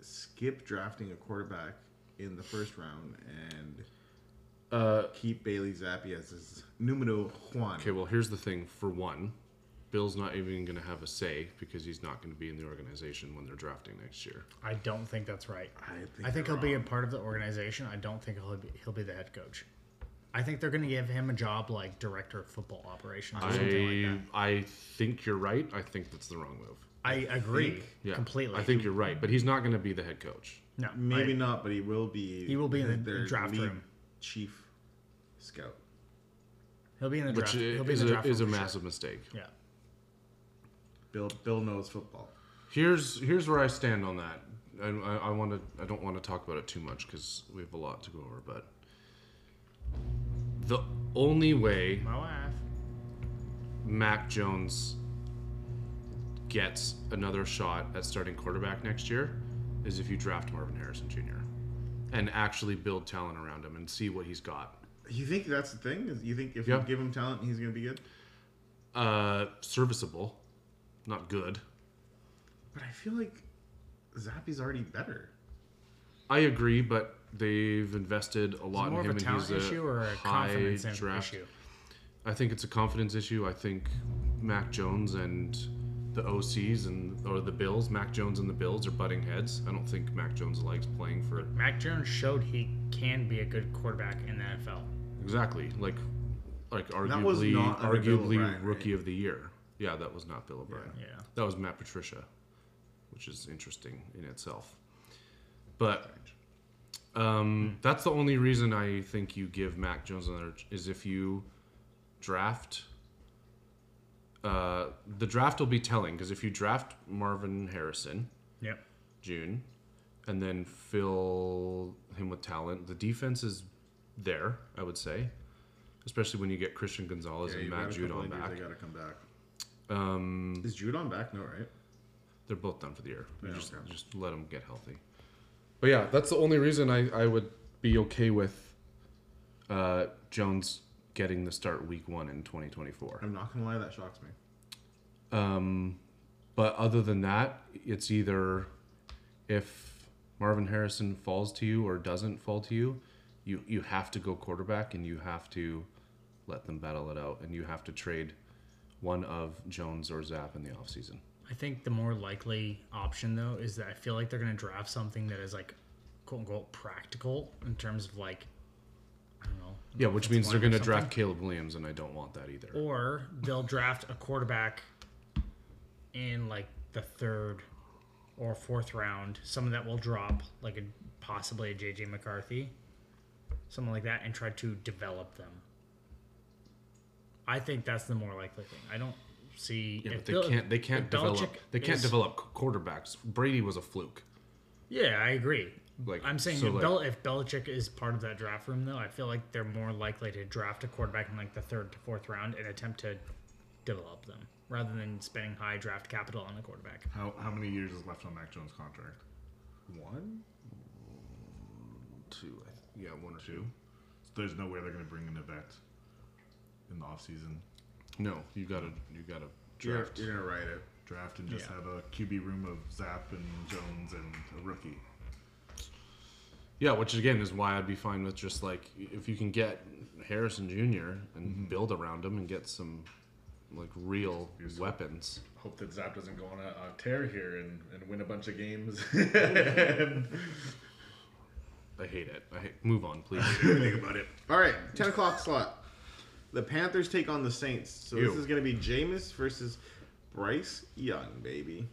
Speaker 3: skip drafting a quarterback in the first round and
Speaker 1: Uh,
Speaker 3: keep Bailey Zappi as his numero Juan?
Speaker 1: Okay, well, here's the thing. For one, Bill's not even going to have a say because he's not going to be in the organization when they're drafting next year.
Speaker 2: I don't think that's right.
Speaker 3: I think,
Speaker 2: I think
Speaker 3: you're
Speaker 2: he'll be a
Speaker 3: wrong.
Speaker 2: part of the organization. I don't think he'll be, he'll be the head coach. I think they're going to give him a job like director of football operations or something
Speaker 1: I
Speaker 2: like that.
Speaker 1: I think you're right. I think that's the wrong move.
Speaker 2: I agree
Speaker 1: Yeah,
Speaker 2: completely.
Speaker 1: I think you're right, but he's not going to be the head coach.
Speaker 2: no,
Speaker 3: maybe
Speaker 2: I-
Speaker 3: not, but he will be.
Speaker 2: He will be in the-
Speaker 3: their
Speaker 2: the draft
Speaker 3: lead
Speaker 2: room.
Speaker 3: chief scout.
Speaker 2: he'll be in the
Speaker 1: Which
Speaker 2: draft.
Speaker 1: i-
Speaker 2: He'll be in
Speaker 1: is,
Speaker 2: the
Speaker 1: a,
Speaker 2: draft
Speaker 1: is a
Speaker 2: room for sure.
Speaker 1: massive mistake.
Speaker 2: Yeah,
Speaker 3: Bill Bill knows football.
Speaker 1: Here's here's where I stand on that. And I, I want to I don't want to talk about it too much because we have a lot to go over. But the only way
Speaker 2: my wife.
Speaker 1: Mac Jones gets another shot at starting quarterback next year is if you draft Marvin Harrison Jr. and actually build talent around him and see what he's got.
Speaker 3: You think that's the thing? Is you think if
Speaker 1: Yeah.
Speaker 3: you give him talent, he's going to be good?
Speaker 1: Uh, serviceable, not good.
Speaker 3: But I feel like Zappi's already better.
Speaker 1: I agree, but they've invested a lot
Speaker 2: More
Speaker 1: in
Speaker 2: of
Speaker 1: him,
Speaker 2: a talent
Speaker 1: and he's
Speaker 2: issue or a
Speaker 1: high
Speaker 2: confidence in-
Speaker 1: draft.
Speaker 2: issue.
Speaker 1: I think it's a confidence issue. I think Mac Jones and the OCs and or the Bills, Mac Jones and the Bills are butting heads. I don't think Mac Jones likes playing for
Speaker 2: Mac Jones showed he can be a good quarterback in the NFL.
Speaker 1: Exactly. Like like
Speaker 3: That was
Speaker 1: arguably
Speaker 3: not under Bill
Speaker 1: arguably
Speaker 3: O'Brien, right?
Speaker 1: rookie of the year. Yeah, that was not Bill O'Brien.
Speaker 2: Yeah.
Speaker 1: That was Matt Patricia, which is interesting in itself. But um, that's the only reason I think you give Mac Jones another ch- is if you draft. Uh, the draft will be telling because if you draft Marvin Harrison,
Speaker 2: Yep.
Speaker 1: June, and then fill him with talent. The defense is there, I would say, especially when you get Christian Gonzalez
Speaker 3: Yeah,
Speaker 1: and
Speaker 3: you've got
Speaker 1: Matt
Speaker 3: a couple
Speaker 1: Judon
Speaker 3: injuries
Speaker 1: back.
Speaker 3: They got to come back.
Speaker 1: Um,
Speaker 3: Is Judon back? No, right?
Speaker 1: they're both done for the year. You
Speaker 3: Yeah,
Speaker 1: just,
Speaker 3: okay.
Speaker 1: just let them get healthy. But yeah, that's the only reason I, I would be okay with uh, Jones getting the start week one in 2024.
Speaker 3: I'm not gonna lie, that shocks me.
Speaker 1: Um, but other than that, it's either if Marvin Harrison falls to you or doesn't fall to you, you you have to go quarterback and you have to let them battle it out and you have to trade one of Jones or Zapp in the offseason.
Speaker 2: I think the more likely option though is that I feel like they're going to draft something that is like quote unquote practical in terms of like I don't know.
Speaker 1: Yeah, which means they're
Speaker 2: line
Speaker 1: going
Speaker 2: or
Speaker 1: to draft Caleb Williams and I don't want that either.
Speaker 2: Or they'll draft a quarterback in like the third or fourth round, someone that will drop like a possibly a JJ McCarthy, someone like that, and try to develop them. I think that's the more likely thing. I don't see.
Speaker 1: Yeah,
Speaker 2: if
Speaker 1: but they
Speaker 2: Bill-
Speaker 1: can't they can't
Speaker 2: if Belichick
Speaker 1: develop they can't
Speaker 2: is-
Speaker 1: develop qu- quarterbacks. Brady was a fluke.
Speaker 2: Yeah, I agree.
Speaker 1: Like,
Speaker 2: I'm saying
Speaker 1: so,
Speaker 2: if,
Speaker 1: like-
Speaker 2: Bel- if Belichick is part of that draft room, though, I feel like they're more likely to draft a quarterback in like the third to fourth round and attempt to develop them rather than spending high draft capital on a quarterback.
Speaker 4: How how many years is left on Mac Jones' contract?
Speaker 3: One?
Speaker 1: Two, I th- yeah, one or two.
Speaker 4: There's no way they're going to bring in a vet. in the off season.
Speaker 1: No, you gotta you gotta
Speaker 3: You're,
Speaker 1: draft.
Speaker 3: you're gonna write it.
Speaker 4: Draft and just
Speaker 2: Yeah.
Speaker 4: have a QB room of Zapp and Jones and a rookie.
Speaker 1: Yeah, which again is why I'd be fine with just like if you can get Harrison Jr. and build around him and get some like real
Speaker 4: Use-
Speaker 1: weapons.
Speaker 4: Hope that Zapp doesn't go on a, a tear here and, and win a bunch of games. and
Speaker 1: I hate it. I hate, move on, please.
Speaker 4: everything about it.
Speaker 3: All right, ten o'clock slot. The Panthers take on the Saints. So this
Speaker 1: Ew.
Speaker 3: is gonna be Jameis versus Bryce Young, baby.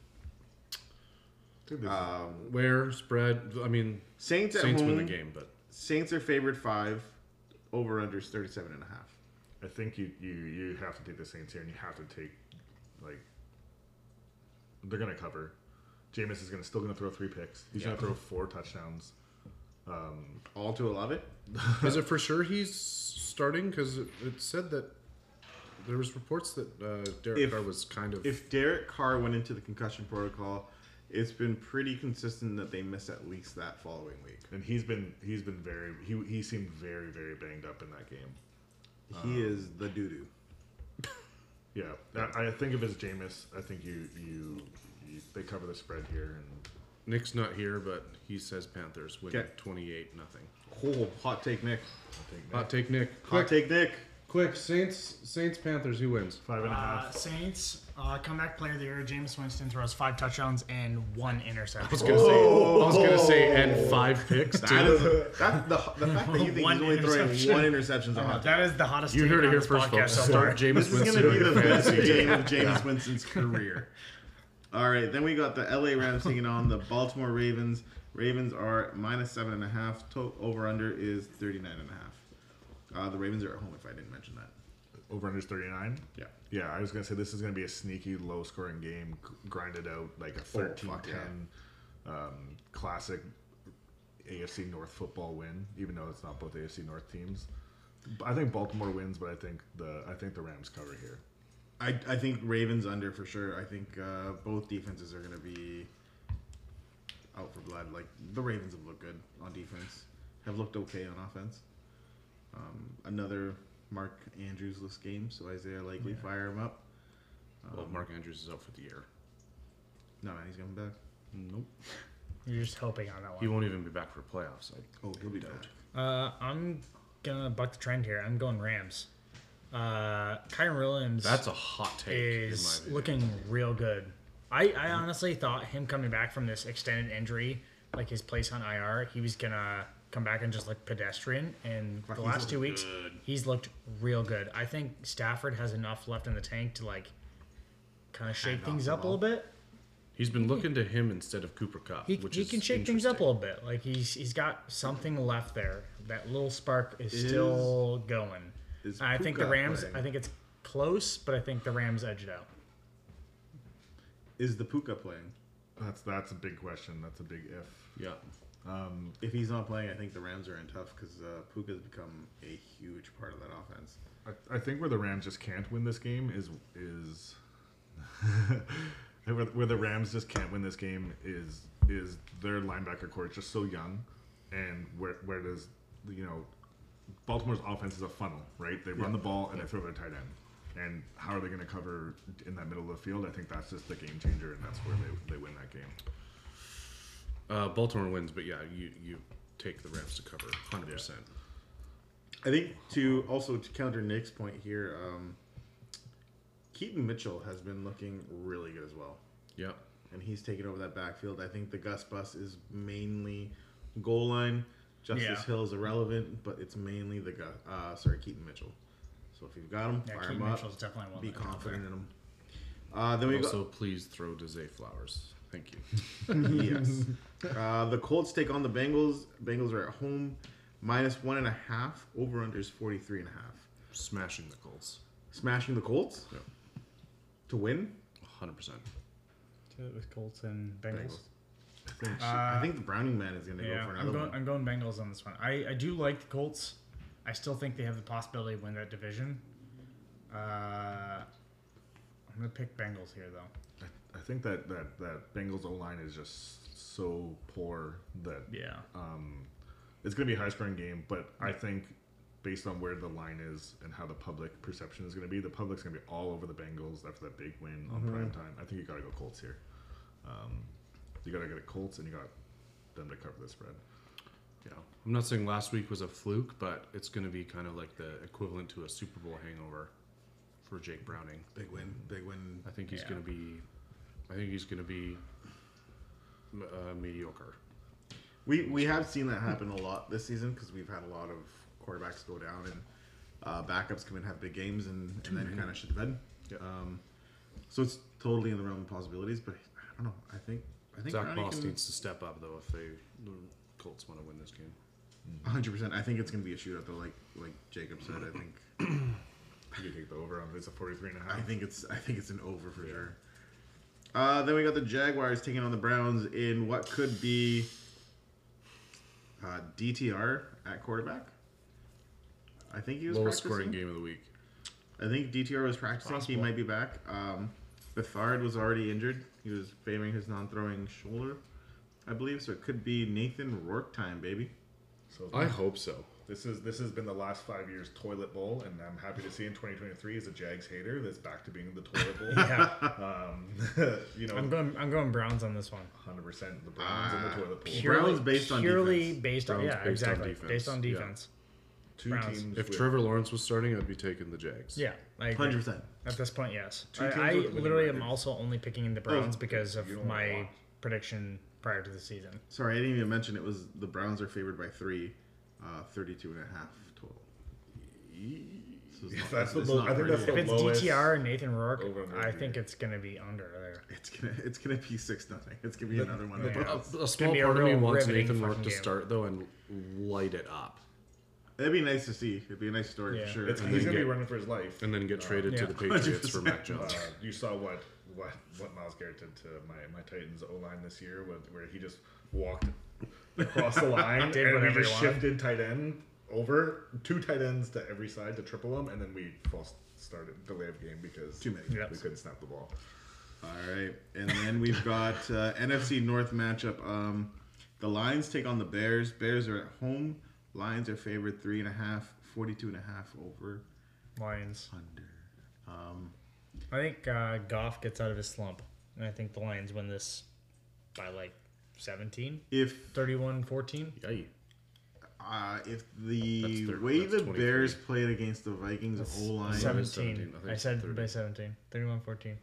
Speaker 3: Um,
Speaker 1: Where spread? I mean,
Speaker 3: Saints at
Speaker 1: Saints
Speaker 3: home.
Speaker 1: win the game, but
Speaker 3: Saints are favored five. Over under is 37 and a half.
Speaker 4: I think you, you you have to take the Saints here, and you have to take like they're gonna cover. Jameis is gonna still gonna throw three picks. He's gonna throw four touchdowns.
Speaker 3: All to love it.
Speaker 1: is it for sure he's starting? Because it, it said that there was reports that uh, Derek
Speaker 3: If-
Speaker 1: Carr was kind of
Speaker 3: If Derek Carr went into the concussion protocol, it's been pretty consistent that they miss at least that following week.
Speaker 4: And he's been he's been very he he seemed very very banged up in that game.
Speaker 1: Um,
Speaker 3: He is the doo doo.
Speaker 4: Yeah, I, I think if it's Jameis, I think you, you you they cover the spread here, and
Speaker 1: Nick's not here, but he says Panthers win
Speaker 3: Okay.
Speaker 1: twenty eight nothing.
Speaker 3: Whole hot take, Nick.
Speaker 4: I think
Speaker 1: Hot take, Nick.
Speaker 3: Hot
Speaker 1: Quick,
Speaker 3: take, Nick.
Speaker 1: quick. Saints, Saints, Panthers. Who wins?
Speaker 4: five and a half.
Speaker 2: Uh, Saints uh, comeback player of the year, James Winston throws five touchdowns and one interception.
Speaker 1: I was gonna say, I was gonna say, and five picks.
Speaker 3: Oh. That
Speaker 1: Too.
Speaker 3: is that's the, the fact that you think
Speaker 2: One
Speaker 3: he's only throwing
Speaker 2: interception.
Speaker 3: one interception.
Speaker 2: Uh, that is the hottest.
Speaker 1: You
Speaker 2: take
Speaker 1: heard it
Speaker 2: on
Speaker 1: here
Speaker 2: this
Speaker 1: first,
Speaker 2: podcast
Speaker 1: folks.
Speaker 2: so
Speaker 1: Start
Speaker 2: far.
Speaker 1: James
Speaker 3: This is
Speaker 1: Winston.
Speaker 3: going to be
Speaker 1: in your
Speaker 3: the best
Speaker 1: fantasy
Speaker 3: game of James Winston's career. All right, then we got the LA Rams taking on the Baltimore Ravens. Ravens are minus seven and a half. To- over under is 39 and a half. Uh, the Ravens are at home if I didn't mention that.
Speaker 4: Over under thirty nine.
Speaker 3: Yeah.
Speaker 4: Yeah, I was gonna say this is gonna be a sneaky, low scoring game, g- grinded out like a 13-10
Speaker 3: fuck
Speaker 4: um, classic AFC North football win. Even though it's not both AFC North teams, B- I think Baltimore wins, but I think the I think the Rams cover here.
Speaker 3: I, I think Ravens under for sure. I think uh, both defenses are going to be out for blood. Like the Ravens have looked good on defense, have looked okay on offense. Um, another Mark Andrews-less game, so Isaiah likely fire him up.
Speaker 1: Well, Mark Andrews is out for the year.
Speaker 3: No, no, he's coming back.
Speaker 1: Nope.
Speaker 2: You're just hoping on that
Speaker 1: He
Speaker 2: one.
Speaker 1: won't even be back for playoffs. I
Speaker 3: Oh, he'll be
Speaker 1: doubt.
Speaker 3: back.
Speaker 2: Uh, I'm gonna buck the trend here. I'm going Rams. Uh, Kyron Williams
Speaker 1: That's a hot take.
Speaker 2: is
Speaker 1: in my opinion.
Speaker 2: looking real good. I, I honestly thought him coming back from this extended injury, like his place on IR, he was gonna come back and just look pedestrian. And the
Speaker 3: he's
Speaker 2: last two
Speaker 1: looking
Speaker 2: weeks,
Speaker 1: good.
Speaker 2: he's looked real good. I think Stafford has enough left in the tank to like kind of shake
Speaker 3: off
Speaker 2: things
Speaker 3: the
Speaker 2: up a little bit.
Speaker 1: He's been looking to him instead of Cooper Cup,
Speaker 2: He,
Speaker 1: which
Speaker 2: he
Speaker 1: is
Speaker 2: can shake things up a
Speaker 1: interesting.
Speaker 2: little bit. Like he's he's got something left there. That little spark is, still going.
Speaker 3: is
Speaker 2: I think the
Speaker 3: Puka
Speaker 2: Rams.
Speaker 3: playing?
Speaker 2: I think it's close, but I think the Rams edge it out.
Speaker 3: Is the Puka playing?
Speaker 4: That's that's a big question. That's a big if.
Speaker 1: Yeah.
Speaker 3: If he's not playing, I think the Rams are in tough because uh, Puka's become a huge part of that offense.
Speaker 4: I, I think where the Rams just can't win this game is is where, where the Rams just can't win this game is is their linebacker core is just so young, and where where does you know Baltimore's offense is a funnel, right? They run the ball and they throw their tight end. And how are they going to cover in that middle of the field? I think that's just the game changer, and that's where they, they win that game.
Speaker 1: Uh, Baltimore wins, but yeah, you you take the Rams to cover, hundred percent.
Speaker 3: I think to also to counter Nick's point here, um, Keaton Mitchell has been looking really good as well,
Speaker 1: Yeah.
Speaker 3: and he's taken over that backfield. I think the Gus Bus is mainly goal line. Justice
Speaker 2: Yeah.
Speaker 3: Hill is irrelevant, but it's mainly the Gus. Uh, sorry, Keaton Mitchell. So if you've got him,
Speaker 2: Yeah,
Speaker 3: fire
Speaker 2: Keaton
Speaker 3: him up.
Speaker 2: Mitchell's definitely one.
Speaker 3: Be
Speaker 2: that comes
Speaker 3: confident
Speaker 2: back.
Speaker 3: in him. Uh, then we got-
Speaker 1: Also, please throw to Zay Flowers. Thank you.
Speaker 3: yes. Uh, the Colts take on the Bengals. Bengals are at home, minus one and a half. Over under is 43 and a half.
Speaker 1: Smashing the Colts,
Speaker 3: Smashing the Colts
Speaker 1: Yeah.
Speaker 3: to win.
Speaker 1: hundred percent.
Speaker 2: With Colts and Bengals.
Speaker 3: I think, I think the Browning man is going to go
Speaker 2: Uh, Yeah,
Speaker 3: for another
Speaker 2: I'm going.
Speaker 3: one.
Speaker 2: I'm going Bengals on this one. I, I do like the Colts. I still think they have the possibility to win that division. Uh, I'm gonna pick Bengals here though.
Speaker 4: I, I think that that that Bengals O line is just so poor that
Speaker 2: Yeah.
Speaker 4: it's going to be a high scoring game, but I think based on where the line is and how the public perception is going to be. The public's going to be all over the Bengals after that big win on
Speaker 1: Mm-hmm.
Speaker 4: prime time. I think you got to go Colts here. Um, you got to get a Colts and you got them to cover the spread.
Speaker 1: Yeah. I'm not saying last week was a fluke, but it's going to be kind of like the equivalent to a Super Bowl hangover for Jake Browning.
Speaker 3: Big win. Big win.
Speaker 1: I think he's
Speaker 2: Yeah.
Speaker 1: going to be. I think he's going to be m- uh, mediocre.
Speaker 3: We we have seen that happen a lot this season because we've had a lot of quarterbacks go down and uh, backups come in and have big games and, and then kind of shit the bed.
Speaker 1: Yeah.
Speaker 3: Um, so it's totally in the realm of possibilities, but I don't know. I think I think
Speaker 1: Zach
Speaker 3: Brownie
Speaker 1: Moss
Speaker 3: can-
Speaker 1: needs to step up though if they the Colts want to win this game.
Speaker 3: hundred percent. I think it's gonna be a shootout though, like like Jacob said. I think
Speaker 4: You can take the over on if it's a 43 and a half.
Speaker 3: I think it's I think it's an over for sure. Uh, then we got the Jaguars taking on the Browns in what could be uh, DTR at quarterback. I think he was
Speaker 1: Lowest scoring
Speaker 3: practicing.
Speaker 1: game of the week.
Speaker 3: I think DTR was practicing. He
Speaker 2: Possible.
Speaker 3: might be back. Um, Bethard was already injured. He was favoring his non-throwing shoulder, I believe. So it could be Nathan Rourke time, baby.
Speaker 4: so
Speaker 1: I hope so.
Speaker 4: This is this has been the last five years toilet bowl, and I'm happy to see in 2023 as a Jags hater that's back to being the toilet bowl.
Speaker 2: Yeah,
Speaker 4: um, you know,
Speaker 2: I'm going. I'm going Browns on this one.
Speaker 4: 100 percent the Browns in the
Speaker 3: Ah,
Speaker 4: toilet bowl.
Speaker 3: pure- Browns based on
Speaker 2: purely
Speaker 3: defense.
Speaker 2: based on
Speaker 1: Browns
Speaker 2: yeah
Speaker 1: based on
Speaker 2: exactly
Speaker 1: defense.
Speaker 2: based on
Speaker 1: Yeah.
Speaker 2: defense.
Speaker 4: Two
Speaker 2: Browns.
Speaker 4: teams.
Speaker 1: If
Speaker 4: with-
Speaker 1: Trevor Lawrence was starting, I'd be taking the Jags.
Speaker 2: Yeah, I agree.
Speaker 3: Hundred percent.
Speaker 2: At this point, yes.
Speaker 4: Two
Speaker 2: I,
Speaker 4: teams
Speaker 2: I
Speaker 4: with winning
Speaker 2: literally am
Speaker 4: records.
Speaker 2: also only picking the Browns because of
Speaker 4: you don't wanna
Speaker 2: my
Speaker 4: watch.
Speaker 2: prediction prior to the season.
Speaker 3: Sorry, I didn't even mention it was the Browns are favored by three, uh, 32 and a half total. So it's
Speaker 4: If
Speaker 3: not-
Speaker 4: that's the
Speaker 3: it's
Speaker 4: low-
Speaker 3: not
Speaker 4: I think that's
Speaker 3: very-
Speaker 2: If
Speaker 4: The
Speaker 2: it's
Speaker 4: lowest
Speaker 2: DTR and Nathan Rourke,
Speaker 4: over under
Speaker 2: I
Speaker 4: here.
Speaker 2: think it's going to be under there.
Speaker 3: it's gonna it's gonna be six nothing. It's gonna be another one. of
Speaker 2: the-
Speaker 3: those.
Speaker 1: A small
Speaker 2: be a
Speaker 1: part of me
Speaker 2: real
Speaker 1: wants
Speaker 2: riveting
Speaker 1: Nathan Rourke
Speaker 2: fucking
Speaker 1: to
Speaker 2: game.
Speaker 1: start though and light it up,
Speaker 3: That'd be nice to see. It'd be a nice story
Speaker 2: Yeah.
Speaker 3: for sure.
Speaker 4: it's,
Speaker 3: And
Speaker 4: he's
Speaker 1: then
Speaker 4: gonna be
Speaker 1: get-
Speaker 4: running for his life.
Speaker 1: and then get traded
Speaker 2: Uh, yeah.
Speaker 1: to the Patriots for Mac
Speaker 3: 100%.
Speaker 4: Uh,
Speaker 1: Jones.
Speaker 4: you saw what what what Miles Garrett did to my my Titans O line this year, where, where he just walked across the line
Speaker 2: Did
Speaker 4: and we
Speaker 2: whatever he
Speaker 4: just
Speaker 2: wanted.
Speaker 4: shifted tight end over two tight ends to every side to triple them, and then we false started delay of game because
Speaker 3: Too many.
Speaker 2: Yep.
Speaker 4: we couldn't snap the ball.
Speaker 3: All right, and then we've got uh, NFC North matchup. Um, the Lions take on the Bears. Bears are at home. Lions are favored three and a half, 42 and a half over
Speaker 2: Lions.
Speaker 3: under. Um,
Speaker 2: I think uh, Goff gets out of his slump, and I think the Lions win this by like 17,
Speaker 3: if
Speaker 2: 31 14.
Speaker 1: Yay.
Speaker 3: Uh, if the
Speaker 1: That's thir-
Speaker 3: way
Speaker 1: that's
Speaker 3: the
Speaker 1: 23.
Speaker 3: Bears played against the Vikings O
Speaker 1: seven.
Speaker 3: line,
Speaker 2: 17.
Speaker 1: 17, I think
Speaker 2: I
Speaker 1: it's
Speaker 2: said
Speaker 1: 30.
Speaker 2: by 17. 31 14.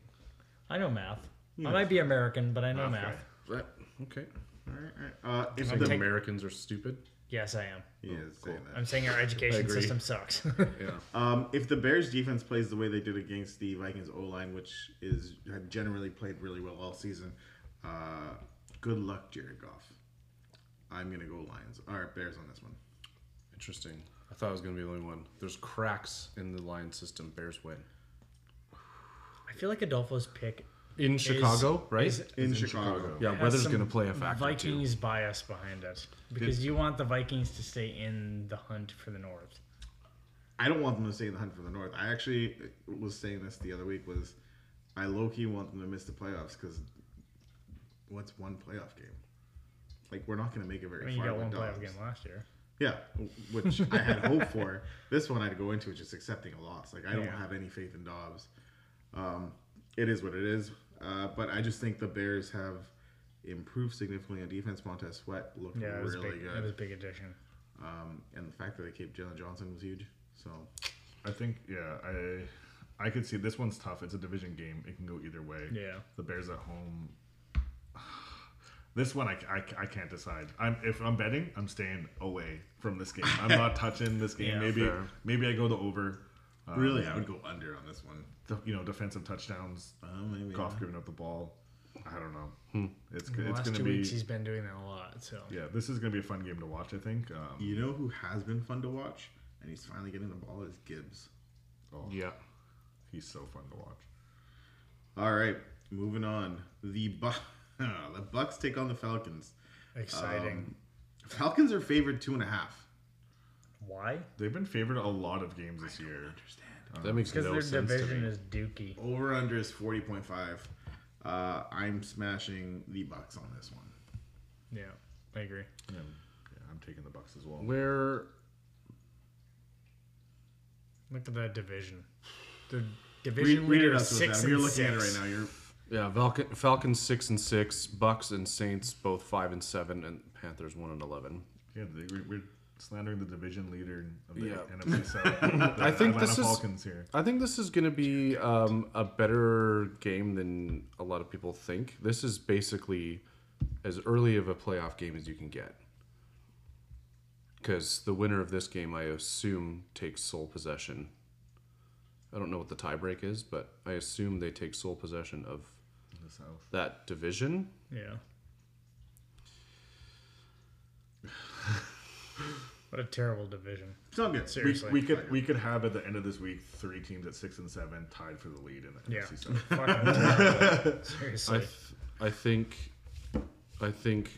Speaker 2: I know math. I might be American, but I know math.
Speaker 4: guy.
Speaker 1: Right. Okay.
Speaker 3: uh, if
Speaker 1: Think
Speaker 3: the
Speaker 2: take-
Speaker 1: Americans are stupid.
Speaker 2: Yes, I am.
Speaker 3: yeah, saying
Speaker 2: I'm saying our education
Speaker 1: agree.
Speaker 2: system sucks.
Speaker 1: Yeah.
Speaker 3: that. Um, if the Bears defense plays the way they did against the Vikings O line, which is had generally played really well all season, uh, good luck, Jared Goff. I'm gonna go Lions or Bears on this one.
Speaker 1: Interesting. I thought I was going to be the only one. There's cracks in the line system. Bears win.
Speaker 2: I feel like Adolfo's pick
Speaker 1: In Chicago, right?
Speaker 3: In, Chicago,
Speaker 1: yeah,
Speaker 2: has
Speaker 1: weather's
Speaker 2: some
Speaker 1: going to play a factor. too.
Speaker 2: Vikings bias behind us because you want the Vikings to stay in the hunt for the North.
Speaker 3: I don't want them to stay in the hunt for the North. I actually uh, was saying this the other week was I low key want them to miss the playoffs because what's one playoff game? Like we're not going to make it very
Speaker 2: I mean, you
Speaker 3: far.
Speaker 2: got
Speaker 3: with
Speaker 2: one playoff
Speaker 3: dogs.
Speaker 2: game last year.
Speaker 3: Yeah, which I had hope for. This one I'd go into is just accepting a loss. Like I don't
Speaker 2: Yeah.
Speaker 3: have any faith in Dobbs. Um, it is what it is. Uh, but I just think the Bears have improved significantly on defense. Montez Sweat looked
Speaker 2: Yeah, it was
Speaker 3: really
Speaker 2: big. It was a
Speaker 3: good,
Speaker 2: big addition.
Speaker 3: um, and the fact that they kept Jalen Johnson was huge. So
Speaker 4: I think yeah, I I could see this one's tough. It's a division game. It can go either way.
Speaker 2: Yeah.
Speaker 4: The Bears at home. This one I, I, I can't decide. I'm if I'm betting, I'm staying away from this game. I'm not touching this game.
Speaker 2: Yeah,
Speaker 4: maybe
Speaker 1: fair.
Speaker 4: maybe I go the over. Um,
Speaker 3: really, I would go under on this one.
Speaker 4: the- you know defensive touchdowns.
Speaker 3: Oh, maybe.
Speaker 4: Goff giving up the ball. I don't know.
Speaker 3: Hmm.
Speaker 4: It's
Speaker 2: In the
Speaker 4: it's
Speaker 2: last
Speaker 4: gonna
Speaker 2: two
Speaker 4: be
Speaker 2: weeks, he's been doing that a lot. So
Speaker 4: yeah. This is gonna be a fun game to watch. I think. Um,
Speaker 3: You know who has been fun to watch, and he's finally getting the ball is Gibbs.
Speaker 4: oh,
Speaker 1: Yeah.
Speaker 4: he's so fun to watch.
Speaker 3: All right, moving on. The Bu- the Bucks take on the Falcons.
Speaker 2: exciting.
Speaker 3: Falcons are favored two and a half.
Speaker 2: Why?
Speaker 4: They've been favored a lot of games this year. Uh,
Speaker 3: Understand.
Speaker 1: That makes
Speaker 2: Because
Speaker 1: no
Speaker 2: their
Speaker 1: sense. to
Speaker 2: division
Speaker 1: me.
Speaker 2: is dookie.
Speaker 3: Over under is forty point five. Uh, I'm smashing the Bucks on this one.
Speaker 2: Yeah, I agree.
Speaker 4: Yeah, yeah, I'm taking the Bucks as well.
Speaker 1: Where
Speaker 2: Look at that division. The
Speaker 3: Read,
Speaker 2: division
Speaker 3: read
Speaker 2: leader is
Speaker 3: it out to us,
Speaker 2: six
Speaker 3: Adam. You're
Speaker 2: and
Speaker 3: looking at it right
Speaker 2: six.
Speaker 3: now. You're
Speaker 1: Yeah, Falcon, Falcons six and six, Bucks and Saints both five and seven, and Panthers one and eleven.
Speaker 4: Yeah, they, we- we're slandering the division leader of the
Speaker 1: Yeah.
Speaker 4: NFC South. the
Speaker 1: I think
Speaker 4: Atlanta
Speaker 1: this is-
Speaker 4: Falcons here.
Speaker 1: I think this is going to be um, a better game than a lot of people think. This is basically as early of a playoff game as you can get. Because the winner of this game, I assume, takes sole possession. I don't know what the tiebreak is, but I assume they take sole possession of
Speaker 4: in The South.
Speaker 1: that division.
Speaker 2: Yeah. what a terrible division.
Speaker 3: it's not good.
Speaker 2: Seriously.
Speaker 4: We could we could have at the end of this week three teams at six and seven tied for the lead in the
Speaker 2: Yeah.
Speaker 4: NFC South.
Speaker 2: Fucking terrible. Seriously.
Speaker 1: I, th- I think, I think,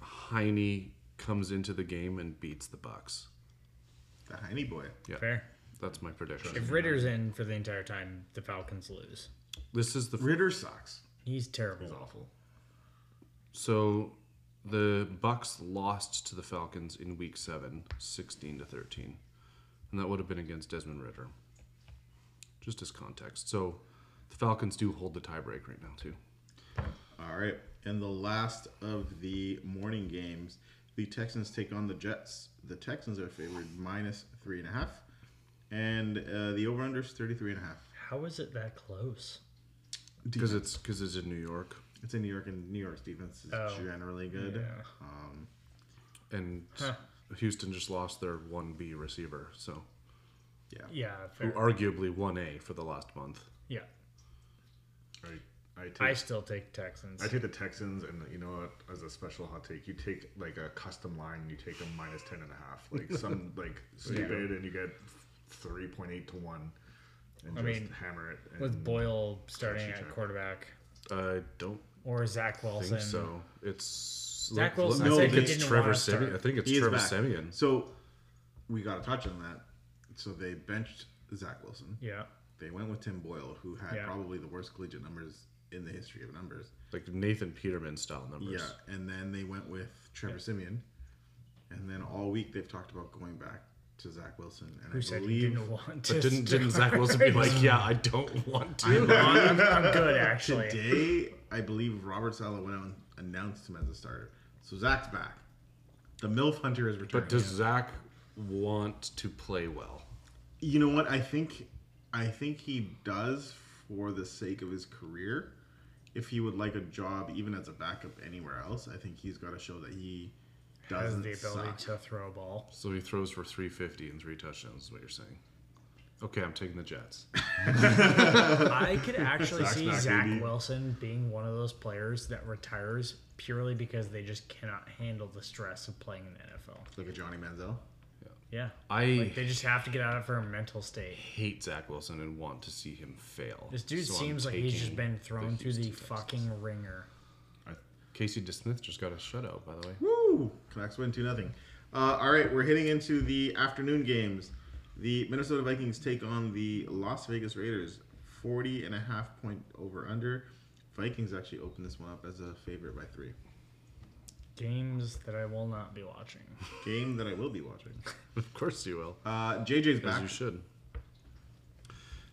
Speaker 1: Heine comes into the game and beats the Bucks.
Speaker 3: The Heine boy.
Speaker 2: Fair.
Speaker 1: That's my prediction.
Speaker 2: If Ritter's in for the entire time, the Falcons lose.
Speaker 1: This is the
Speaker 3: Ritter sucks.
Speaker 2: He's terrible.
Speaker 4: It's awful.
Speaker 1: So the Bucks lost to the Falcons in week 7, 16 to 13. And that would have been against Desmond Ritter. Just as context. So the Falcons do hold the tiebreak right now too.
Speaker 3: All right. And the last of the morning games, the Texans take on the Jets. The Texans are favored minus three and a half. And uh, the over under is 33 and a half.
Speaker 2: How is it that close?
Speaker 1: Cuz it's cuz it's in New York
Speaker 3: It's in New York, and New York's defense is
Speaker 2: Oh.
Speaker 3: generally good.
Speaker 2: Yeah.
Speaker 3: Um,
Speaker 1: and
Speaker 2: Huh.
Speaker 1: Houston just lost their 1B receiver, so
Speaker 2: Yeah,
Speaker 1: who
Speaker 2: fair.
Speaker 1: arguably 1A for the last month.
Speaker 2: Yeah.
Speaker 4: I, I take
Speaker 2: I still take Texans.
Speaker 4: I take the Texans, and you know what? As a special hot take, you take like a custom line, and you take a minus ten and a half, like some like stupid, and you get three point eight to one, and
Speaker 2: I
Speaker 4: just
Speaker 2: mean,
Speaker 4: hammer it. And
Speaker 1: Mm.
Speaker 2: With Boyle starting at
Speaker 4: check.
Speaker 2: quarterback
Speaker 1: I don't
Speaker 2: or Zach Wilson.
Speaker 1: think so. It's
Speaker 2: Zach
Speaker 1: look-
Speaker 2: Wilson
Speaker 1: I
Speaker 3: said
Speaker 1: think
Speaker 3: he
Speaker 1: it's
Speaker 2: didn't
Speaker 1: Trevor
Speaker 2: wanna start.
Speaker 1: Simeon. I think it's
Speaker 3: he is
Speaker 1: Trevor
Speaker 3: back.
Speaker 1: Simeon.
Speaker 3: So we got to touch on that. So they benched Zach Wilson.
Speaker 2: Yeah.
Speaker 3: They went with Tim Boyle, who had
Speaker 2: Yeah.
Speaker 3: probably the worst collegiate numbers in the history of numbers.
Speaker 1: Like Nathan Peterman style numbers.
Speaker 3: Yeah, and then they went with Trevor Simeon, and then all week they've talked about going back to Zach Wilson, and
Speaker 2: Who
Speaker 3: I
Speaker 2: said he
Speaker 3: believe
Speaker 2: didn't want to?
Speaker 1: But didn't
Speaker 2: start.
Speaker 1: didn't Zach Wilson be like, yeah, I don't want to?
Speaker 2: I'm, I'm good actually.
Speaker 3: today I believe Robert Sala went out and announced him as a starter. So Zach's back. The MILF Hunter is returning.
Speaker 1: But does Zach want to play well?
Speaker 3: you know what? I think, I think he does for the sake of his career. If he would like a job, even as a backup anywhere else, I think he's got to show that he
Speaker 2: Has
Speaker 3: doesn't
Speaker 2: the ability
Speaker 3: suck.
Speaker 2: to throw a ball.
Speaker 1: So he throws for 350 and three touchdowns, is what you're saying. Okay, I'm taking the Jets.
Speaker 2: I could actually
Speaker 4: Zach's
Speaker 2: see
Speaker 4: back,
Speaker 2: Zach
Speaker 4: baby.
Speaker 2: Wilson being one of those players that retires purely because they just cannot handle the stress of playing in the NFL.
Speaker 3: Look at Johnny Manziel.
Speaker 2: Yeah.
Speaker 1: I
Speaker 2: Like they just have to get out of her mental state.
Speaker 1: hate Zach Wilson and want to see him fail.
Speaker 2: This dude
Speaker 1: So I'm
Speaker 2: seems like he's just
Speaker 1: taking
Speaker 2: been thrown through the
Speaker 1: Houston Texans.
Speaker 2: fucking ringer.
Speaker 1: I- Casey DeSmith just got a shutout, by the way.
Speaker 3: Woo! Canucks win 2 0. Uh, all right, we're heading into the afternoon games. The Minnesota Vikings take on the Las Vegas Raiders. 40 and a half point over under. Vikings actually opened this one up as a favorite by three.
Speaker 2: Games that I will not be watching.
Speaker 3: Game that I will be watching.
Speaker 1: Of course you will,
Speaker 3: Uh, JJ's
Speaker 1: as
Speaker 3: back.
Speaker 1: you should.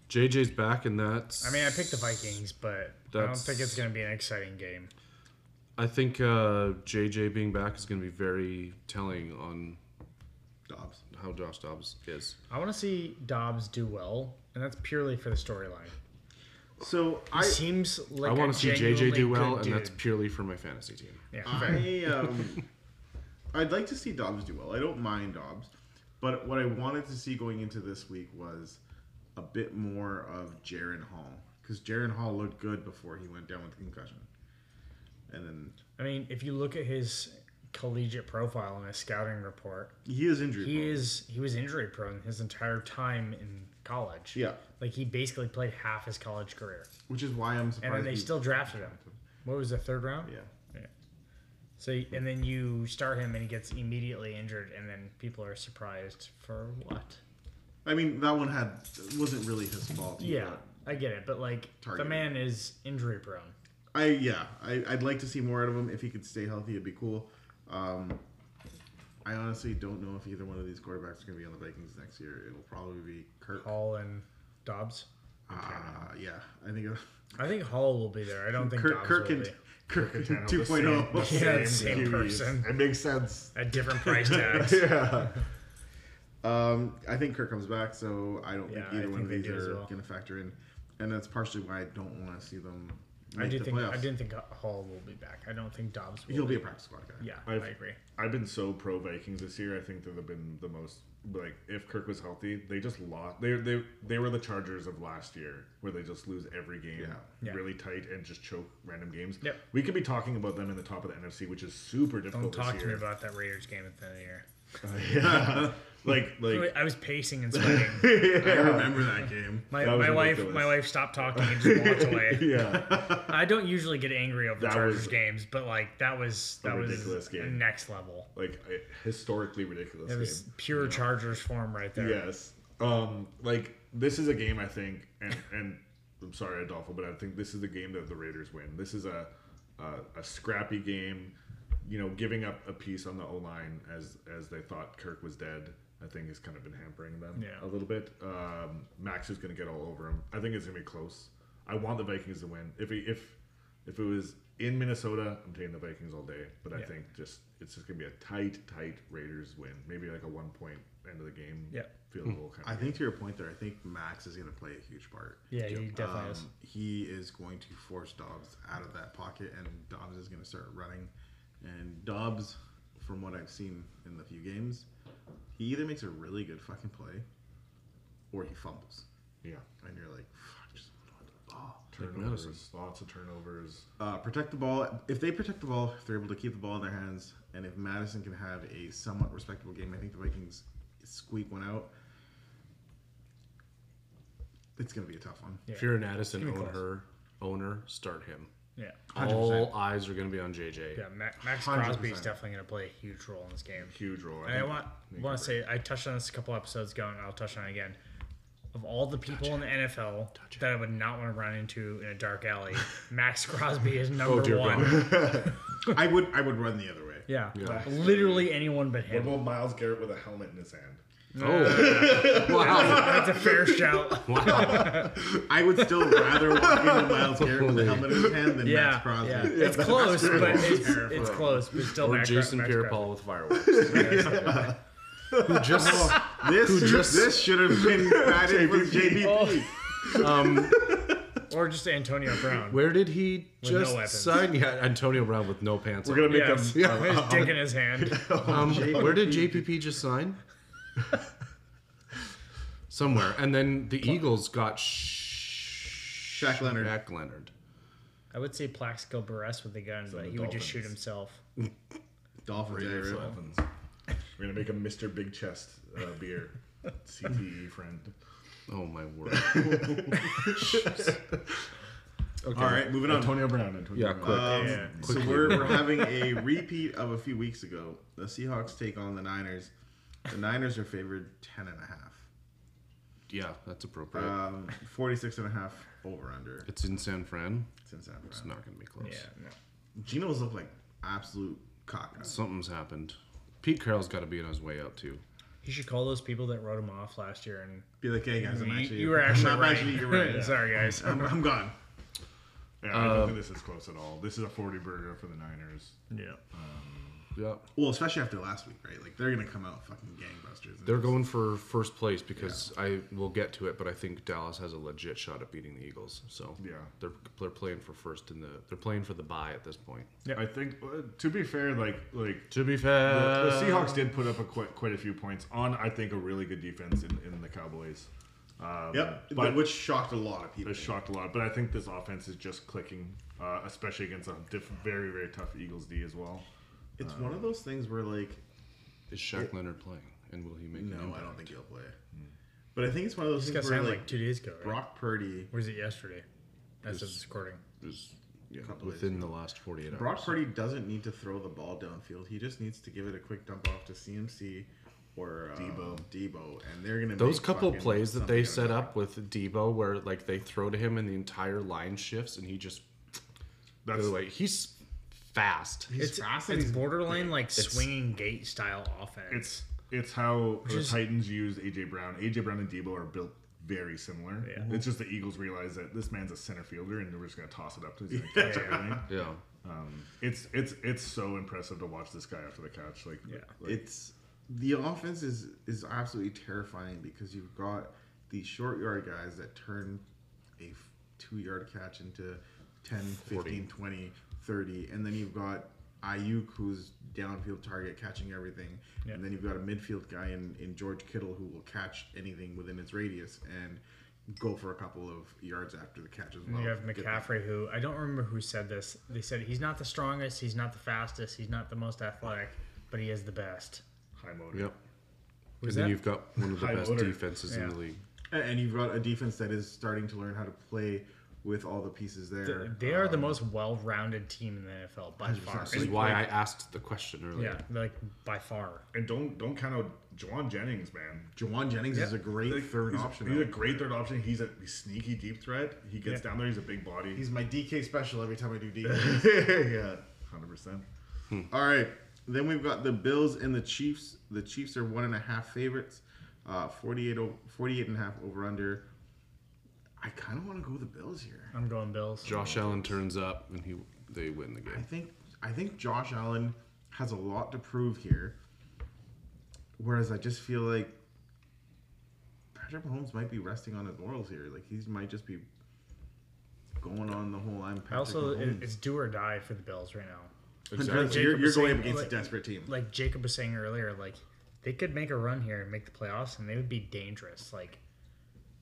Speaker 1: JJ's back, and that's.
Speaker 2: I mean, I picked the Vikings, but I don't
Speaker 1: That's-
Speaker 2: think it's going to be an exciting game.
Speaker 1: I think uh, JJ being back is going to be very telling on
Speaker 3: Dobbs.
Speaker 1: how Josh Dobbs is.
Speaker 2: I want to see Dobbs do well, and that's purely for the storyline.
Speaker 3: So
Speaker 2: He
Speaker 3: I.
Speaker 2: seems like
Speaker 1: I want to see JJ do well, and that's
Speaker 2: pure.
Speaker 1: purely for my fantasy team.
Speaker 2: yeah, fair.
Speaker 3: I um, I'd like to see Dobbs do well. I don't mind Dobbs, but what I wanted to see going into this week was a bit more of Jaron Hall because Jaron Hall looked good before he went down with concussion, and then
Speaker 2: I mean, if you look at his collegiate profile and his scouting report,
Speaker 3: he is injured.
Speaker 2: he is he was injury prone his entire time in college.
Speaker 3: Yeah.
Speaker 2: like he basically played half his college career,
Speaker 3: which is why I'm
Speaker 2: and
Speaker 3: surprised.
Speaker 2: then they
Speaker 3: he-
Speaker 2: still drafted him. What was the third round?
Speaker 3: yeah.
Speaker 2: So and then you start him and he gets immediately injured, and then people are surprised for what?
Speaker 3: I mean that one had wasn't really his fault. He
Speaker 2: Yeah,
Speaker 3: got-
Speaker 2: I get it, but like
Speaker 3: Targeted.
Speaker 2: the man is injury prone.
Speaker 3: I yeah, I, I'd like to see more out of him. If he could stay healthy, it'd be cool. Um, I honestly don't know if either one of these quarterbacks are going to be on the Vikings next year. It'll probably be Kirk.
Speaker 2: Hall and Dobbs.
Speaker 3: Uh, yeah, I think it'll,
Speaker 2: I think Hall will be there. I don't think
Speaker 3: Kirk,
Speaker 2: Dobbs
Speaker 3: Kirk
Speaker 2: will
Speaker 3: and
Speaker 2: be.
Speaker 3: Kirk
Speaker 4: Kirk and Tannehill, the
Speaker 3: 2.0.
Speaker 4: same-
Speaker 2: Yeah, same
Speaker 3: QBs.
Speaker 2: person.
Speaker 3: It makes sense.
Speaker 2: At different price tags.
Speaker 3: yeah. Um, I think Kirk comes back, so I don't
Speaker 2: Yeah,
Speaker 3: think
Speaker 2: I
Speaker 3: either one of
Speaker 2: think they do
Speaker 3: these
Speaker 2: as
Speaker 3: are
Speaker 2: well.
Speaker 3: going to factor in, and that's partially why I don't want to see them.
Speaker 2: I
Speaker 3: make
Speaker 2: do
Speaker 3: the
Speaker 2: think I
Speaker 3: playoffs.
Speaker 2: didn't think Hall will be back. I don't think Dobbs will.
Speaker 3: He'll be a practice squad guy.
Speaker 2: Yeah, i
Speaker 4: I've-
Speaker 2: agree.
Speaker 4: I've been so pro Vikings this year. I think that they've been the most like if Kirk was healthy, they just lost. They they they were the Chargers of last year, where they just lose every game
Speaker 3: Yeah.
Speaker 2: Yeah.
Speaker 4: really tight and just choke random games.
Speaker 2: Yep.
Speaker 4: We could be talking about them in the top of the NFC, which is super
Speaker 2: Don't
Speaker 4: difficult
Speaker 2: talk
Speaker 4: this
Speaker 2: to me
Speaker 4: year.
Speaker 2: about that Raiders game at the end of the year.
Speaker 4: yeah, like like
Speaker 2: I was pacing and sweating.
Speaker 3: I remember that game.
Speaker 2: My,
Speaker 4: That was
Speaker 2: my wife
Speaker 4: ridiculous.
Speaker 2: my wife stopped talking and just walked away.
Speaker 4: yeah.
Speaker 2: I don't usually get angry over
Speaker 4: That
Speaker 2: Chargers
Speaker 4: was
Speaker 2: games, but like that was that was
Speaker 4: ridiculous game.
Speaker 2: next level.
Speaker 4: like a historically ridiculous
Speaker 2: It
Speaker 4: game.
Speaker 2: was pure Chargers form right there.
Speaker 4: Yes. Um, like this is a game I think, and and I'm sorry Adolfo, but I think this is the game that the Raiders win. This is a a, a scrappy game, you know, giving up a piece on the O line as as they thought Kirk was dead. I think has kind of been hampering them
Speaker 2: Yeah.
Speaker 4: a little bit. Um, Max is going to get all over him. I think it's going to be close. I want the Vikings to win. If he, if if it was in Minnesota, I'm taking the Vikings all day. But I
Speaker 2: Yeah.
Speaker 4: think just it's just gonna be a tight, tight Raiders win. Maybe like a one point end of the game.
Speaker 2: Yeah.
Speaker 4: Field
Speaker 1: Hmm.
Speaker 4: goal kind
Speaker 3: I
Speaker 4: of.
Speaker 3: think to your point there, I think Max is going to play a huge part.
Speaker 2: Yeah, he definitely
Speaker 3: Um,
Speaker 2: is.
Speaker 3: He is going to force Dobbs out of that pocket, and Dobbs is going to start running. And Dobbs, from what I've seen in the few games, he either makes a really good fucking play, or he fumbles,
Speaker 4: Yeah.
Speaker 3: and you're like, fuck, just hold on to the ball. Like, no,
Speaker 4: Turnovers.
Speaker 3: so-
Speaker 4: lots of turnovers.
Speaker 3: uh, protect the ball. If they protect the ball, if they're able to keep the ball in their hands, and if Madison can have a somewhat respectable game, I think the Vikings squeak one out. It's going to be a tough one.
Speaker 2: Yeah.
Speaker 1: If you're an Addison
Speaker 2: Give me
Speaker 1: owner,
Speaker 2: close.
Speaker 1: owner, start him.
Speaker 2: Yeah.
Speaker 1: All eyes are going to be on JJ.
Speaker 2: Yeah, Ma- Max
Speaker 3: 100%.
Speaker 2: Crosby is definitely going to play a huge role in this game.
Speaker 4: Huge role.
Speaker 2: And I
Speaker 4: think-
Speaker 2: want
Speaker 4: think
Speaker 2: want
Speaker 4: you're
Speaker 2: to say I touched on this a couple episodes ago, and I'll touch on it again. Of all the people in the NFL that I would not want to run into in a dark alley, Max Crosby is number
Speaker 1: dear
Speaker 2: one.
Speaker 3: I would I would run the other way.
Speaker 2: Yeah.
Speaker 1: Yeah.
Speaker 2: literally anyone but
Speaker 4: right.
Speaker 2: him.
Speaker 4: What about Miles Garrett with a helmet in his hand?
Speaker 1: Oh, wow.
Speaker 2: That's a fair shout.
Speaker 3: I would still rather walk into Miles Garrett with a helmet in his hand than
Speaker 2: Yeah,
Speaker 3: Max Crosby.
Speaker 2: yeah. it's close, but it's, it's close, but still.
Speaker 1: Or
Speaker 2: Max-
Speaker 1: Jason
Speaker 2: Max Crosby.
Speaker 1: Pierre-Paul with fireworks. Who just
Speaker 3: This
Speaker 1: just-
Speaker 3: this should have been added with JBP.
Speaker 2: Oh. or just Antonio Brown.
Speaker 1: Where did he
Speaker 2: no
Speaker 1: just
Speaker 2: weapons.
Speaker 1: sign? Yeah, Antonio Brown with no pants.
Speaker 4: We're gonna
Speaker 1: on.
Speaker 4: make
Speaker 2: yeah,
Speaker 4: them.
Speaker 1: Yeah.
Speaker 2: his dick in Oh, his hand.
Speaker 1: Um, where did JPP just sign? Somewhere, and then the Eagles got Sh-
Speaker 3: Shaq Leonard.
Speaker 1: Shaq Leonard.
Speaker 2: I would say Plaxico Burress with the gun, but
Speaker 4: the
Speaker 2: he would just shoot
Speaker 4: Dolphins.
Speaker 2: himself.
Speaker 3: Dolphins. yeah,
Speaker 4: Raiders
Speaker 3: right.
Speaker 4: Dolphins. We're gonna make a Mr. Big Chest uh, beer. CTE friend.
Speaker 1: Oh my word! okay.
Speaker 3: All right, moving on.
Speaker 4: Antonio Brown. Antonio
Speaker 1: Yeah,
Speaker 4: Brown.
Speaker 1: quick.
Speaker 3: Um,
Speaker 2: Yeah.
Speaker 3: So we're, we're having a repeat of a few weeks ago. The Seahawks take on the Niners. The Niners are favored 10 and a half.
Speaker 1: yeah, that's appropriate.
Speaker 2: Uh,
Speaker 3: Um, 46 and a half over under.
Speaker 1: it's in San Fran.
Speaker 3: It's in San
Speaker 1: It's
Speaker 3: Fran.
Speaker 1: not gonna be close.
Speaker 2: Yeah, no.
Speaker 3: Geno's look like absolute cocknuts.
Speaker 1: Something's happened. Pete Carroll's got to be on his way up too.
Speaker 2: You should call those people that wrote him off last year and
Speaker 3: Be like, hey guys, I'm
Speaker 2: you,
Speaker 3: actually.
Speaker 2: you were actually
Speaker 3: I'm
Speaker 2: right.
Speaker 3: actually you're right.
Speaker 2: Sorry guys.
Speaker 3: I'm, I'm gone.
Speaker 4: Yeah, I
Speaker 1: Um,
Speaker 4: don't think this is close at all. This is a 40 burger for the Niners.
Speaker 2: Yeah.
Speaker 1: Yeah,
Speaker 3: Well, especially after last week, right? Like they're gonna come out fucking gangbusters.
Speaker 1: they're going for first place because I will get to it, but I think Dallas has a legit shot at beating the Eagles. So
Speaker 4: Yeah.
Speaker 1: they're they're playing for first in the they're playing for the bye at this point.
Speaker 4: I think, uh, to be fair, like like
Speaker 1: To be
Speaker 4: the,
Speaker 1: fair,
Speaker 4: the Seahawks did put up a quite, quite a few points on, I think, a really good defense in, in the Cowboys. Um,
Speaker 3: Yep.
Speaker 4: but
Speaker 3: which shocked a lot of people.
Speaker 4: it shocked a lot. But I think this offense is just clicking, uh, especially against a diff- very very tough Eagles D as well.
Speaker 3: It's one of those things where like
Speaker 1: Is Shaq Leonard playing? And will he make an
Speaker 3: No, I
Speaker 1: impact?
Speaker 3: don't think he'll play.
Speaker 4: Mm.
Speaker 3: But I think it's one of those
Speaker 2: This got
Speaker 3: things where
Speaker 2: signed
Speaker 3: like,
Speaker 2: like two days ago. Right?
Speaker 3: Brock Purdy,
Speaker 2: Or is it yesterday? As of this recording.
Speaker 1: Just, yeah,
Speaker 3: Couple days
Speaker 1: within the last 48 hours.
Speaker 3: Brock Purdy doesn't need to throw the ball downfield. He just needs to give it a quick dump off to CMC or um, Debo. and they're gonna
Speaker 1: Those
Speaker 3: make
Speaker 1: couple
Speaker 3: fucking
Speaker 1: plays that they
Speaker 3: something
Speaker 1: set
Speaker 3: out
Speaker 1: up with Debo, where like they throw to him and the entire line shifts, and he just
Speaker 4: That's
Speaker 1: by the way, he's fast.
Speaker 3: He's
Speaker 2: It's,
Speaker 3: fast and
Speaker 2: it's
Speaker 3: he's-
Speaker 2: borderline like
Speaker 1: It's-
Speaker 2: swinging gate style offense.
Speaker 4: It's it's how the
Speaker 2: is-
Speaker 4: Titans used AJ Brown. AJ Brown and Debo are built very similar.
Speaker 2: Yeah.
Speaker 4: It's just the Eagles realize that this man's a center fielder, and we're just gonna toss it up to him. He's gonna catch everything.
Speaker 1: Yeah.
Speaker 4: Um, it's it's it's so impressive to watch this guy after the catch. Like,
Speaker 2: Yeah.
Speaker 4: like,
Speaker 3: It's the offense is is absolutely terrifying because you've got these short yard guys that turn a f- two yard catch into 10, 15, 20, 30. And then you've got Ayuk, who's downfield target, catching everything.
Speaker 2: Yeah.
Speaker 3: And then you've got a midfield guy in, in George Kittle who will catch anything within its radius and go for a couple of yards after the catch as well.
Speaker 2: And you have
Speaker 3: Get-
Speaker 2: McCaffrey, who I don't remember who said this. They said he's not the strongest, he's not the fastest, he's not the most athletic, but he is the best.
Speaker 4: high motor.
Speaker 1: Yep.
Speaker 2: Was
Speaker 1: and
Speaker 2: that-
Speaker 1: then you've got one of the
Speaker 4: High
Speaker 1: best
Speaker 4: motor.
Speaker 1: defenses in
Speaker 2: Yeah.
Speaker 1: the league.
Speaker 3: And- And you've got a defense that is starting to learn how to play with all the pieces there.
Speaker 2: Th- They are the most well-rounded team in the NFL by far.
Speaker 1: This is why I asked the question earlier.
Speaker 2: Yeah, like by far.
Speaker 4: And don't don't count out Juwan Jennings, man.
Speaker 3: Jawan Jennings is a great
Speaker 4: Like,
Speaker 3: third
Speaker 4: he's,
Speaker 3: option.
Speaker 4: He's a
Speaker 3: though.
Speaker 4: great third option. He's a sneaky deep threat. He gets
Speaker 2: Yeah.
Speaker 4: down there. He's a big body.
Speaker 3: He's my DK special every time I do DK.
Speaker 4: yeah, hundred percent.
Speaker 3: All right. Then we've got the Bills and the Chiefs. The Chiefs are one and a half favorites. Uh, 48, o- 48 and a half over under. I kind of want to go with the Bills here.
Speaker 2: I'm going Bills.
Speaker 1: Josh Allen turns up and he they win the
Speaker 3: I
Speaker 1: game.
Speaker 3: think I think Josh Allen has a lot to prove here. Whereas I just feel like Patrick Mahomes might be resting on his laurels here. Like he might just be going on the whole I'm
Speaker 2: I
Speaker 3: Patrick
Speaker 2: also, it-
Speaker 3: Mahomes.
Speaker 2: it's do or die for the Bills right now.
Speaker 3: Because
Speaker 1: Exactly.
Speaker 3: You're,
Speaker 2: Jacob
Speaker 3: you're
Speaker 2: was saying,
Speaker 3: going up against a
Speaker 2: like-
Speaker 3: desperate team.
Speaker 2: Like Jacob was saying earlier, like they could make a run here and make the playoffs, and they would be dangerous. Like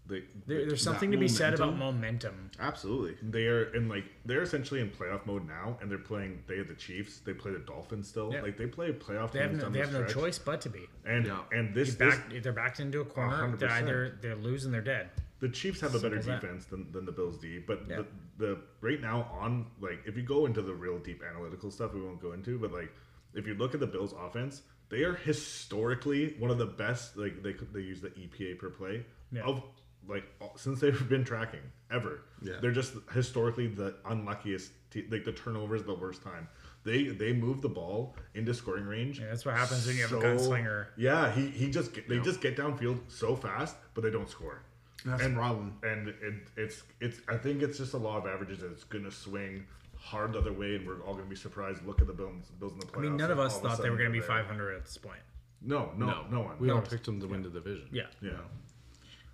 Speaker 4: They
Speaker 2: there, there's something to be said about momentum.
Speaker 3: Absolutely.
Speaker 4: they are in like they're essentially in playoff mode now, and they're playing. They had the Chiefs. They play the Dolphins still.
Speaker 2: Yeah.
Speaker 4: Like they play playoff
Speaker 2: They have
Speaker 4: teams
Speaker 2: no,
Speaker 4: down
Speaker 2: they
Speaker 4: the
Speaker 2: have no
Speaker 4: stretch.
Speaker 2: choice but to be.
Speaker 4: And
Speaker 1: Yeah.
Speaker 4: and this,
Speaker 2: He's
Speaker 4: this
Speaker 2: back, they're backed into a corner. They're
Speaker 4: 100%.
Speaker 2: either they're losing, they're dead.
Speaker 4: the Chiefs have a better
Speaker 2: Simple as that.
Speaker 4: defense than, than the Bills D. But
Speaker 2: Yeah.
Speaker 4: the, the right now on like if you go into the real deep analytical stuff, we won't go into. But like if you look at the Bills offense, they are historically one of the best. Like they they use the EPA per play
Speaker 2: Yeah.
Speaker 4: of like all- since they've been tracking ever.
Speaker 3: Yeah.
Speaker 4: They're just historically the unluckiest. Te- like the turnover is the worst time. They they move the ball into scoring range.
Speaker 2: Yeah, that's what happens when you have a gunslinger.
Speaker 4: Yeah, he, he just get, they just get downfield so fast, but they don't score
Speaker 3: That's the problem.
Speaker 4: and it, it's it's I think it's just a law of averages that it's gonna swing hard the other way, and we're all gonna be surprised. Look at the Bills, Bills in the playoffs.
Speaker 2: I mean, none of
Speaker 4: and
Speaker 2: us
Speaker 4: all a
Speaker 2: thought they
Speaker 4: sudden
Speaker 2: were going to be
Speaker 4: they're there.
Speaker 2: 500 at this point.
Speaker 4: No, no, no, one.
Speaker 1: We all
Speaker 2: No.
Speaker 1: picked them to win the division.
Speaker 2: Yeah,
Speaker 4: yeah,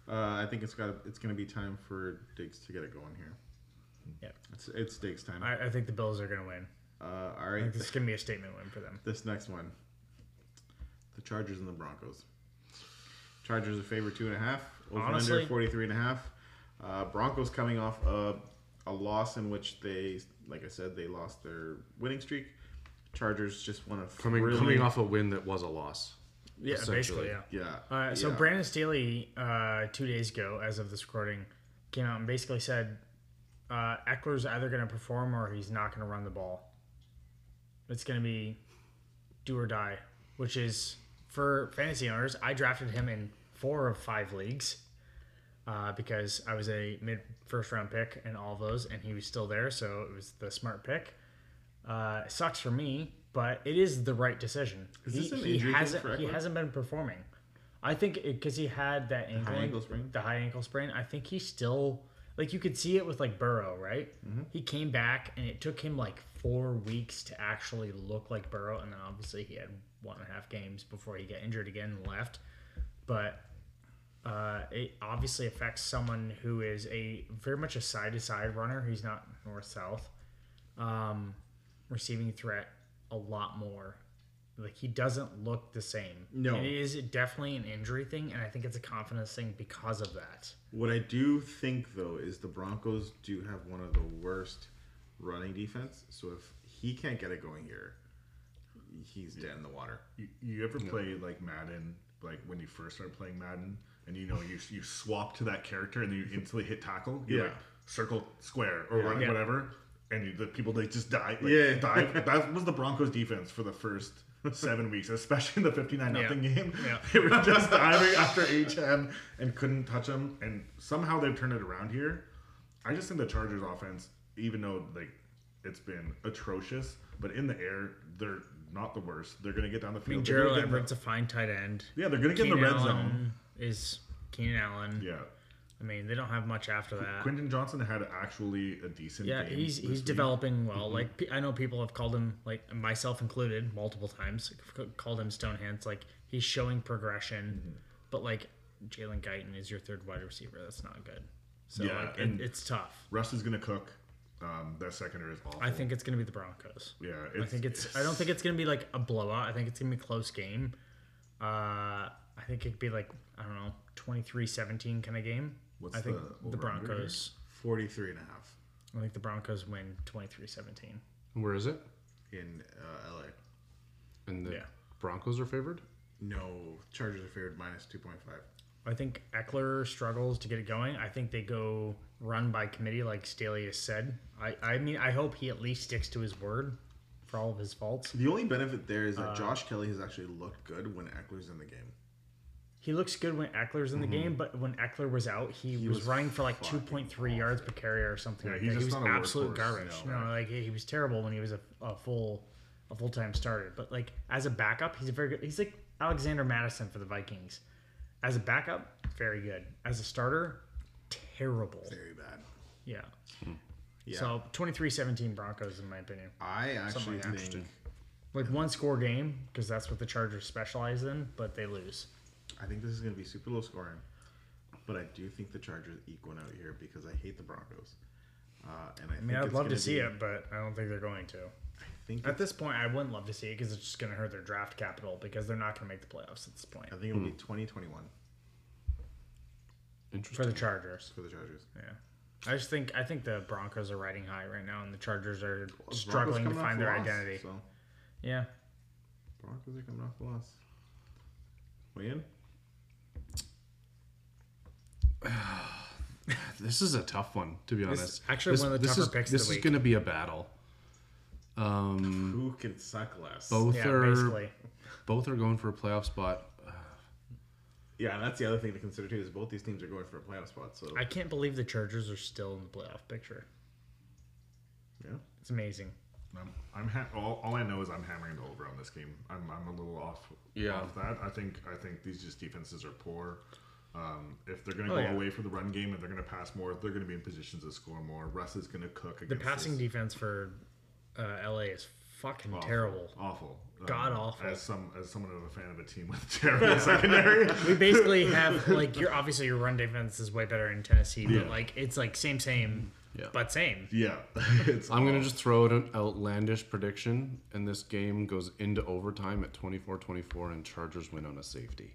Speaker 3: Uh, I think it's got it's going to be time for Diggs to get it going here.
Speaker 2: yeah.
Speaker 3: It's it's Diggs time.
Speaker 2: I, I think the Bills are going to win.
Speaker 3: Uh, all
Speaker 2: I
Speaker 3: right,
Speaker 2: think this is going to be a statement win for them.
Speaker 3: this next one, the Chargers and the Broncos. Chargers are favored two and a half. Over
Speaker 2: Honestly-
Speaker 3: under forty three and a half. Uh, Broncos coming off a a loss in which they, like I said, they lost their winning streak. Chargers just won a
Speaker 1: Coming
Speaker 3: thrilling-
Speaker 1: coming off a win that was a loss.
Speaker 2: Yeah,
Speaker 1: Essentially.
Speaker 2: basically, yeah.
Speaker 3: Yeah.
Speaker 2: Uh, so
Speaker 3: yeah.
Speaker 2: Brandon Staley, uh, two days ago, as of this recording, came out and basically said uh, Eckler's either going to perform or he's not going to run the ball. It's going to be do or die, which is for fantasy owners. I drafted him in four of five leagues uh, because I was a mid first round pick in all those, and he was still there, so it was the smart pick. Uh, it sucks for me, but it is the right decision.
Speaker 3: Is
Speaker 2: he,
Speaker 3: this an
Speaker 2: he
Speaker 3: injury thing
Speaker 2: hasn't
Speaker 3: for
Speaker 2: he
Speaker 3: Eckler?
Speaker 2: hasn't been performing. I think because he had that ankle,
Speaker 3: ankle sprain?
Speaker 2: the high ankle sprain. I think he still like you could see it with like Burrow, right?
Speaker 3: Mm-hmm.
Speaker 2: He came back and it took him like four weeks to actually look like Burrow, and then obviously he had one and a half games before he got injured again and left. But uh, it obviously affects someone who is a very much a side to side runner. He's not north south um, receiving threat a lot more. Like he doesn't look the same.
Speaker 3: No.
Speaker 2: it is definitely an injury thing, and I think it's a confidence thing because of that.
Speaker 3: What I do think though is the Broncos do have one of the worst running defense. So if he can't get it going here, he's dead in the water.
Speaker 4: You, you ever play like Madden? Like when you first start playing Madden, and you know you you swap to that character, and then you instantly hit tackle. You
Speaker 3: Yeah.
Speaker 4: like circle square or run,
Speaker 2: Yeah.
Speaker 4: whatever, and you, the people they just die. Like,
Speaker 3: Yeah.
Speaker 4: die. That was the Broncos defense for the first seven weeks, especially in the fifty nine nothing game.
Speaker 2: Yeah.
Speaker 4: They were just diving after HM and couldn't touch him, and somehow they've turned it around here. I just think the Chargers offense, even though like It's been atrocious, but in the air, they're not the worst. They're going to get down the
Speaker 2: I mean,
Speaker 4: field. They're
Speaker 2: Gerald
Speaker 4: gonna get in the-
Speaker 2: Everett's a fine tight end.
Speaker 4: yeah, they're going to get in the red zone.
Speaker 2: Allen is Keenan Allen.
Speaker 4: Yeah.
Speaker 2: I mean, they don't have much after that.
Speaker 4: Quinton Johnson had actually a decent
Speaker 2: yeah,
Speaker 4: game.
Speaker 2: he's
Speaker 4: this
Speaker 2: he's
Speaker 4: week. Mm-hmm.
Speaker 2: developing well. Like pe- I know people have called him, like myself included, multiple times, c- called him Stonehands. Like he's showing progression,
Speaker 4: Mm-hmm.
Speaker 2: but like Jalen Guyton is your third wide receiver. That's not good. So
Speaker 4: Yeah,
Speaker 2: like,
Speaker 4: and-
Speaker 2: it, it's tough.
Speaker 4: Russ is going to cook. Um, that secondary is awful.
Speaker 2: I think it's gonna be the Broncos.
Speaker 4: Yeah,
Speaker 2: I think it's. I don't think it's gonna be like a blowout. I think it's gonna be a close game. Uh, I think it could be like I don't know, 23-17 kind of game.
Speaker 4: What's
Speaker 2: I think
Speaker 4: the
Speaker 2: the,
Speaker 4: over-under here?
Speaker 2: Broncos.
Speaker 3: 43 and a half
Speaker 2: I think the Broncos win 23-17.
Speaker 1: Where is it?
Speaker 3: in uh, LA.
Speaker 1: And the
Speaker 2: Yeah.
Speaker 1: Broncos are favored.
Speaker 3: No, Chargers are favored minus 2.5.
Speaker 2: I think Eckler struggles to get it going. I think they go run by committee, like Staley has said. I, I mean, I hope he at least sticks to his word for all of his faults.
Speaker 3: The only benefit there is that
Speaker 2: Uh,
Speaker 3: Josh Kelly has actually looked good when Eckler's in the game.
Speaker 2: He looks good when Eckler's in
Speaker 4: Mm-hmm.
Speaker 2: the game, but when Eckler was out, he, was,
Speaker 3: was
Speaker 2: running for like
Speaker 3: fucking
Speaker 2: 2.3 yards per carry or something
Speaker 4: Yeah,
Speaker 2: like
Speaker 4: he's
Speaker 2: that. He was
Speaker 4: just not a
Speaker 2: absolute
Speaker 4: workhorse
Speaker 2: garbage.
Speaker 4: now,
Speaker 2: No, like he he was terrible when he was a, a full a full time starter. But like as a backup, he's a very good. He's like Alexander Madison for the Vikings. As a backup, very good. As a starter, terrible.
Speaker 3: Very bad.
Speaker 2: Yeah.
Speaker 3: Yeah.
Speaker 2: So 23-17 Broncos in my opinion.
Speaker 3: I actually
Speaker 2: Something
Speaker 3: think
Speaker 2: Like one score game because that's what the Chargers specialize in, but they lose.
Speaker 3: I think this is going to be super low scoring, but I do think the Chargers eke one out here because I hate the Broncos. Uh, and I,
Speaker 2: I mean, I'd love to see it, but I don't think they're going to.
Speaker 3: I think
Speaker 2: At this point, I wouldn't love to see it because it's just going to hurt their draft capital because they're not going to make the playoffs at this point
Speaker 3: I think it'll be 2021
Speaker 2: for
Speaker 1: Interesting.
Speaker 2: the Chargers.
Speaker 3: for the Chargers.
Speaker 2: Yeah, I just think I think the Broncos are riding high right now, and the Chargers are
Speaker 3: Well,
Speaker 2: struggling to
Speaker 3: Broncos coming off
Speaker 2: find
Speaker 3: a
Speaker 2: their
Speaker 3: loss,
Speaker 2: identity.
Speaker 3: So
Speaker 2: Yeah,
Speaker 3: Broncos are coming off a loss. Weigh in?
Speaker 1: This is a tough one, to be honest.
Speaker 2: actually
Speaker 1: This-
Speaker 2: one of the
Speaker 1: this
Speaker 2: tougher
Speaker 1: is,
Speaker 2: picks of the
Speaker 1: This is
Speaker 2: week.
Speaker 1: going to be a battle. Um,
Speaker 3: Who can suck less?
Speaker 1: both
Speaker 2: yeah,
Speaker 1: are
Speaker 2: basically.
Speaker 1: both are going for a playoff spot.
Speaker 3: Yeah, and that's the other thing to consider too is both these teams are going for a playoff spot. So
Speaker 2: I can't believe the Chargers are still in the playoff picture.
Speaker 3: yeah,
Speaker 2: It's amazing.
Speaker 4: I'm, I'm ha- all, all I know is I'm hammering the over on this game. I'm, I'm a little off.
Speaker 1: Yeah.
Speaker 4: off that I think I think these just defenses are poor. Um, if they're going to
Speaker 2: Oh,
Speaker 4: go
Speaker 2: yeah.
Speaker 4: away for the run game, if they're going to pass more, they're going to be in positions to score more. Russ is going to cook against
Speaker 2: The passing
Speaker 4: this.
Speaker 2: defense for uh, LA is fucking
Speaker 4: Awful.
Speaker 2: terrible.
Speaker 4: awful, Um,
Speaker 2: God-awful.
Speaker 4: As some as someone of a fan of a team with terrible secondary,
Speaker 2: We basically have like your obviously your run defense is way better in Tennessee, but
Speaker 4: Yeah.
Speaker 2: like it's like same same,
Speaker 1: Yeah.
Speaker 2: but same.
Speaker 4: yeah, it's
Speaker 1: I'm going to just throw out an outlandish prediction, and this game goes into overtime at 24-24, and Chargers win on a safety.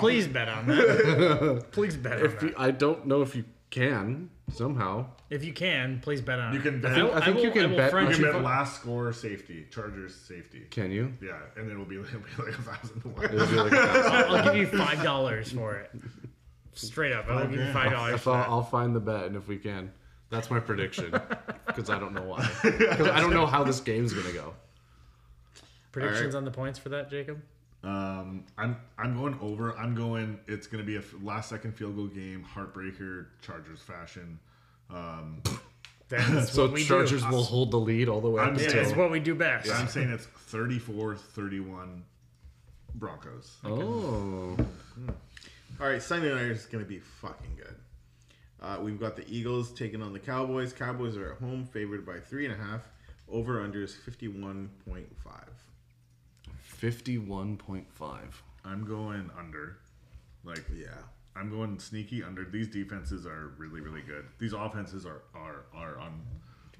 Speaker 2: Please bet on that. please bet on
Speaker 1: If
Speaker 2: that.
Speaker 1: you- I don't know if you can somehow.
Speaker 2: If you can, please bet on.
Speaker 4: you
Speaker 2: it.
Speaker 4: can bet,
Speaker 1: I think,
Speaker 2: will-
Speaker 1: I think
Speaker 2: will-
Speaker 1: you
Speaker 2: I
Speaker 1: can
Speaker 2: will
Speaker 1: bet.
Speaker 2: friend
Speaker 4: you
Speaker 1: much
Speaker 4: can bet
Speaker 1: info-
Speaker 4: last score safety Chargers safety.
Speaker 1: Can you?
Speaker 4: Yeah, and then it'll be, it'll be like a thousand to one.
Speaker 1: It'd be like a thousand.
Speaker 2: I'll, I'll give you five dollars for it. Straight up,
Speaker 4: Oh,
Speaker 2: I'll give you five dollars.
Speaker 1: If I'll, I'll find the bet, and if we can, that's my prediction. Because I don't know why. 'Cause I don't know how this game's gonna go.
Speaker 2: Predictions on the points for that, Jacob?
Speaker 4: Um, I'm I'm going over. I'm going. It's gonna be a f- last second field goal game, heartbreaker, Chargers fashion. Um,
Speaker 2: That's
Speaker 1: So
Speaker 2: what we
Speaker 1: Chargers
Speaker 2: do.
Speaker 1: will hold the lead all the way.
Speaker 4: I'm
Speaker 1: up
Speaker 2: Yeah,
Speaker 1: until-
Speaker 2: it's what we do best.
Speaker 4: I'm saying it's 34-31 Broncos.
Speaker 1: Oh,
Speaker 3: All right, Sunday night is going to be fucking good. Uh, we've got the Eagles taking on the Cowboys. Cowboys are at home, favored by three and a half. Over under is fifty one point five.
Speaker 1: 51.5.
Speaker 4: I'm going under. Like
Speaker 3: Yeah,
Speaker 4: I'm going sneaky under. These defenses are really really good. These offenses are are are on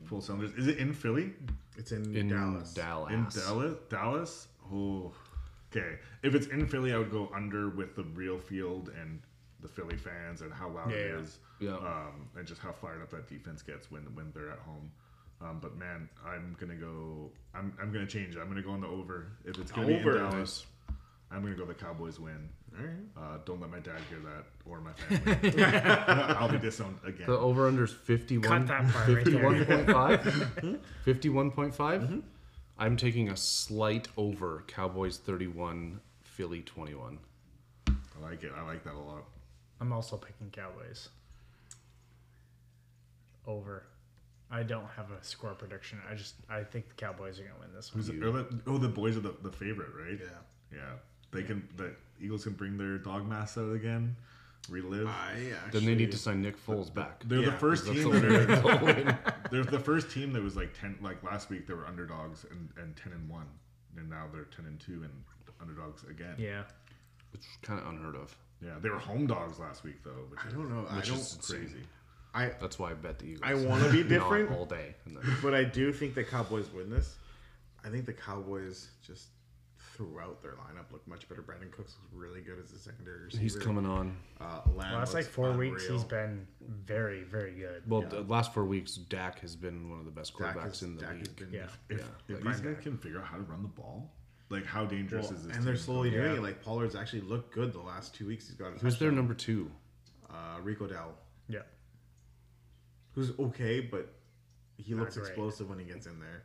Speaker 4: full cylinders. Is it in Philly?
Speaker 3: it's in,
Speaker 1: In
Speaker 3: Dallas.
Speaker 1: Dallas.
Speaker 4: In Dallas? Dallas? Oh. Okay. If it's in Philly, I would go under with the real field and the Philly fans and how loud it
Speaker 2: Yeah.
Speaker 4: is.
Speaker 1: Yeah.
Speaker 4: Um, and just how fired up that defense gets when when they're at home. Um, but man, I'm gonna go. I'm, I'm gonna change. it. I'm gonna go on the over. If it's gonna
Speaker 3: Over.
Speaker 4: be in Dallas, I'm gonna go the Cowboys win.
Speaker 3: All right.
Speaker 4: Uh, don't let my dad hear that or my family. I'll be disowned again.
Speaker 1: The over under is 51.
Speaker 2: Cut that part right there. Mm-hmm.
Speaker 1: 51.5. 51.5. I'm taking a slight over Cowboys 31, Philly 21.
Speaker 4: I like it. I like that a lot.
Speaker 2: I'm also picking Cowboys. over. I don't have a score prediction. I just I think the Cowboys are gonna win this one.
Speaker 4: Who's it- or the- oh, the boys are the, the favorite, right?
Speaker 5: Yeah.
Speaker 4: Yeah. They can. The Eagles can bring their dog masks out again, relive.
Speaker 5: I actually.
Speaker 1: Then they need to sign Nick Foles back.
Speaker 4: They're
Speaker 5: Yeah,
Speaker 4: the first
Speaker 1: That's
Speaker 4: team.
Speaker 1: the
Speaker 4: That are,
Speaker 1: only way they'll win.
Speaker 4: they're the first team that was like ten. Like last week, they were underdogs and, and ten and one, and now they're ten and two and underdogs again.
Speaker 2: Yeah.
Speaker 1: It's kind of unheard of.
Speaker 4: Yeah, they were home dogs last week though, which
Speaker 3: I
Speaker 4: is
Speaker 3: don't know. I
Speaker 1: Which
Speaker 3: don't.
Speaker 1: is insane.
Speaker 4: crazy.
Speaker 3: I
Speaker 1: That's why I bet the Eagles.
Speaker 3: I want to be
Speaker 1: Not
Speaker 3: different,
Speaker 1: all day. And then-
Speaker 3: but I do think the Cowboys win this. I think the Cowboys just throughout their lineup look much better. Brandon Cooks was really good as a secondary receiver.
Speaker 1: He's coming on.
Speaker 3: Uh, Lamb
Speaker 2: Last like
Speaker 3: looks
Speaker 2: four weeks,
Speaker 3: unreal.
Speaker 2: he's been very, very good.
Speaker 1: Well, the last four weeks, Dak has been one of the best
Speaker 3: Dak
Speaker 1: quarterbacks
Speaker 3: is-
Speaker 1: in the
Speaker 3: Dak has
Speaker 1: league.
Speaker 3: been-
Speaker 2: Yeah.
Speaker 4: If,
Speaker 1: Yeah,
Speaker 4: if
Speaker 1: like-
Speaker 4: these guys can figure out how to run the ball, like how dangerous
Speaker 3: Well,
Speaker 4: is this?
Speaker 3: and they're
Speaker 4: team?
Speaker 3: slowly doing
Speaker 2: Yeah.
Speaker 3: it. Like Pollard's actually looked good the last two weeks. He's got a
Speaker 1: Who's their
Speaker 3: touchdown.
Speaker 1: number two?
Speaker 3: Uh, Rico Dowell,
Speaker 2: Yeah.
Speaker 3: who's okay, but he looks
Speaker 2: great.
Speaker 3: explosive when he gets in there.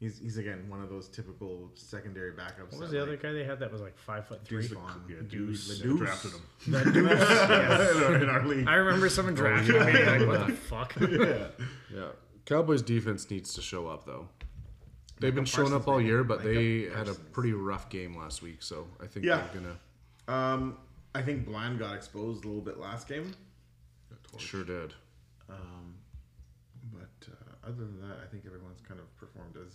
Speaker 3: He's he's again one of those typical secondary backups.
Speaker 2: What was
Speaker 3: that,
Speaker 2: the other
Speaker 3: like,
Speaker 2: guy they had that was like five foot three?
Speaker 3: Deuce Vaughn.
Speaker 4: Yeah,
Speaker 2: Deuce.
Speaker 4: Deuce,
Speaker 3: Deuce.
Speaker 4: drafted him.
Speaker 3: Yes.
Speaker 4: in our league.
Speaker 2: I remember someone
Speaker 3: Oh,
Speaker 2: drafted me. Like, what the fuck?
Speaker 1: Yeah. Cowboys defense needs to show up though. They've been showing
Speaker 3: Parsons,
Speaker 1: up all
Speaker 3: maybe.
Speaker 1: year, but
Speaker 3: Micah
Speaker 1: they had a
Speaker 3: Parsons.
Speaker 1: pretty rough game last week, so I think
Speaker 3: Yeah.
Speaker 1: they're gonna
Speaker 3: Um, I think Bland got exposed a little bit last game,
Speaker 1: sure did.
Speaker 3: but uh, other than that, I think everyone's kind of performed as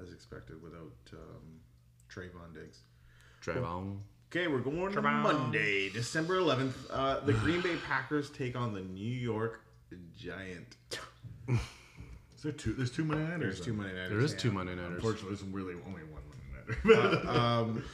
Speaker 3: as expected without um, Trayvon Diggs.
Speaker 1: Trayvon.
Speaker 3: Okay, we're going to
Speaker 2: Trayvon.
Speaker 3: Monday, December 11th. Uh, the Green Bay Packers take on the New York Giant.
Speaker 4: Is there two? There's two Monday Nighters.
Speaker 3: There's two
Speaker 4: then?
Speaker 3: Monday Nighters.
Speaker 1: There is
Speaker 3: yeah.
Speaker 1: two Monday Niners.
Speaker 4: Unfortunately, there's really only one Monday Nighter.
Speaker 3: Um,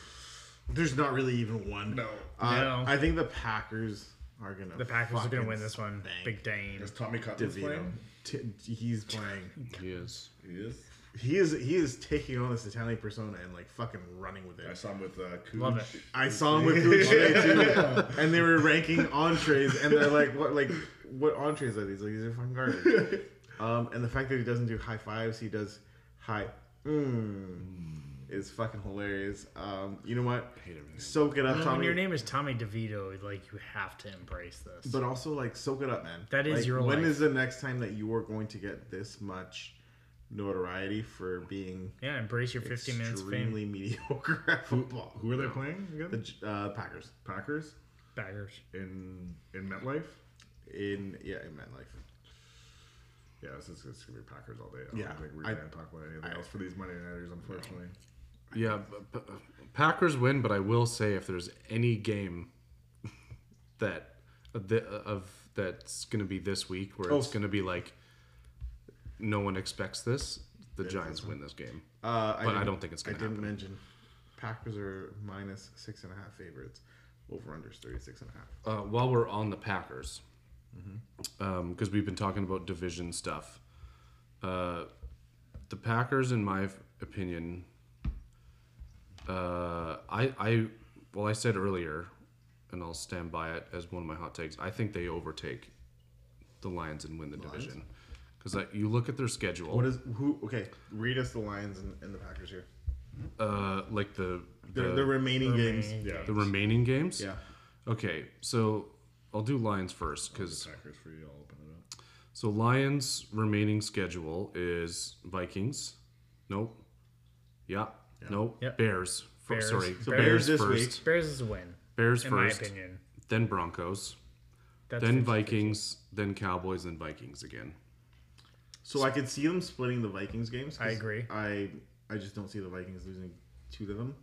Speaker 3: there's not really even one.
Speaker 4: no,
Speaker 3: Uh,
Speaker 2: No.
Speaker 3: I think the Packers are gonna.
Speaker 2: The Packers are gonna
Speaker 3: fucking
Speaker 2: win this one.
Speaker 3: stank
Speaker 2: Big Dane.
Speaker 4: is Tommy Cutler's
Speaker 3: DeVito.
Speaker 4: playing?
Speaker 3: T- he's playing.
Speaker 1: He is.
Speaker 4: He is.
Speaker 3: He is. He is taking on this Italian persona and like fucking running with it.
Speaker 4: I saw him with uh, Cooch.
Speaker 2: Love it.
Speaker 3: I saw him with Gucci too, and they were ranking entrees, and they're like, "What? Like, what entrees are these? Like, these are fucking garbage." Um, and the fact that he doesn't do high fives, he does high mmm, is fucking hilarious. Um, you know what?
Speaker 1: hate everything.
Speaker 3: Soak it up,
Speaker 2: When
Speaker 3: Tommy.
Speaker 2: your name is Tommy DeVito, like you have to embrace this.
Speaker 3: but also, like, soak it up, man.
Speaker 2: That is
Speaker 3: Like,
Speaker 2: your
Speaker 3: When
Speaker 2: life.
Speaker 3: is the next time that you are going to get this much notoriety for being
Speaker 2: yeah, embrace your 15 minutes of fame.
Speaker 3: extremely mediocre at football?
Speaker 4: Who are they playing again?
Speaker 3: The J- uh, Packers
Speaker 4: Packers
Speaker 2: Baggers.
Speaker 4: in in MetLife.
Speaker 3: in yeah in MetLife.
Speaker 4: Yeah, this is it's gonna be Packers all day. I don't
Speaker 3: Yeah,
Speaker 4: think we're
Speaker 3: I-
Speaker 4: gonna talk about anything
Speaker 3: I-
Speaker 4: else for these Monday Nighters, unfortunately.
Speaker 1: Yeah, p- p- Packers win, but I will say if there's any game that th- of that's going to be this week where
Speaker 3: Oh.
Speaker 1: it's going to be like no one expects this, the Giants win this game.
Speaker 3: Uh,
Speaker 1: But I
Speaker 3: didn't-
Speaker 1: don't think it's gonna
Speaker 3: I didn't
Speaker 1: happen.
Speaker 3: mention Packers are minus six and a half favorites. Over unders thirty six and a half.
Speaker 1: Uh, while we're on the Packers, because we've been talking about division stuff, uh, the Packers, in my f- opinion, uh, I, I, well, I said earlier, and I'll stand by it as one of my hot takes. I think they overtake the Lions and win the division because you look at their schedule,
Speaker 3: What is who? Okay, read us the Lions and, and the Packers here.
Speaker 1: uh, like the the,
Speaker 3: The, the, remaining games.
Speaker 1: the remaining games.
Speaker 3: Yeah,
Speaker 1: Okay, so I'll do Lions first because.
Speaker 4: Packers for you. I'll open it up.
Speaker 1: So Lions' remaining schedule is Vikings. Nope. Yeah. Nope.
Speaker 2: Yep.
Speaker 1: Bears. Fir-
Speaker 2: Bears.
Speaker 1: Sorry.
Speaker 2: So
Speaker 3: Bears
Speaker 1: Bears,
Speaker 3: this
Speaker 1: first.
Speaker 3: week.
Speaker 2: Bears is a win,
Speaker 1: Bears
Speaker 2: in
Speaker 1: first.
Speaker 2: my opinion.
Speaker 1: Then Broncos.
Speaker 2: That's
Speaker 1: then
Speaker 2: 50.
Speaker 1: Vikings. Then Cowboys. Then Vikings again.
Speaker 3: so I could see them splitting the Vikings games. 'cause
Speaker 2: I agree.
Speaker 3: I I just don't see the Vikings losing two of them,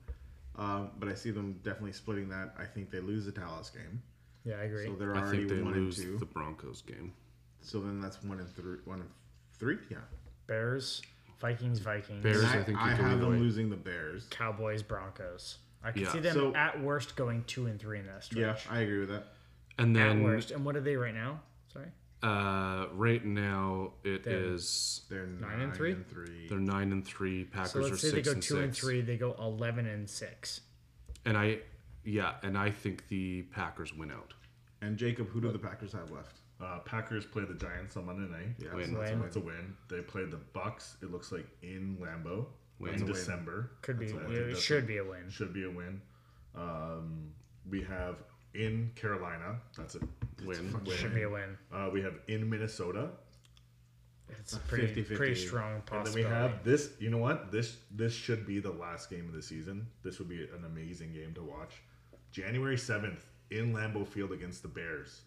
Speaker 3: um, but I see them definitely splitting that. I think they lose the Dallas game,
Speaker 2: Yeah, I agree.
Speaker 3: so they're
Speaker 1: I
Speaker 3: already
Speaker 1: think they
Speaker 3: one and
Speaker 1: lose
Speaker 3: two.
Speaker 1: the Broncos game.
Speaker 3: So then that's one and three. One and three. Yeah,
Speaker 2: Bears, Vikings, Vikings,
Speaker 1: Bears.
Speaker 3: And
Speaker 1: I
Speaker 3: I,
Speaker 1: think
Speaker 3: I
Speaker 1: they go
Speaker 3: have
Speaker 1: either
Speaker 3: them
Speaker 1: way.
Speaker 3: losing the Bears.
Speaker 2: Cowboys, Broncos. I can
Speaker 1: Yeah.
Speaker 2: see them
Speaker 3: So-
Speaker 2: at worst going two and three in that
Speaker 3: Yeah,
Speaker 2: stretch.
Speaker 3: I agree with that.
Speaker 1: And
Speaker 2: at
Speaker 1: then
Speaker 2: worst. And what are they right now? Sorry,
Speaker 1: uh, right now it
Speaker 2: They're-
Speaker 1: is-
Speaker 3: They're
Speaker 2: and three?
Speaker 3: three.
Speaker 1: they're nine and three. Packers
Speaker 2: so
Speaker 1: are
Speaker 2: let's say
Speaker 1: six
Speaker 2: they go
Speaker 1: and
Speaker 2: two
Speaker 1: six.
Speaker 2: and three. They go eleven and six.
Speaker 1: And I, yeah, and I think the Packers win out.
Speaker 3: And Jacob, who do the Packers have left?
Speaker 4: Uh, Packers play the Giants on Monday night.
Speaker 3: Yeah,
Speaker 1: Win.
Speaker 3: so that's
Speaker 2: Win.
Speaker 3: a
Speaker 4: That's a win. They played the Bucks. It looks like in Lambeau
Speaker 1: Win.
Speaker 4: in December.
Speaker 2: Could
Speaker 4: That's
Speaker 2: be.
Speaker 4: a win.
Speaker 2: It
Speaker 4: That's a-
Speaker 2: should be a win.
Speaker 4: Should be a win. Um, we have in Carolina. That's a
Speaker 1: Win.
Speaker 4: win.
Speaker 2: Should be a win.
Speaker 4: Uh, we have in Minnesota.
Speaker 2: It's pretty
Speaker 4: 50-50.
Speaker 2: pretty strong
Speaker 4: And then
Speaker 2: possibility.
Speaker 4: we have this. You know what? This this should be the last game of the season. This would be an amazing game to watch. January seventh in Lambeau Field against the Bears.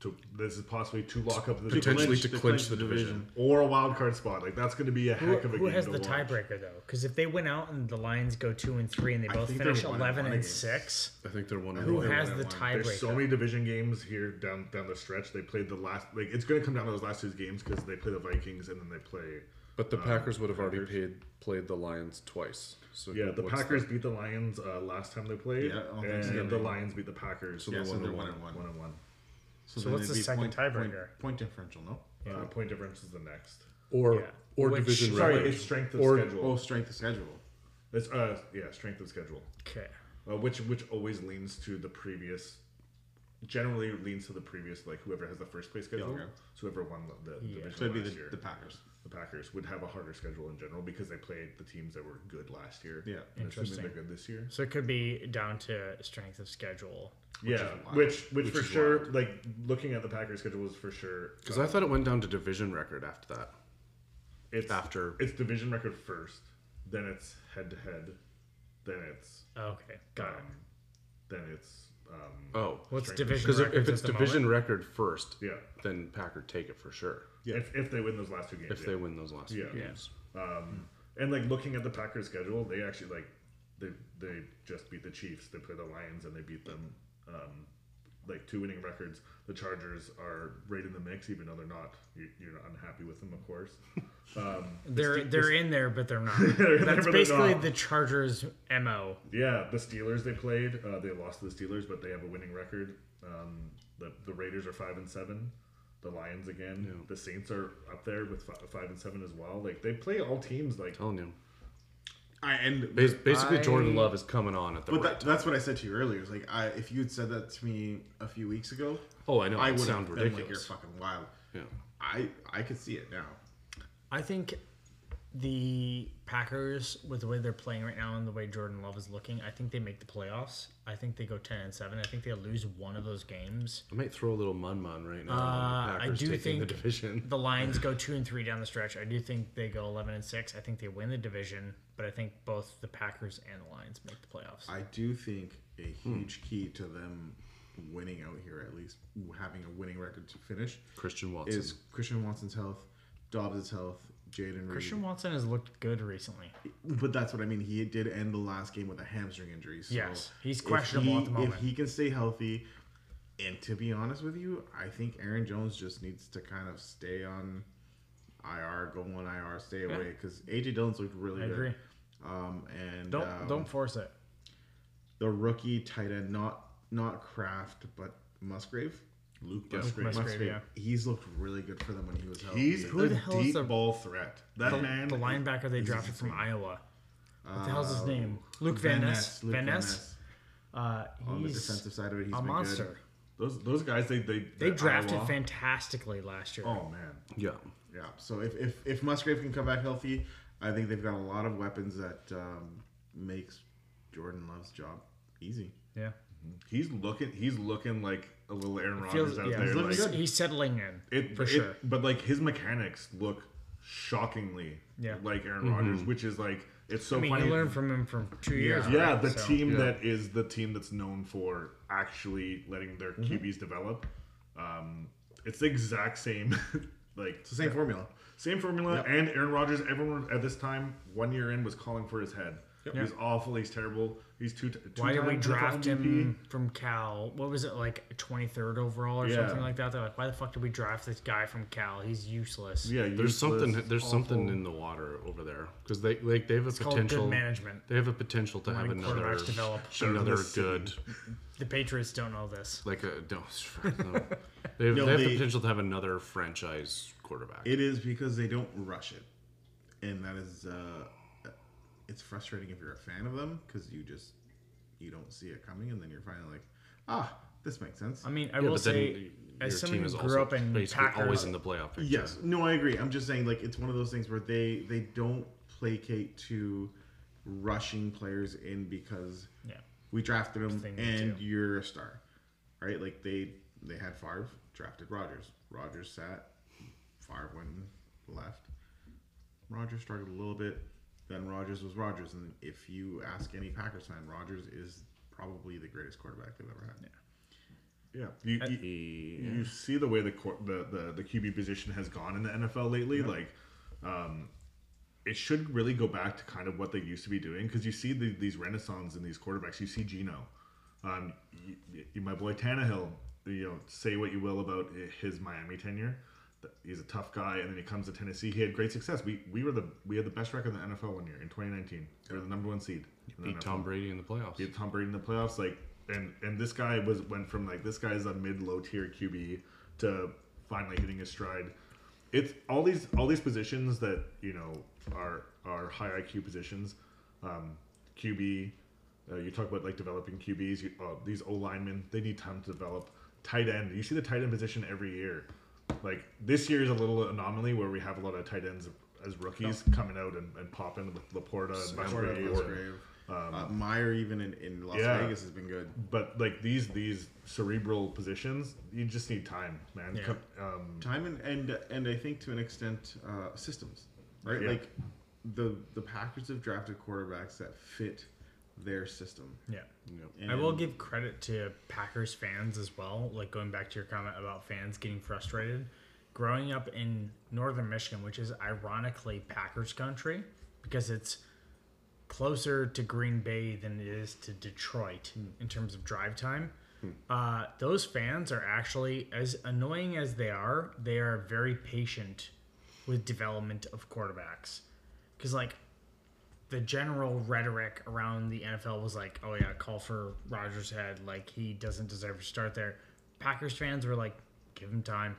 Speaker 4: To this is possibly to lock up the
Speaker 1: Potentially
Speaker 4: division
Speaker 1: to clinch the division.
Speaker 4: or a wild card spot. Like that's going to be a
Speaker 2: who,
Speaker 4: heck of a
Speaker 2: who
Speaker 4: game
Speaker 2: has
Speaker 4: to
Speaker 2: the
Speaker 4: watch.
Speaker 2: tiebreaker though? Because if they win out and the Lions go two and three and they both
Speaker 3: think they're
Speaker 2: finish
Speaker 3: one and
Speaker 2: eleven
Speaker 3: one
Speaker 2: and
Speaker 3: against-
Speaker 2: six,
Speaker 1: I think they're one. and
Speaker 2: who
Speaker 1: one.
Speaker 2: has
Speaker 3: one
Speaker 2: the
Speaker 3: and one.
Speaker 2: tiebreaker?
Speaker 4: There's so many division games here down down the stretch. They played the last like it's going to come down to those last two games because they play the Vikings and then they play.
Speaker 1: But the Packers would have already paid, played the Lions twice. So
Speaker 4: Yeah, the
Speaker 1: what's
Speaker 4: Packers beat the Lions uh, last time they played,
Speaker 3: Yeah, on Thanksgiving.
Speaker 4: and the Lions beat the Packers.
Speaker 1: they're
Speaker 3: yeah, so
Speaker 1: one
Speaker 3: they're
Speaker 1: and
Speaker 3: one
Speaker 1: one.
Speaker 3: and one.
Speaker 4: One and one.
Speaker 2: So
Speaker 3: then
Speaker 2: what's
Speaker 3: it'd
Speaker 2: the
Speaker 3: be
Speaker 2: second
Speaker 3: point- point-
Speaker 2: tiebreaker?
Speaker 3: Point differential, no?
Speaker 4: Uh, point difference is the next.
Speaker 1: or
Speaker 2: Yeah.
Speaker 1: or
Speaker 2: Which-
Speaker 1: division
Speaker 4: Sorry,
Speaker 1: record.
Speaker 4: it's strength of
Speaker 1: Or-
Speaker 4: schedule.
Speaker 3: Oh, strength of schedule.
Speaker 4: It's uh, yeah, strength of schedule,
Speaker 2: Okay.
Speaker 4: uh, which which always leans to the previous. Generally leans to the previous, like whoever has the first place schedule.
Speaker 3: okay.
Speaker 4: So whoever won the, the
Speaker 2: Yeah.
Speaker 4: division
Speaker 3: So it'd be
Speaker 4: last
Speaker 3: the,
Speaker 4: year,
Speaker 3: the Packers.
Speaker 4: the Packers would have a harder schedule in general because they played the teams that were good last year.
Speaker 3: Yeah.
Speaker 4: and assuming
Speaker 2: Interesting.
Speaker 4: they're good this year.
Speaker 2: So it could be down to strength of schedule.
Speaker 4: yeah,
Speaker 3: is wild.
Speaker 4: which which,
Speaker 3: Which
Speaker 4: for
Speaker 3: is
Speaker 4: sure, like looking at the Packers schedule was for sure.
Speaker 1: Because I thought it went down to division record after that.
Speaker 4: It's
Speaker 1: After
Speaker 4: it's division record first, then it's head to head, then it's
Speaker 2: Okay, got it.
Speaker 4: um, then it's um,
Speaker 1: oh,
Speaker 2: What's
Speaker 4: strength-
Speaker 2: division?
Speaker 1: because if, if
Speaker 2: records
Speaker 1: it's
Speaker 2: at the
Speaker 1: division
Speaker 2: moment?
Speaker 1: record first,
Speaker 4: yeah.
Speaker 1: then Packer take it for sure.
Speaker 3: Yeah.
Speaker 4: If, if they win those last two games,
Speaker 1: If
Speaker 4: yeah.
Speaker 1: they win Hmm. those last few
Speaker 4: Yeah.
Speaker 2: Yeah.
Speaker 1: games,
Speaker 4: Um, and like looking at the Packers schedule, they actually like they they just beat the Chiefs. They play the Lions and they beat them. Um, like two winning records. The Chargers are right in the mix, even though they're not. You're, you're not unhappy with them, of course. Um,
Speaker 2: they're they're in there, but they're not.
Speaker 4: They're in there,
Speaker 2: That's
Speaker 4: but they're
Speaker 2: basically
Speaker 4: not.
Speaker 2: the Chargers' mo.
Speaker 4: yeah, the Steelers they played. Uh, they lost to the Steelers, but they have a winning record. Um, the the Raiders are five and seven. The Lions again. The Saints are up there with five, five and seven as well. Like they play all teams. Like
Speaker 1: telling you,
Speaker 3: I and
Speaker 1: Bas- basically
Speaker 3: I-
Speaker 1: Jordan Love is coming on at the
Speaker 3: But
Speaker 1: right
Speaker 3: that,
Speaker 1: time.
Speaker 3: that's what I said to you earlier. It's like I, if you had said that to me a few weeks ago,
Speaker 1: Oh, I know.
Speaker 3: I
Speaker 1: it
Speaker 3: would
Speaker 1: sound
Speaker 3: have been like you're
Speaker 1: ridiculous.
Speaker 3: fucking wild.
Speaker 1: yeah.
Speaker 3: I I could see it now.
Speaker 2: I think the Packers, with the way they're playing right now and the way Jordan Love is looking, I think they make the playoffs. I think they go ten and seven. I think they lose one of those games.
Speaker 1: I might throw a little mun mun right now.
Speaker 2: Uh,
Speaker 1: on
Speaker 2: I
Speaker 1: the Packers
Speaker 2: do
Speaker 1: taking the
Speaker 2: think-
Speaker 1: division.
Speaker 2: The Lions go two and three down the stretch. I do think they go eleven and six. I think they win the division, but I think both the Packers and the Lions make the playoffs.
Speaker 3: I do think a huge key to them winning out here, at least having a winning record to finish,
Speaker 1: Christian Watson.
Speaker 3: is Christian Watson's health, Dobbs' health, Jaden Reed.
Speaker 2: Christian Watson has looked good recently.
Speaker 3: But that's what I mean. He did end the last game with a hamstring injury. So
Speaker 2: Yes, he's
Speaker 3: if
Speaker 2: questionable
Speaker 3: he-
Speaker 2: at the moment.
Speaker 3: If he can stay healthy, and to be honest with you, I think Aaron Jones just needs to kind of stay on IR, go on IR, stay away because AJ Dillon's looked really
Speaker 2: I
Speaker 3: good.
Speaker 2: agree.
Speaker 3: Um, and
Speaker 2: Don't
Speaker 3: um,
Speaker 2: don't force it.
Speaker 3: the rookie tight end, not not Kraft, but Musgrave. Luke
Speaker 2: Musgrave. Musgrave, yeah.
Speaker 3: He's looked really good for them when he was healthy.
Speaker 4: he's
Speaker 2: Who
Speaker 4: a
Speaker 2: the hell is
Speaker 4: deep
Speaker 2: the-
Speaker 4: ball threat. That man
Speaker 2: The linebacker they drafted from Iowa. What the hell's his name? Luke Van Ness.
Speaker 3: Luke
Speaker 2: Van Ness.
Speaker 3: Ness.
Speaker 2: Uh,
Speaker 3: On the
Speaker 2: he's
Speaker 3: defensive side of it, he's
Speaker 2: a
Speaker 3: been
Speaker 2: monster.
Speaker 3: Good.
Speaker 4: Those those guys they they
Speaker 2: They
Speaker 4: the
Speaker 2: drafted
Speaker 4: Iowa-
Speaker 2: fantastically last year.
Speaker 4: Oh man,
Speaker 1: yeah.
Speaker 3: Yeah. So if, if if Musgrave can come back healthy, I think they've got a lot of weapons that um, makes Jordan Love's job easy.
Speaker 2: Yeah,
Speaker 4: he's looking he's looking like a little Aaron Rodgers
Speaker 2: feels
Speaker 4: out
Speaker 2: yeah.
Speaker 4: there.
Speaker 2: He's,
Speaker 4: Like,
Speaker 2: looking good. He's settling in
Speaker 4: it,
Speaker 2: for
Speaker 4: it-
Speaker 2: sure.
Speaker 4: but like his mechanics look shockingly
Speaker 2: Yeah. Mm-hmm.
Speaker 4: like Aaron Rodgers, which is like it's so
Speaker 2: I mean,
Speaker 4: funny.
Speaker 2: you learn from him from two years.
Speaker 4: yeah,
Speaker 2: right?
Speaker 4: the
Speaker 2: So-
Speaker 4: team that is the team that's known for actually letting
Speaker 3: Mm-hmm.
Speaker 4: their QBs develop. Um, it's the exact same, like
Speaker 3: It's the same formula.
Speaker 4: Same formula, and Aaron Rodgers. Everyone at this time, one year in, was calling for his head. He's awful. He's terrible. He's two. two
Speaker 2: Why did we
Speaker 4: times NFL
Speaker 2: draft
Speaker 4: MVP.
Speaker 2: him from Cal? What was it like, 23rd overall or
Speaker 4: Yeah.
Speaker 2: something like that? They're like, why the fuck did we draft this guy from Cal? He's useless.
Speaker 4: Yeah,
Speaker 1: There's
Speaker 4: useless,
Speaker 1: something. There's
Speaker 4: awful.
Speaker 1: something in the water over there because they like they have a
Speaker 2: called
Speaker 1: potential.
Speaker 2: good management.
Speaker 1: They have a potential to have
Speaker 2: Letting
Speaker 1: another
Speaker 2: quarterbacks develop.
Speaker 1: another
Speaker 4: They're
Speaker 1: good
Speaker 2: The Patriots don't know this.
Speaker 1: like a no. no. They have,
Speaker 3: No,
Speaker 1: they have the
Speaker 3: they-
Speaker 1: potential to have another franchise quarterback.
Speaker 3: It is because they don't rush it, and that is uh, it's frustrating if you're a fan of them because you just you don't see it coming, and then you're finally like, ah, this makes sense.
Speaker 2: I mean, I
Speaker 1: Yeah,
Speaker 2: will
Speaker 1: but then
Speaker 2: say,
Speaker 1: your
Speaker 2: as someone
Speaker 1: team is
Speaker 2: who
Speaker 1: also
Speaker 2: grew up in
Speaker 1: basically
Speaker 2: Packers,
Speaker 1: always in the playoff. picture.
Speaker 3: Yes. No, I agree. I'm just saying, like, it's one of those things where they they don't placate to rushing players in because
Speaker 2: yeah,
Speaker 3: we drafted him,
Speaker 2: Thing
Speaker 3: and
Speaker 2: too.
Speaker 3: you're a star, right? Like they they had Favre, drafted Rogers. Rogers sat, Favre went and left. Rogers struggled a little bit. Then Rogers was Rogers, and if you ask any Packers fan, Rogers is probably the greatest quarterback they've ever had.
Speaker 4: Yeah, you, you, you see the way the, cor- the the the QB position has gone in the NFL lately. Like, um, it should really go back to kind of what they used to be doing because you see the, these renaissance in these quarterbacks. You see Gino, um, y y my boy Tannehill. You know, say what you will about i- his Miami tenure. th- He's a tough guy, and then he comes to Tennessee. He had great success. We we were the we had the best record in the NFL one year in 2019. We were the number one seed. in the
Speaker 1: Beat
Speaker 4: NFL.
Speaker 1: Tom Brady in the playoffs.
Speaker 4: Get Tom Brady in the playoffs, like, and and this guy was went from like this guy's a mid low tier QB to finally hitting his stride. It's all these all these positions that you know are are high IQ positions. Um, QB, uh, you talk about like developing QBs. You, uh, these O linemen, they need time to develop. Tight end, you see the tight end position every year. Like this year is a little anomaly where we have a lot of tight ends as rookies coming out and, and popping with Laporta and
Speaker 3: Laporta,
Speaker 4: Musgrave.
Speaker 3: Musgrave. uh, Meyer, even in, in Las
Speaker 4: Um, yeah.
Speaker 3: Vegas, has been good.
Speaker 4: but like these these cerebral positions, you just need time, man.
Speaker 2: Yeah.
Speaker 4: Come- Um,
Speaker 3: time and and and I think to an extent uh, systems, right?
Speaker 4: Yeah.
Speaker 3: Like the the Packers have drafted quarterbacks that fit their system.
Speaker 2: Yeah.
Speaker 3: And
Speaker 2: I will give credit to Packers fans as well. Like going back to your comment about fans getting frustrated. Growing up in northern Michigan, which is ironically Packers country, because it's closer to Green Bay than it is to Detroit in terms of drive time. Uh, those fans are actually, as annoying as they are, they are very patient with development of quarterbacks. Because, like, the general rhetoric around the NFL was like, oh, yeah, call for Rogers' head. Like, he doesn't deserve to start there. Packers fans were like, give him time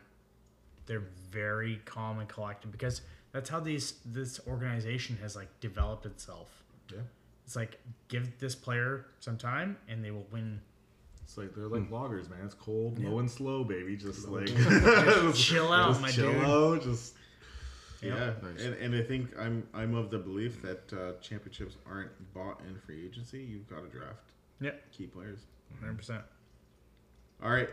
Speaker 2: they're very calm and collected because that's how these this organization has like developed itself.
Speaker 3: Yeah.
Speaker 2: It's like give this player some time and they will win.
Speaker 4: it's like they're
Speaker 2: Hmm.
Speaker 4: like loggers, man. It's cold, low and slow, baby. Just like
Speaker 2: Chill out, my
Speaker 4: chill
Speaker 2: dude.
Speaker 4: out, just
Speaker 3: Yeah,
Speaker 1: Nice.
Speaker 3: and, and I think I'm I'm of the belief that uh, championships aren't bought in free agency. You've got to draft
Speaker 2: Yeah,
Speaker 3: key players.
Speaker 2: hundred percent.
Speaker 3: All right,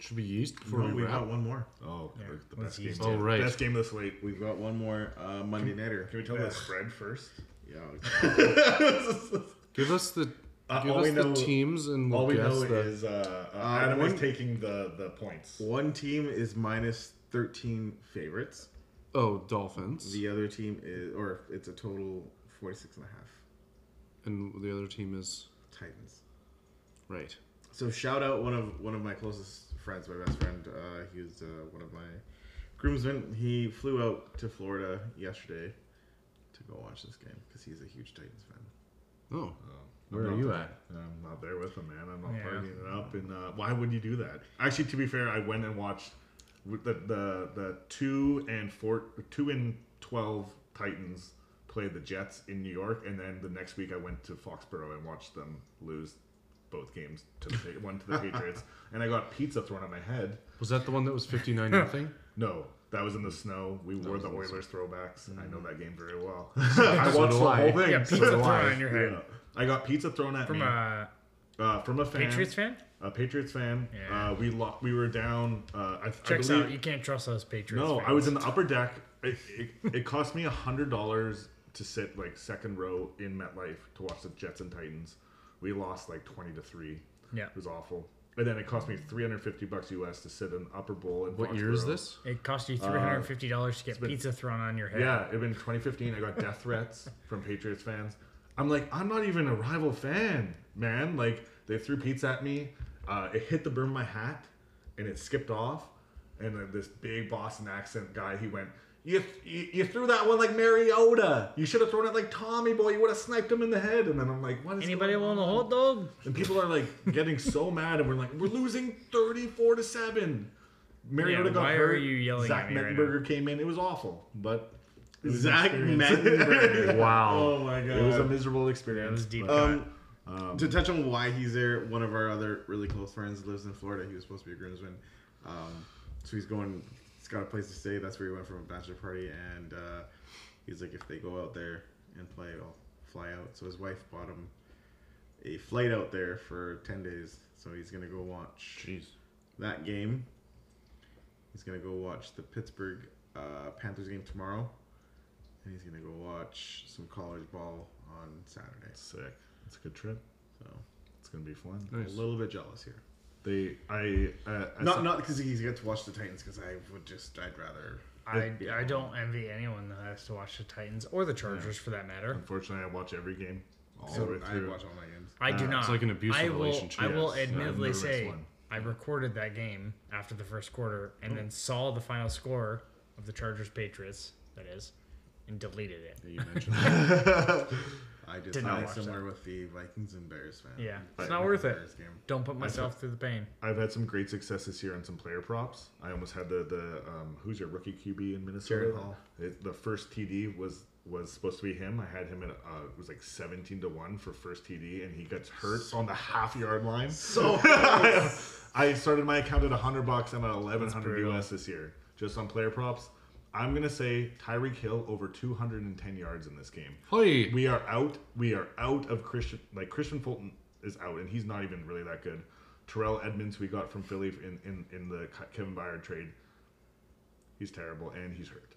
Speaker 1: Should be used before
Speaker 3: no,
Speaker 1: we
Speaker 3: we've
Speaker 1: wrap.
Speaker 3: got one more.
Speaker 4: oh,
Speaker 2: Yeah.
Speaker 4: like the
Speaker 2: Let's
Speaker 4: best game.
Speaker 2: use
Speaker 1: it. Oh, right.
Speaker 4: best game this late.
Speaker 3: We've got one more uh, Monday nighter.
Speaker 4: Can we tell the spread first?
Speaker 3: Yeah,
Speaker 1: Give us the
Speaker 4: Uh,
Speaker 1: give
Speaker 4: all
Speaker 1: us
Speaker 4: we
Speaker 1: the
Speaker 4: know-
Speaker 1: teams and we'll
Speaker 4: All we
Speaker 1: guess
Speaker 4: know
Speaker 1: the,
Speaker 4: is uh, uh, Adam
Speaker 3: one-
Speaker 4: is taking the the points.
Speaker 3: one team is minus thirteen favorites.
Speaker 1: oh Dolphins
Speaker 3: The other team is, or it's a total 46 and a half
Speaker 1: and the other team is
Speaker 3: Titans.
Speaker 1: right.
Speaker 3: So shout out one of one of my closest friends, my best friend. Uh, he was uh, one of my groomsmen. He flew out to Florida yesterday to go watch this game because he's a huge Titans fan.
Speaker 1: Oh,
Speaker 4: I'm
Speaker 1: where are
Speaker 4: not
Speaker 1: you
Speaker 4: there.
Speaker 1: at?
Speaker 4: I'm Um, not there with them, man. I'm not
Speaker 2: Yeah.
Speaker 4: partying it up. And uh, why would you do that? Actually, to be fair, I went and watched with the the, the two and four, two and twelve Titans play the Jets in New York, and then the next week I went to Foxborough and watched them lose both games to the one to the Patriots, and I got pizza thrown at my head.
Speaker 1: Was that the one that was fifty nine nothing?
Speaker 4: No, that was in the snow. We wore the Oilers throwbacks. I know that game very well. I
Speaker 1: So
Speaker 4: watched
Speaker 1: do
Speaker 4: the
Speaker 1: I.
Speaker 4: whole thing.
Speaker 2: Yeah,
Speaker 4: so
Speaker 2: pizza
Speaker 4: do
Speaker 2: thrown
Speaker 4: I.
Speaker 2: on your head.
Speaker 4: Yeah. I got pizza thrown at
Speaker 2: From
Speaker 4: me
Speaker 2: a
Speaker 4: uh, from a fan,
Speaker 2: Patriots fan,
Speaker 4: a Patriots fan.
Speaker 2: Yeah.
Speaker 4: Uh, we lo- we were down. Uh, I, I
Speaker 2: checks
Speaker 4: believe,
Speaker 2: out. You can't trust those Patriots.
Speaker 4: No,
Speaker 2: fans.
Speaker 4: I was in the upper deck. It, it, it cost me a hundred dollars to sit like second row in MetLife to watch the Jets and Titans. We lost like twenty to three.
Speaker 2: Yeah.
Speaker 4: it was awful. And then it cost me three hundred fifty bucks US to sit in upper bowl. In
Speaker 1: What year is
Speaker 4: Foxborough.
Speaker 1: this?
Speaker 2: It cost you
Speaker 4: Uh,
Speaker 2: three hundred and fifty dollars to get pizza thrown on your head.
Speaker 4: Yeah, it had been 2015. I got death threats from Patriots fans. I'm like, I'm not even a rival fan, man. Like, they threw pizza at me. Uh, it hit the brim of my hat, and it skipped off. And then this big Boston accent guy, he went, "You you, you threw that one like Mariota. You should have thrown it like Tommy Boy. You would have sniped him in the head." And then I'm like, "What is
Speaker 2: Anybody
Speaker 4: going
Speaker 2: want a
Speaker 4: on?
Speaker 2: hot dog?
Speaker 4: And people are like getting so mad, and we're like, we're losing thirty-four to seven. Mariota
Speaker 2: Yeah,
Speaker 4: got
Speaker 2: why
Speaker 4: hurt.
Speaker 2: are you yelling
Speaker 4: Zach
Speaker 2: at me right
Speaker 4: Mettenberger came in. It was awful, but it was an
Speaker 3: Zach
Speaker 4: experience.
Speaker 3: Mettenberger.
Speaker 1: Wow.
Speaker 3: Oh my god.
Speaker 4: it was a miserable
Speaker 2: That
Speaker 4: experience.
Speaker 2: was deep. cut.
Speaker 3: Um, to touch on why he's there, one of our other really close friends lives in Florida. He was supposed to be a groomsman, um, so he's going. He's got a place to stay. That's where he went from a bachelor party, and uh, he's like, if they go out there and play, I'll fly out. So his wife bought him a flight out there for ten days. So he's gonna go watch
Speaker 1: Jeez.
Speaker 3: that game. He's gonna go watch the Pittsburgh uh, uh, Panthers game tomorrow, and he's gonna go watch some college ball on Saturday.
Speaker 4: Sick. It's a good trip.
Speaker 3: So
Speaker 4: It's gonna be fun.
Speaker 1: Nice.
Speaker 3: a little bit jealous here.
Speaker 4: They, I, uh, I
Speaker 3: not
Speaker 4: saw-
Speaker 3: not because he gets to watch the Titans because I would just I'd rather
Speaker 2: I, I don't envy anyone that has to watch the Titans or the Chargers for that matter.
Speaker 4: Unfortunately, I watch every game all
Speaker 3: so
Speaker 4: the way
Speaker 3: I
Speaker 4: through.
Speaker 3: watch all my games.
Speaker 2: I do
Speaker 4: Uh,
Speaker 2: not.
Speaker 1: it's like an abusive
Speaker 2: I will,
Speaker 1: relationship.
Speaker 2: I will
Speaker 4: Yes, I've
Speaker 2: admittedly
Speaker 4: never
Speaker 2: say
Speaker 4: missed one.
Speaker 2: I recorded that game after the first quarter and then saw the final score of the Chargers Patriots, that is, and deleted it.
Speaker 1: You mentioned
Speaker 3: I did,
Speaker 2: Did not
Speaker 3: something
Speaker 2: watch
Speaker 3: similar with the Vikings and Bears fan.
Speaker 2: Yeah,
Speaker 4: But-
Speaker 2: it's not worth it.
Speaker 3: Bears game.
Speaker 2: Don't put myself through the pain.
Speaker 4: I've had some great success this year on some player props. I almost had the the um, who's your rookie QB in Minnesota?
Speaker 3: Jared Hall.
Speaker 4: It- the first TD was was supposed to be him. I had him at uh, it was like seventeen to one for first TD, and he gets hurt on the half yard line. So
Speaker 3: uh,
Speaker 4: I started my account at hundred bucks. I'm at eleven hundred
Speaker 2: brutal.
Speaker 4: US this year just on player props. I'm gonna say Tyreek Hill over 210 yards in this game.
Speaker 1: Hoy.
Speaker 4: We are out. We are out of Christian. Like Christian Fulton is out, and he's not even really that good. Terrell Edmonds we got from Philly in in, in the Ke- Kevin Byard trade. He's terrible, and he's hurt.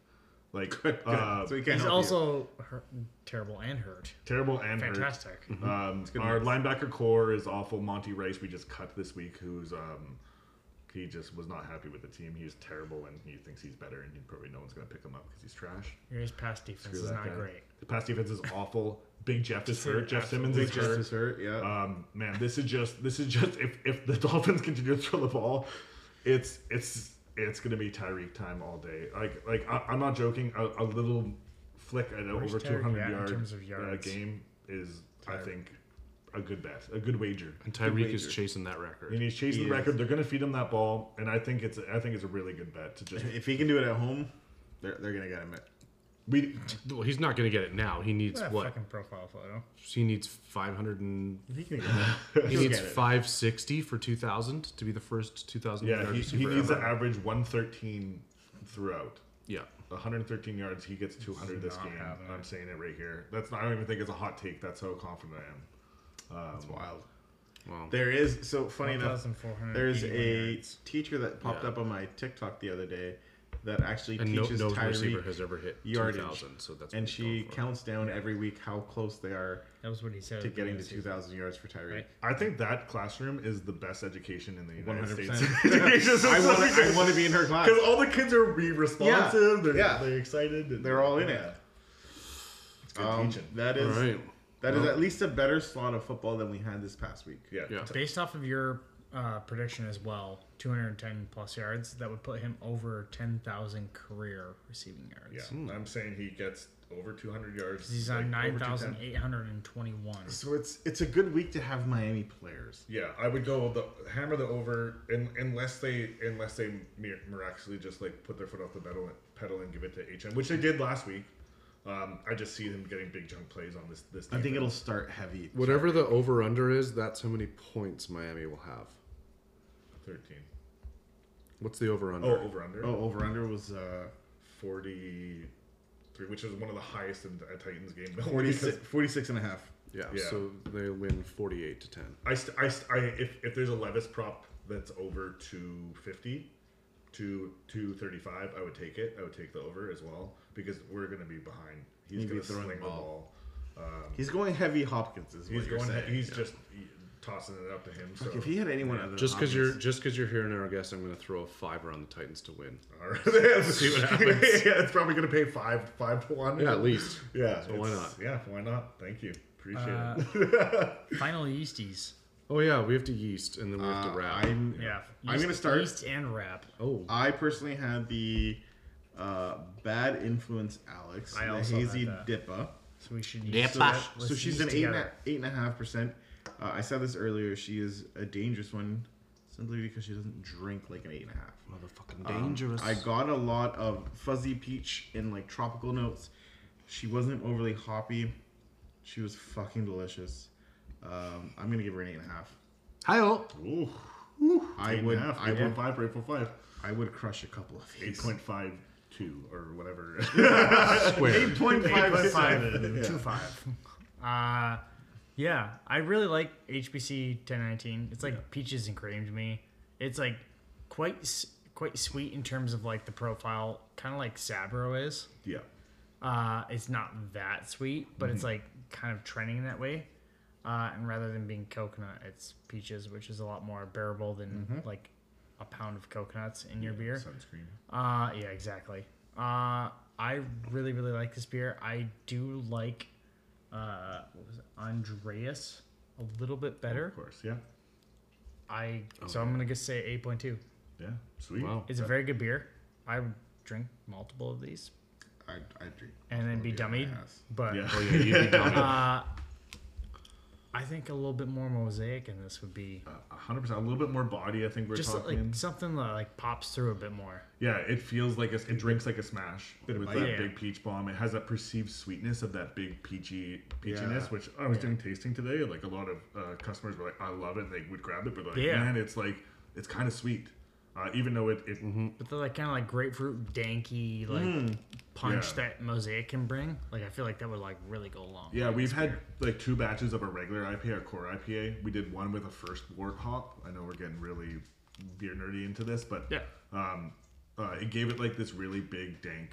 Speaker 4: Like uh,
Speaker 3: so he can't
Speaker 2: He's
Speaker 3: help you.
Speaker 2: also hurt, terrible and hurt.
Speaker 4: terrible and hurt.
Speaker 2: Fantastic.
Speaker 4: Um,
Speaker 3: good
Speaker 4: our
Speaker 3: news.
Speaker 4: linebacker core is awful. Monty Rice we just cut this week. Who's um, he just was not happy with the team. He was terrible, and he thinks he's better, and probably no one's gonna pick him up because he's trash.
Speaker 2: Your pass defense
Speaker 4: Screw
Speaker 2: is
Speaker 4: that
Speaker 2: not
Speaker 4: guy.
Speaker 2: great.
Speaker 4: The pass defense is awful. Big Jeff is
Speaker 2: Absolutely.
Speaker 4: hurt. Jeff Simmons is
Speaker 3: Big
Speaker 4: hurt.
Speaker 3: Justice hurt. Yeah.
Speaker 2: Uh,
Speaker 4: Um, man, this is just this is just if, if the Dolphins continue to throw the ball, it's it's it's gonna be Tyreek time all day. Like like I, I'm not joking. A, a little flick at a
Speaker 2: Where's
Speaker 4: over
Speaker 2: Tyreek
Speaker 4: 200
Speaker 2: at in terms
Speaker 4: yards,
Speaker 2: of
Speaker 4: Uh,
Speaker 2: yards?
Speaker 4: game is I think a good bet, a good wager.
Speaker 1: And Tyreek is
Speaker 3: wager.
Speaker 1: chasing that
Speaker 4: And
Speaker 1: record.
Speaker 4: he's chasing
Speaker 3: He
Speaker 4: the
Speaker 3: is.
Speaker 4: record. They're gonna feed him that ball, and I think it's I think it's a really good bet to just
Speaker 3: if he can do it at home, they're, they're gonna get him at
Speaker 4: we
Speaker 1: Well, he's not going to get it now. He needs
Speaker 2: That
Speaker 1: what?
Speaker 2: fucking profile photo.
Speaker 1: He needs 500 and
Speaker 4: he can get
Speaker 1: he
Speaker 3: He'll
Speaker 1: needs
Speaker 3: get it.
Speaker 1: 560 for 2000 to be the first 2000
Speaker 4: yeah
Speaker 1: yard
Speaker 4: he, he
Speaker 1: receiver
Speaker 4: needs to
Speaker 1: ever.
Speaker 4: average 113 throughout.
Speaker 1: Yeah.
Speaker 4: 113 yards. He gets 200 this
Speaker 2: not
Speaker 4: game.
Speaker 2: happening.
Speaker 4: I'm saying it right here. That's not. I don't even think it's a hot take. That's how confident I am. Um,
Speaker 3: That's wild.
Speaker 1: Wow.
Speaker 3: There is so funny enough.
Speaker 2: 1,481
Speaker 3: There's a
Speaker 2: yards.
Speaker 3: teacher that popped
Speaker 1: Yeah.
Speaker 3: up on my TikTok the other day that actually
Speaker 1: And no,
Speaker 3: teaches
Speaker 1: no receiver
Speaker 3: Tyreek,
Speaker 1: has ever hit
Speaker 3: yardage.
Speaker 1: 2000, so that's
Speaker 3: and
Speaker 1: what he's
Speaker 3: she
Speaker 1: going for.
Speaker 3: counts down every week how close they are
Speaker 2: That was what he said.
Speaker 3: to
Speaker 2: at the
Speaker 3: getting
Speaker 2: end
Speaker 3: to
Speaker 2: of the season.
Speaker 3: 2,000 yards for Tyreek.
Speaker 2: Right.
Speaker 4: I think that classroom is the best education in the United
Speaker 3: 100%.
Speaker 4: States. Education
Speaker 3: I
Speaker 4: system.
Speaker 3: want to I want to be in her class.
Speaker 4: Because all the kids are be responsive. They're,
Speaker 3: Yeah.
Speaker 4: they're excited. and-
Speaker 3: They're all in
Speaker 4: yeah.
Speaker 3: it.
Speaker 4: It's good
Speaker 3: Um,
Speaker 4: teaching.
Speaker 3: that
Speaker 1: All
Speaker 3: is
Speaker 1: right.
Speaker 3: that is at least a better slot of football than we had this past week.
Speaker 4: Yeah.
Speaker 1: Yeah.
Speaker 2: Based off of your uh, prediction as well, 210 plus yards, that would put him over 10,000 career receiving yards.
Speaker 4: Yeah. Hmm. I'm saying he gets over 200 yards.
Speaker 2: He's on
Speaker 4: like, over 210.
Speaker 2: 9,821.
Speaker 3: So it's it's a good week to have Miami players.
Speaker 4: Yeah, I would go the hammer the over, and unless they unless they mir- miraculously just like put their foot off the pedal pedal and give it to HM, which they did last week. Um, I just see them getting big chunk plays on this this.
Speaker 3: I think
Speaker 4: defense.
Speaker 3: it'll start heavy.
Speaker 1: Whatever the over under is, that's how many points Miami will have.
Speaker 4: thirteen.
Speaker 1: What's the over under?
Speaker 4: Oh, over under
Speaker 3: Oh, over under was uh,
Speaker 4: forty three, which is one of the highest in a Titans game.
Speaker 3: 46,
Speaker 4: Because
Speaker 3: 46 and a half.
Speaker 1: yeah,
Speaker 4: yeah.
Speaker 1: So they win 48 to 10.
Speaker 4: I, st- I, st- I if if there's a Levis prop that's over two fifty. To two thirty five, I would take it. I would take the over as well because we're going to be behind. He's
Speaker 3: He'd be
Speaker 4: going to
Speaker 3: throwing
Speaker 4: sling the
Speaker 3: the ball.
Speaker 4: ball.
Speaker 3: He's going heavy Hopkins. Is what
Speaker 4: He's
Speaker 3: you're
Speaker 4: going.
Speaker 3: saying.
Speaker 4: He's just e, tossing it up to him. So.
Speaker 3: Fuck, if he had anyone other than
Speaker 1: Just because you're
Speaker 3: Hopkins-
Speaker 1: just because you're here and our guest, I'm going to throw a fiver on the Titans to win.
Speaker 4: All right. see what happens. yeah, it's probably going to pay five five to one.
Speaker 1: Yeah, at least.
Speaker 4: Yeah.
Speaker 1: So why
Speaker 4: it's-
Speaker 1: not?
Speaker 4: Yeah. Why not? Thank you. Appreciate
Speaker 2: Uh,
Speaker 4: it.
Speaker 2: Final yeasties.
Speaker 1: Oh yeah, we have to yeast and then we have to
Speaker 3: Uh,
Speaker 1: wrap.
Speaker 3: I'm
Speaker 2: Yeah.
Speaker 3: I'm gonna
Speaker 2: Yeast-
Speaker 3: start-
Speaker 2: Yeast and wrap.
Speaker 1: oh,
Speaker 3: I personally had the uh, bad influence Alex,
Speaker 2: I
Speaker 3: the
Speaker 2: also had
Speaker 3: hazy
Speaker 2: that.
Speaker 3: Dippa.
Speaker 2: So we should
Speaker 1: Yeah,
Speaker 2: yeast.
Speaker 1: pa.
Speaker 2: that. Let's
Speaker 3: so she's
Speaker 2: yeast
Speaker 3: an eight and,
Speaker 2: together.
Speaker 3: a, eight and a half percent. Uh, I said this earlier. She is a dangerous one simply because she doesn't drink like an eight and a half.
Speaker 1: motherfucking
Speaker 3: Um,
Speaker 1: dangerous.
Speaker 3: I got a lot of fuzzy peach and like tropical notes. She wasn't overly hoppy. She was fucking delicious. Um, I'm gonna give her an eight and a half.
Speaker 1: Hi-oh.
Speaker 4: Ooh.
Speaker 3: I would, I would,
Speaker 4: five. Eight point five.
Speaker 3: I would crush a couple of
Speaker 4: Eight
Speaker 3: these.
Speaker 4: point five two or whatever.
Speaker 1: Square.
Speaker 3: point
Speaker 4: Eight point five.
Speaker 3: Yeah.
Speaker 2: Two five. Uh, yeah, I really like HBC 1019. It's like peaches and cream to me. It's like quite s- quite sweet in terms of like the profile, kind of like Sabro is.
Speaker 4: Yeah.
Speaker 2: Uh, it's not that sweet, but it's like kind of trending in that way. Uh, and rather than being coconut, it's peaches, which is a lot more bearable than like a pound of coconuts in your beer.
Speaker 4: Sunscreen.
Speaker 2: Uh, yeah, exactly. Uh, I really, really like this beer. I do like uh, what was it? Andreas a little bit better.
Speaker 4: Of course. Yeah.
Speaker 2: I so I'm gonna just say eight point two.
Speaker 4: Yeah. Sweet.
Speaker 1: Wow.
Speaker 2: It's a very good beer. I would drink multiple of these
Speaker 3: I, I drink.
Speaker 2: and then be
Speaker 3: Totally on my
Speaker 2: dummied,
Speaker 3: ass.
Speaker 2: but
Speaker 4: Yeah.
Speaker 1: Oh, yeah, you'd be dumb.
Speaker 2: uh, I think a little bit more mosaic in this would be
Speaker 4: A hundred percent. A little bit more body. I think we're
Speaker 2: just uh,
Speaker 4: talking.
Speaker 2: like something that like pops through a bit more.
Speaker 4: yeah. It feels like a, it drinks like a smash
Speaker 3: Bit of
Speaker 4: with
Speaker 3: bite.
Speaker 4: that
Speaker 2: Yeah.
Speaker 4: big peach bomb. It has that perceived sweetness of that big peachy peachiness,
Speaker 3: Yeah.
Speaker 4: which I was doing tasting today. Like a lot of uh, customers were like, "I love it." and They would grab it, but like,
Speaker 2: Yeah.
Speaker 4: man, it's like it's kind of sweet. Uh, even though it, it
Speaker 2: But the like kind of like grapefruit danky like
Speaker 4: Hmm.
Speaker 2: punch
Speaker 4: Yeah.
Speaker 2: that mosaic can bring. Like I feel like that would like really go along.
Speaker 4: Yeah, we've had like two batches of a regular IPA, our core IPA. We did one with a first wort hop. I know we're getting really beer nerdy into this, but
Speaker 2: Yeah.
Speaker 4: um, uh, it gave it like this really big dank,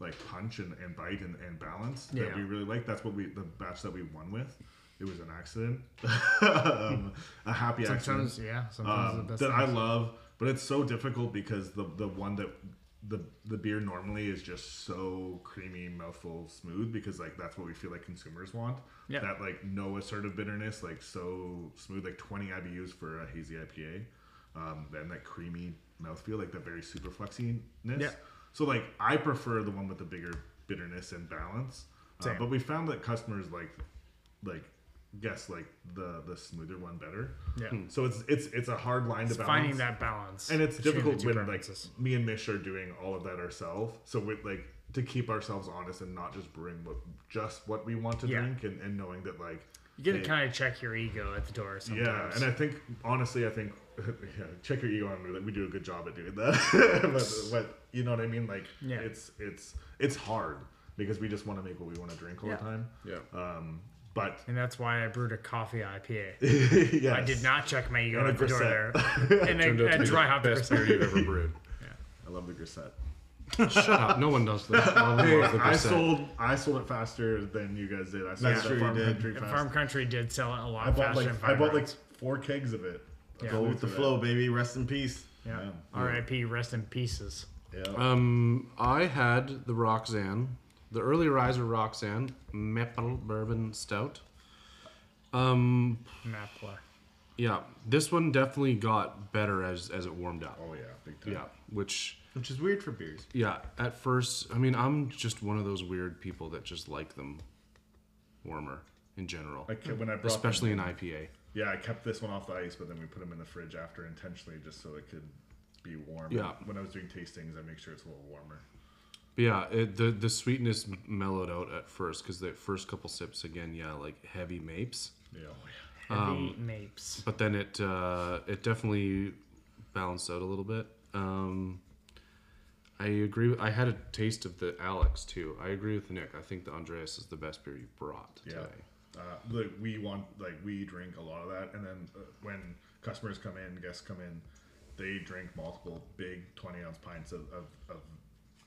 Speaker 4: like punch and, and bite and, and balance
Speaker 2: Yeah.
Speaker 4: that we really liked. That's what we the batch that we won with. It was an accident, um, a happy accident
Speaker 2: Sometimes, yeah, sometimes
Speaker 4: um,
Speaker 2: the best.
Speaker 4: that I
Speaker 2: things.
Speaker 4: love, but it's so difficult because the the one that the the beer normally is just so creamy, mouthful, smooth because like that's what we feel like consumers want.
Speaker 2: Yeah.
Speaker 4: That like no assertive bitterness, like so smooth, like 20 IBUs for a hazy IPA. Um, then that creamy mouthfeel, like that very super flexiness.
Speaker 2: Yeah.
Speaker 4: So like I prefer the one with the bigger bitterness and balance. Uh,
Speaker 2: Same.
Speaker 4: but we found that customers like like guess like the the smoother one better.
Speaker 2: Yeah. Hmm.
Speaker 4: So it's it's it's a hard line to
Speaker 2: It's
Speaker 4: balance.
Speaker 2: finding that balance.
Speaker 4: and it's
Speaker 2: between the
Speaker 4: difficult
Speaker 2: two
Speaker 4: when like
Speaker 2: preferences.
Speaker 4: me and Mish are doing all of that ourselves. So we like to keep ourselves honest and not just brewing what just what we want to
Speaker 2: Yeah.
Speaker 4: drink and, and knowing that like
Speaker 2: you gotta
Speaker 4: hey,
Speaker 2: kind of check your ego at the door sometimes.
Speaker 4: yeah, and I think honestly, I think yeah, check your ego on me. Like we do a good job at doing that, but, but you know what I mean. Like
Speaker 2: Yeah.
Speaker 4: it's it's it's hard because we just want to make what we want to drink all
Speaker 2: Yeah.
Speaker 4: the time.
Speaker 1: Yeah.
Speaker 4: Um, but
Speaker 2: And that's why I brewed a coffee IPA.
Speaker 4: yes.
Speaker 2: I did not check my ego at the door
Speaker 4: 100%.
Speaker 2: there. And
Speaker 1: Turned
Speaker 2: a,
Speaker 1: out to
Speaker 2: a
Speaker 1: be
Speaker 2: dry
Speaker 1: the
Speaker 2: hop
Speaker 1: best beer
Speaker 2: percent.
Speaker 1: you've ever brewed.
Speaker 3: I love the grisette.
Speaker 1: Shut up. No one does that. No one loves the
Speaker 4: I
Speaker 1: percent.
Speaker 4: sold I sold it faster than you guys did. I sold
Speaker 3: That's
Speaker 4: it at
Speaker 3: true, you
Speaker 4: Farm
Speaker 3: did.
Speaker 4: Country fast.
Speaker 2: Farm Country did sell it a lot
Speaker 4: I bought
Speaker 2: faster
Speaker 4: like
Speaker 2: than Five
Speaker 4: I bought like
Speaker 2: Rounds.
Speaker 4: four kegs of it.
Speaker 2: Yeah.
Speaker 3: Go with the flow, baby. Rest in peace.
Speaker 2: yeah. R.I.P. Rest in pieces.
Speaker 3: Yeah.
Speaker 1: Um, I had the Roxanne, the early riser Roxanne maple bourbon stout. Um,
Speaker 2: Mapler.
Speaker 1: yeah, this one definitely got better as as it warmed up.
Speaker 4: Oh yeah, big time.
Speaker 1: Yeah, which
Speaker 3: Which is weird for beers.
Speaker 1: yeah, at first, I mean, I'm just one of those weird people that just like them warmer in general,
Speaker 4: Like when I brought them-
Speaker 1: especially in IPA.
Speaker 4: Yeah, I kept this one off the ice, but then we put them in the fridge after intentionally just so it could be warm.
Speaker 1: Yeah.
Speaker 4: When I was doing tastings, I make sure it's a little warmer.
Speaker 1: But yeah, it, the the sweetness mellowed out at first because the first couple sips again, yeah, like heavy mapes.
Speaker 4: Yeah. Oh, yeah.
Speaker 1: Um,
Speaker 2: Heavy mapes.
Speaker 1: but then it uh, it definitely balanced out a little bit. Um, I agree. with- I had a taste of the Alex too. I agree with Nick. I think the Andreas is the best beer you brought
Speaker 4: Yeah.
Speaker 1: today.
Speaker 4: Uh, like we want, like we drink a lot of that, and then uh, when customers come in, guests come in, they drink multiple big twenty ounce pints of, of, of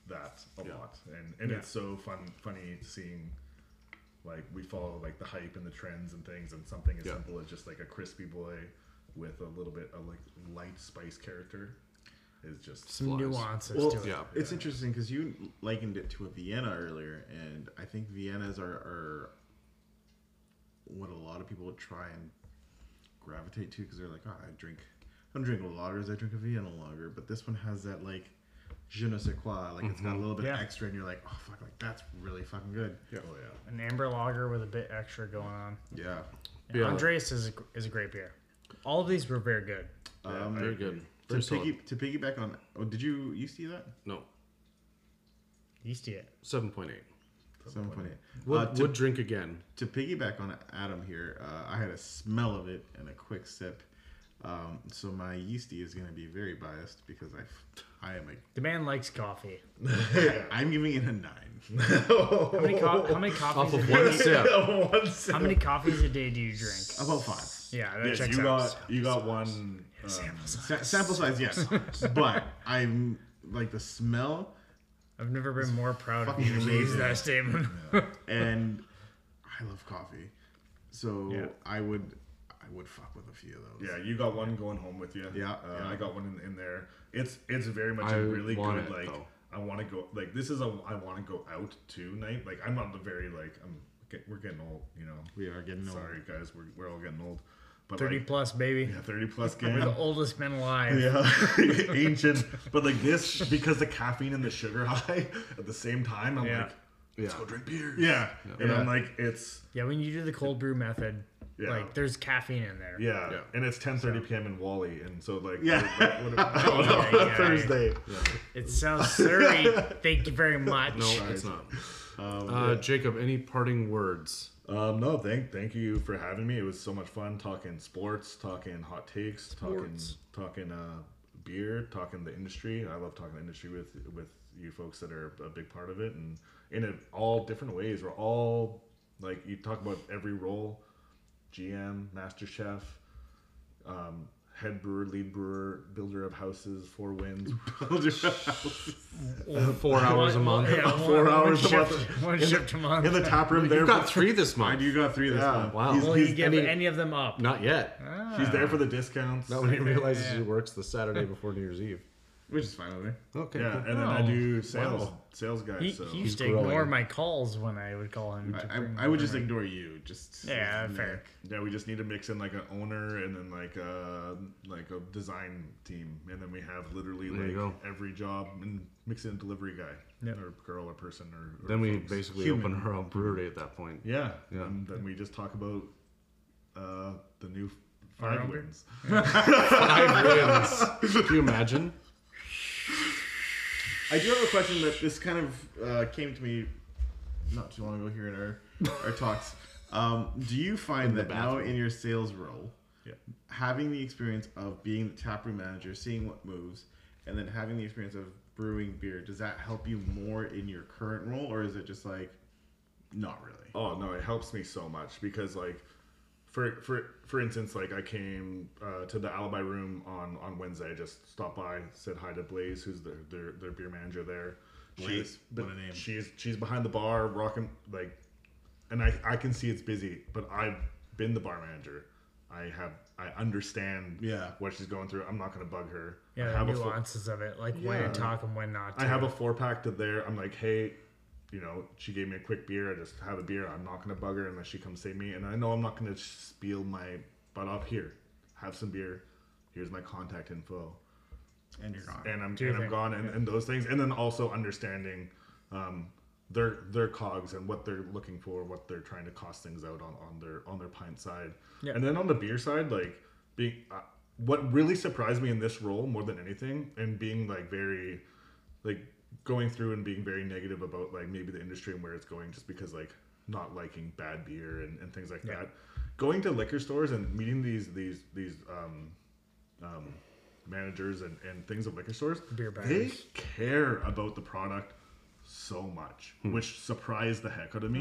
Speaker 4: that a lot, and and
Speaker 2: Yeah.
Speaker 4: it's so fun funny seeing like we follow like the hype and the trends and things, and something as
Speaker 1: Yeah.
Speaker 4: simple as just like a crispy boy with a little bit of like light spice character is just
Speaker 2: Some
Speaker 1: flies.
Speaker 2: nuances
Speaker 3: Well,
Speaker 2: to it.
Speaker 1: Yeah.
Speaker 3: It's interesting because you likened it to a Vienna earlier, and I think Viennas are, are what a lot of people would try and gravitate to because they're like, oh, I drink, I don't drink lagers, I drink a Vienna lager, but this one has that like je ne sais quoi, like it's got
Speaker 4: Mm-hmm.
Speaker 3: a little bit
Speaker 2: Yeah.
Speaker 3: extra, and you're like, oh fuck, like that's really fucking good.
Speaker 4: yeah. oh yeah.
Speaker 2: An amber lager with a bit extra going on.
Speaker 3: Yeah,
Speaker 1: Yeah.
Speaker 2: Andreas is a, is a great beer. All of these were very good.
Speaker 4: Yeah, I
Speaker 1: Very
Speaker 4: agree.
Speaker 1: good. Very
Speaker 3: Um, to
Speaker 1: solid.
Speaker 3: piggy to piggyback on, oh, did you you see that
Speaker 1: No,
Speaker 2: Yeasty it.
Speaker 1: seven point eight.
Speaker 3: seven point eight?
Speaker 1: Would,
Speaker 3: Uh, to
Speaker 1: would drink again.
Speaker 3: to piggyback on Adam here, uh, I had a smell of it and a quick sip. Um, so my yeasty is going to be very biased because I, f- I am a,
Speaker 2: The man likes coffee.
Speaker 3: I'm giving it a nine.
Speaker 2: How many, co- how many
Speaker 1: Off
Speaker 2: coffees?
Speaker 1: of
Speaker 2: a
Speaker 1: one
Speaker 2: day,
Speaker 1: sip.
Speaker 4: One
Speaker 2: how
Speaker 4: sip.
Speaker 2: many coffees a day do you drink?
Speaker 3: About five.
Speaker 2: Yeah, that
Speaker 4: Yes,
Speaker 2: checks
Speaker 4: you
Speaker 2: out.
Speaker 4: got you got one. Um,
Speaker 2: Sample size.
Speaker 3: Sa- sample size, yes, but I'm like the smell
Speaker 2: I've never been more proud of
Speaker 3: fucking
Speaker 2: you to use
Speaker 3: amazing.
Speaker 2: that statement.
Speaker 3: and I love coffee, so
Speaker 4: Yeah.
Speaker 3: I would I would fuck with a few of those.
Speaker 4: yeah, you got one going home with you.
Speaker 3: Yeah,
Speaker 4: uh,
Speaker 3: yeah.
Speaker 4: I got one in, in there. It's it's very much
Speaker 1: I
Speaker 4: a really
Speaker 1: want
Speaker 4: good
Speaker 1: it,
Speaker 4: like.
Speaker 1: though.
Speaker 4: I want to go like this is a I want to go out to night. Like I'm not the very like I'm get, we're getting old, you know.
Speaker 3: we are getting old.
Speaker 4: Sorry guys, we're we're all getting old. But
Speaker 2: Thirty
Speaker 4: like,
Speaker 2: plus, baby.
Speaker 4: yeah, thirty plus
Speaker 2: We're
Speaker 4: gang.
Speaker 2: the oldest men alive.
Speaker 4: Yeah, ancient. But like this, because the caffeine and the sugar high at the same time, I'm
Speaker 2: Yeah.
Speaker 4: like,
Speaker 1: Yeah.
Speaker 4: let's go drink beer. Yeah, and I'm
Speaker 3: Yeah.
Speaker 4: like, it's
Speaker 2: Yeah, when you do the cold brew method,
Speaker 4: Yeah.
Speaker 2: like there's caffeine in there.
Speaker 4: yeah,
Speaker 1: Yeah.
Speaker 4: and it's 10:30 p.m. in Wally, and so like
Speaker 3: Yeah.
Speaker 4: what- what- what-
Speaker 2: Yeah, yeah, yeah.
Speaker 4: Thursday.
Speaker 2: It sounds Surrey. Thank you very much.
Speaker 1: No, it's not. uh, Jacob, any parting words?
Speaker 4: Um, no, thank thank you for having me. It was so much fun talking sports, talking hot takes,
Speaker 1: Sports.
Speaker 4: talking talking uh, beer, talking the industry. I love talking the industry with with you folks that are a big part of it, and in a, all different ways. We're all like you talk about every role, GM, Master Chef, um, head brewer, lead brewer, builder of houses, four winds,
Speaker 1: Uh, Four hours a month.
Speaker 2: Yeah,
Speaker 4: Four
Speaker 2: one,
Speaker 4: hours a
Speaker 2: one shift,
Speaker 4: month.
Speaker 2: One shift a month.
Speaker 4: in the tap room. There,
Speaker 1: You got
Speaker 4: for-
Speaker 1: three this
Speaker 4: I
Speaker 1: month.
Speaker 4: do got three this
Speaker 3: Yeah.
Speaker 4: month.
Speaker 1: Wow.
Speaker 4: He's-
Speaker 2: Will
Speaker 4: he's-
Speaker 2: you give
Speaker 1: I mean-
Speaker 2: any of them up?
Speaker 1: Not yet.
Speaker 4: He's there for the discounts.
Speaker 1: Not when he realizes he works the Saturday before New Year's Eve.
Speaker 3: Which is fine with me.
Speaker 1: Okay.
Speaker 4: Yeah, and then I
Speaker 2: Wow.
Speaker 4: do sales sales guys.
Speaker 2: He,
Speaker 4: so
Speaker 2: he used to
Speaker 1: growing.
Speaker 2: ignore my calls when I would call him. to bring
Speaker 3: I, I, I would just
Speaker 2: whatever.
Speaker 3: ignore you. Just
Speaker 2: Yeah, fair.
Speaker 4: yeah, we just need to mix in like an owner and then like a like a design team, and then we have literally
Speaker 1: There
Speaker 4: like
Speaker 1: you
Speaker 4: every job and mix in a delivery guy
Speaker 2: Yep.
Speaker 4: or girl or person or, or
Speaker 1: Then we
Speaker 4: folks.
Speaker 1: basically
Speaker 3: Human.
Speaker 1: open our own brewery at that point.
Speaker 4: yeah
Speaker 1: Yeah.
Speaker 4: and then we just talk about uh, the new
Speaker 2: Our
Speaker 4: five
Speaker 2: own beer?
Speaker 4: wins.
Speaker 1: Five wins. Can you imagine?
Speaker 3: I do have a question that this kind of uh, came to me not too long ago here in our, our talks. Um, do you find
Speaker 1: the
Speaker 3: that now
Speaker 1: bathroom.
Speaker 3: in your sales role,
Speaker 4: Yeah.
Speaker 3: having the experience of being the taproom manager, seeing what moves, and then having the experience of brewing beer, does that help you more in your current role, or is it just like, not really?
Speaker 4: Oh no, it helps me so much because like for for for instance, like I came uh, to the Alibi Room on on Wednesday. I just stopped by, said hi to Blaze, who's their their, their beer manager there.
Speaker 3: Blaze,
Speaker 4: but
Speaker 3: what a name.
Speaker 4: She's she's behind the bar, rocking like, and I I can see it's busy, but I've been the bar manager. I have I understand
Speaker 3: Yeah.
Speaker 4: what she's going through. I'm not gonna bug her. I
Speaker 2: Yeah,
Speaker 4: have
Speaker 2: the
Speaker 4: a full-
Speaker 2: nuances of it, like when
Speaker 4: Yeah.
Speaker 2: to talk and when not to.
Speaker 4: I have a four pack to there. I'm like, hey, you know, she gave me a quick beer. I just have a beer. I'm not gonna bug her unless she comes save me. And I know I'm not gonna spiel my butt off here. Have some beer. Here's my contact info.
Speaker 3: And you're gone.
Speaker 4: And I'm
Speaker 2: your
Speaker 4: and I'm
Speaker 2: thing.
Speaker 4: gone. And, and those things. And then also understanding um, their their cogs and what they're looking for, what they're trying to cost things out on on their on their pint side.
Speaker 2: Yeah.
Speaker 4: And then on the beer side, like being. Uh, what really surprised me in this role more than anything and being like very like going through and being very negative about like maybe the industry and where it's going just because like not liking bad beer and, and things like
Speaker 2: Yeah.
Speaker 4: that going to liquor stores and meeting these these these um, um, managers and, and things of liquor stores
Speaker 2: Beer
Speaker 4: they
Speaker 2: baggers.
Speaker 4: care about the product so much which surprised the heck out of me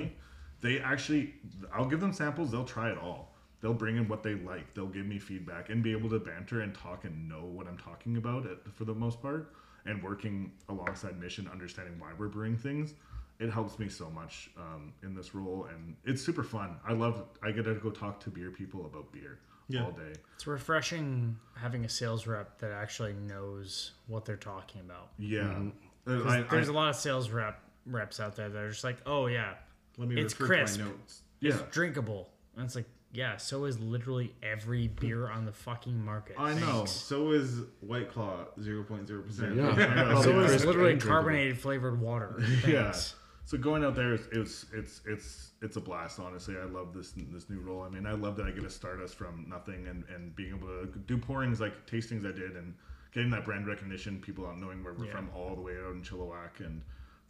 Speaker 2: Hmm.
Speaker 4: they actually i'll give them samples they'll try it all they'll bring in what they like they'll give me feedback and be able to banter and talk and know what i'm talking about at, for the most part and working alongside mission understanding why we're brewing things it helps me so much um, in this role and it's super fun i love i get to go talk to beer people about beer all day
Speaker 2: It's refreshing having a sales rep that actually knows what they're talking about.
Speaker 4: yeah
Speaker 2: Because there's a lot of sales rep reps out there that are just like, oh yeah,
Speaker 3: Let me
Speaker 2: It's
Speaker 3: refer to my
Speaker 2: crisp.
Speaker 3: notes.
Speaker 4: yeah
Speaker 2: it's drinkable, and it's like, yeah, so is literally every beer on the fucking market.
Speaker 4: I know.
Speaker 2: Thanks.
Speaker 3: So is White Claw 0.0%.
Speaker 1: Yeah.
Speaker 2: So
Speaker 1: Yeah.
Speaker 2: is
Speaker 1: Crisp
Speaker 2: literally
Speaker 1: and drinkable.
Speaker 2: carbonated flavored water.
Speaker 4: yeah.
Speaker 2: Thanks.
Speaker 4: So going out there, it's it's it's it's it's a blast. Honestly, I love this this new role. I mean, I love that I get to start us from nothing and and being able to do pourings like tastings I did and getting that brand recognition, people out knowing where we're
Speaker 2: Yeah.
Speaker 4: from all the way out in Chilliwack and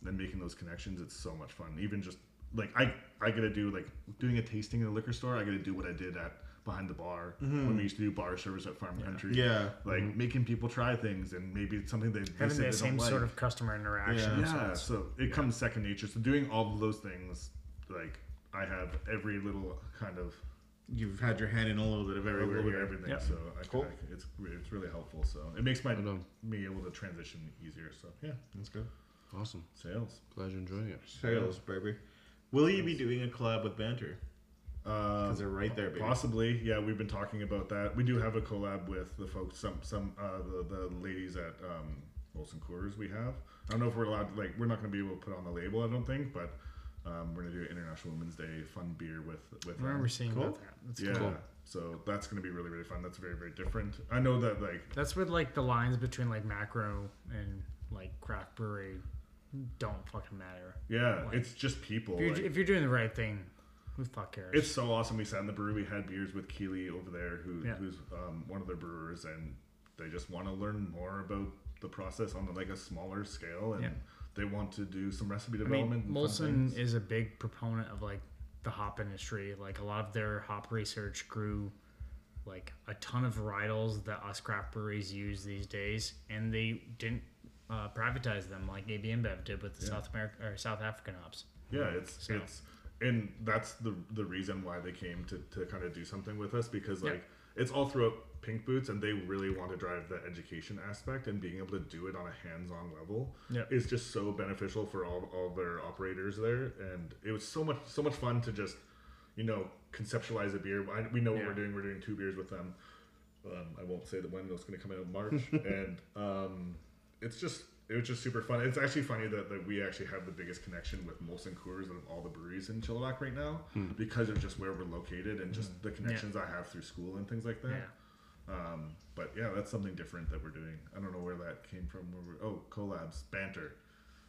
Speaker 4: then making those connections. It's so much fun. Even just like I I get to do like doing a tasting in a liquor store. I get to do what I did at behind the bar when we used to do bar service at Farm Country.
Speaker 3: Yeah.
Speaker 4: like making people try things and maybe it's something they, they
Speaker 2: Having
Speaker 4: say they
Speaker 2: that same
Speaker 4: don't like.
Speaker 2: sort of customer interaction.
Speaker 4: Yeah,
Speaker 2: so it's-
Speaker 4: so it comes second nature. So doing all of those things, like I have every little kind of
Speaker 3: You've had your hand in a little bit of
Speaker 4: a little
Speaker 3: everywhere.
Speaker 4: bit of
Speaker 3: here.
Speaker 4: everything.
Speaker 2: Yep.
Speaker 4: So I,
Speaker 1: Cool.
Speaker 4: cool. it's re- it's really helpful. So it makes my
Speaker 1: know.
Speaker 4: me able to transition easier. So yeah, that's good.
Speaker 1: Awesome.
Speaker 4: Sales.
Speaker 1: Glad you're enjoying it.
Speaker 3: Sales, baby. Will you be doing a collab with Banter?
Speaker 4: Uh,
Speaker 3: Because they're right there, baby.
Speaker 4: Possibly, yeah. We've been talking about that. We do have a collab with the folks, some some uh, the, the ladies at um, Olson Coors. We have. I don't know if we're allowed. To, like, we're not going to be able to put on the label. I don't think, but um, we're going to do International Women's Day fun beer with with.
Speaker 2: I remember
Speaker 4: them.
Speaker 2: seeing
Speaker 3: Cool.
Speaker 2: about that. That's
Speaker 4: yeah.
Speaker 1: cool.
Speaker 4: So that's going to be really really fun. That's very very different. I know that like
Speaker 2: That's where like the lines between like macro and like craft brewery don't fucking matter.
Speaker 4: yeah,
Speaker 2: Like-
Speaker 4: it's just people.
Speaker 2: If you're,
Speaker 4: like-
Speaker 2: if you're doing the right thing, who the fuck cares?
Speaker 4: It's so awesome. We sat in the brewery. We had beers with Keeley over there, who,
Speaker 2: Yeah.
Speaker 4: who's um, one of their brewers, and they just want to learn more about the process on like a smaller scale, and
Speaker 2: Yeah.
Speaker 4: they want to do some recipe
Speaker 2: I
Speaker 4: development.
Speaker 2: mean,
Speaker 4: and fun
Speaker 2: Molson
Speaker 4: things.
Speaker 2: is a big proponent of like the hop industry. Like a lot of their hop research grew like a ton of varietals that us craft breweries use these days, and they didn't uh, privatize them like AB InBev did with the South American or South African hops.
Speaker 4: Yeah, it's
Speaker 2: So-
Speaker 4: it's and that's the the reason why they came to to kind of do something with us because
Speaker 2: Yeah.
Speaker 4: like it's all throughout Pink Boots and they really want to drive the education aspect and being able to do it on a hands-on level
Speaker 2: Yeah.
Speaker 4: is just so beneficial for all all their operators there and it was so much so much fun to just you know conceptualize a beer. I, we know what
Speaker 2: Yeah.
Speaker 4: we're doing. We're doing two beers with them. Um, I won't say the one that's going to come out in March and. um it's just it was just super fun. It's actually funny that, that we actually have the biggest connection with Molson Coors out of all the breweries in Chilliwack right now
Speaker 1: Hmm.
Speaker 4: because of just where we're located and just the connections I have through school and things like that. Um, but yeah, that's something different that we're doing. I don't know where that came from. Where we're, oh, collabs, banter.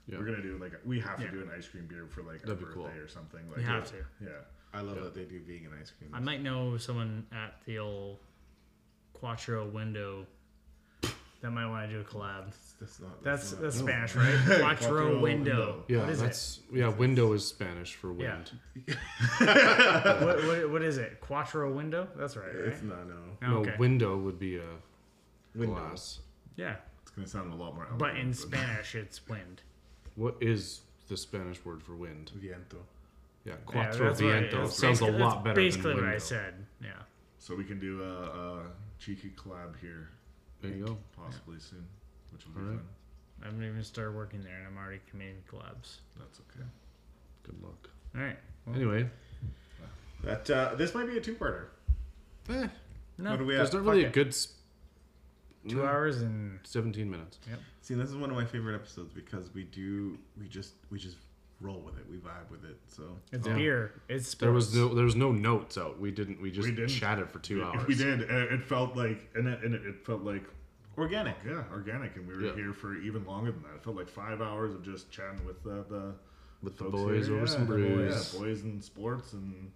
Speaker 1: Yeah.
Speaker 4: We're gonna do like we have to
Speaker 2: Yeah.
Speaker 4: do an ice cream beer for like
Speaker 1: That'd be
Speaker 4: our
Speaker 1: cool.
Speaker 4: birthday or something. Like
Speaker 2: You have
Speaker 4: yeah.
Speaker 2: to.
Speaker 4: Yeah.
Speaker 3: I love that they do vegan ice cream.
Speaker 2: I might know someone at the old Quattro window that might want to do a collab.
Speaker 3: that's not.
Speaker 2: That's
Speaker 3: not-
Speaker 2: that's Spanish, right? Quattro window.
Speaker 4: Quattro window.
Speaker 1: Yeah,
Speaker 2: What is it?
Speaker 1: that's yeah. Window is Spanish for wind.
Speaker 2: Yeah. what, what, what is it? Quattro window? That's right. right?
Speaker 3: It's not. No.
Speaker 1: No,
Speaker 2: okay.
Speaker 1: window would be a
Speaker 3: Window.
Speaker 1: glass.
Speaker 2: yeah.
Speaker 4: It's gonna sound a lot more.
Speaker 2: But
Speaker 4: elegant,
Speaker 2: in Spanish, it's wind.
Speaker 1: What is the Spanish word for wind?
Speaker 3: Viento.
Speaker 1: Yeah,
Speaker 2: Yeah,
Speaker 1: cuatro
Speaker 2: what it
Speaker 1: vientos.
Speaker 2: is.
Speaker 1: Sounds a
Speaker 2: Basically-
Speaker 1: lot
Speaker 2: that's
Speaker 1: better
Speaker 2: Basically
Speaker 1: than
Speaker 2: what
Speaker 1: window.
Speaker 2: I said. Yeah.
Speaker 4: so we can do a, a cheeky collab here
Speaker 1: There you go.
Speaker 4: possibly soon, which would be
Speaker 1: Alright.
Speaker 4: fun.
Speaker 2: I haven't even started working there, and I'm already committing to collabs.
Speaker 4: That's okay.
Speaker 1: Good luck.
Speaker 2: All right.
Speaker 1: Anyway,
Speaker 3: That uh, this might be a two-parter.
Speaker 1: eh,
Speaker 2: No.
Speaker 3: What do we have?
Speaker 1: there's not really a
Speaker 3: Fuck it.
Speaker 1: good s-
Speaker 2: Two hours and
Speaker 1: 17 minutes.
Speaker 3: See, this is one of my favorite episodes because we do we just we just roll with it. We vibe with it. So
Speaker 2: it's
Speaker 1: Yeah.
Speaker 2: beer. It's
Speaker 1: There was
Speaker 2: sports.
Speaker 1: no there was no notes out. We didn't. We just
Speaker 4: We didn't.
Speaker 1: chatted for two hours.
Speaker 4: If we did, and it felt like, and it, and it, it felt like,
Speaker 3: organic.
Speaker 4: yeah, organic, and we were
Speaker 1: Yeah.
Speaker 4: here for even longer than that. It felt like five hours of just chatting with the the
Speaker 1: With the
Speaker 4: folks
Speaker 1: boys over some
Speaker 4: the boys,
Speaker 1: brews.
Speaker 4: yeah, boys and sports and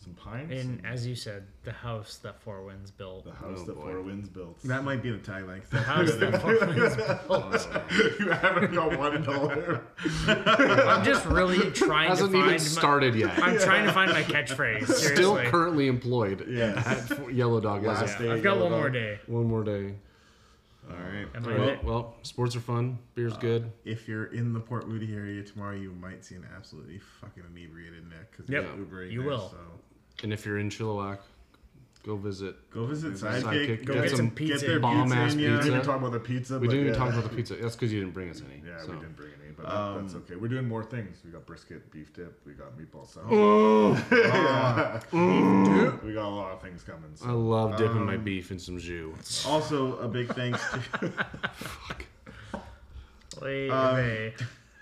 Speaker 4: some pints.
Speaker 2: And
Speaker 4: And
Speaker 2: as you said, the house that Four Winds built.
Speaker 4: the house
Speaker 1: Oh,
Speaker 4: that
Speaker 1: boy.
Speaker 4: Four Winds built.
Speaker 3: That might be the tagline.
Speaker 2: The house that Four Winds built.
Speaker 4: you haven't got one at all there.
Speaker 2: I'm just really trying to
Speaker 1: Hasn't
Speaker 2: find.
Speaker 1: even
Speaker 2: my,
Speaker 1: started yet.
Speaker 2: I'm trying to find my catchphrase. Seriously.
Speaker 1: Still currently employed.
Speaker 3: Yes.
Speaker 1: At F- Yellow Dog.
Speaker 3: Last
Speaker 1: Last
Speaker 2: Yeah,
Speaker 3: day,
Speaker 2: I've got
Speaker 3: yellow
Speaker 2: one more
Speaker 3: dog.
Speaker 2: day.
Speaker 1: One more day.
Speaker 3: All right.
Speaker 2: Am I
Speaker 1: Well,
Speaker 2: lit?
Speaker 1: well, sports are fun. Beer's
Speaker 3: Uh,
Speaker 1: good.
Speaker 3: If you're in the Port Moody area tomorrow, you might see an absolutely fucking inebriated Nick because
Speaker 2: Yep.
Speaker 3: Ubering
Speaker 2: You
Speaker 3: there,
Speaker 2: will.
Speaker 3: So
Speaker 1: And if you're in Chilliwack, go visit.
Speaker 3: go visit Sidekick.
Speaker 1: visit Sidekick,
Speaker 3: Go
Speaker 1: get
Speaker 3: get,
Speaker 1: some
Speaker 3: some
Speaker 2: pizza.
Speaker 3: Get their
Speaker 1: Bomb
Speaker 3: pizza
Speaker 1: ass
Speaker 3: in ya.
Speaker 4: We
Speaker 1: pizza.
Speaker 4: didn't even talk about the
Speaker 1: We
Speaker 4: pizza. but
Speaker 1: didn't
Speaker 4: yeah.
Speaker 1: even talk about the pizza. That's because you didn't bring us any.
Speaker 4: Yeah,
Speaker 1: so. um,
Speaker 4: we didn't bring any, but that- that's okay. We're doing more things. We got brisket, beef dip. We got meatball salad. Yeah. we got a lot of things coming. So.
Speaker 1: I love dipping my
Speaker 4: Um,
Speaker 1: beef in some jus.
Speaker 3: Also, a big thanks to
Speaker 2: Oy
Speaker 3: Um,
Speaker 2: vey.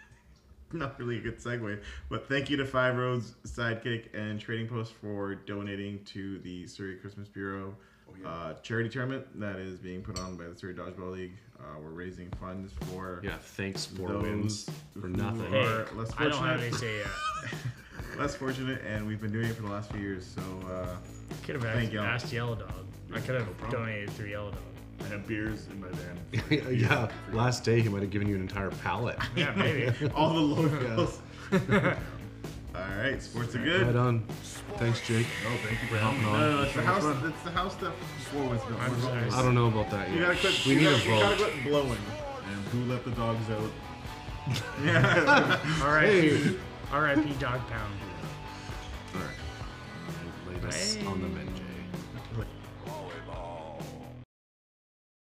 Speaker 3: not really a good segue, but thank you to Five Roads, Sidekick, and Trading Post for donating to the Surrey Christmas Bureau
Speaker 1: Oh,
Speaker 3: uh, charity tournament that is being put on by the Surrey Dodgeball League. Uh, we're raising funds for
Speaker 1: Yeah, thanks for
Speaker 3: Those
Speaker 1: wins for
Speaker 3: who
Speaker 1: nothing.
Speaker 3: are-
Speaker 2: Hey,
Speaker 3: less
Speaker 2: I don't have
Speaker 3: fortunate.
Speaker 2: any say yet.
Speaker 3: less fortunate, and we've been doing it for the last few years. So uh,
Speaker 2: Could have
Speaker 3: Thank
Speaker 2: asked,
Speaker 3: y'all.
Speaker 2: asked Yellow Dog. I could have donated through Yellow Dog.
Speaker 1: Oh.
Speaker 4: I have beers in my van.
Speaker 1: yeah, last
Speaker 3: uh,
Speaker 1: day he might have given you an entire pallet.
Speaker 2: Yeah, maybe.
Speaker 3: all the locals. All right, sports are
Speaker 1: Right
Speaker 3: good.
Speaker 1: on. Thanks, Jake.
Speaker 4: No, thank you for helping
Speaker 1: No,
Speaker 4: me.
Speaker 1: no,
Speaker 3: No, it's the
Speaker 1: That was
Speaker 3: house.
Speaker 1: fun.
Speaker 3: It's the house stuff. Whoa, it's going.
Speaker 4: I'm sorry.
Speaker 1: I don't know about that yet.
Speaker 3: You gotta quit.
Speaker 1: we
Speaker 3: you
Speaker 1: need a
Speaker 3: gotta, You gotta
Speaker 1: vote.
Speaker 3: quit blowing.
Speaker 4: And who let the dogs out?
Speaker 2: All right.
Speaker 1: Hey.
Speaker 2: R.I.P. Dog Pound.
Speaker 1: All right. Lay this on the menu.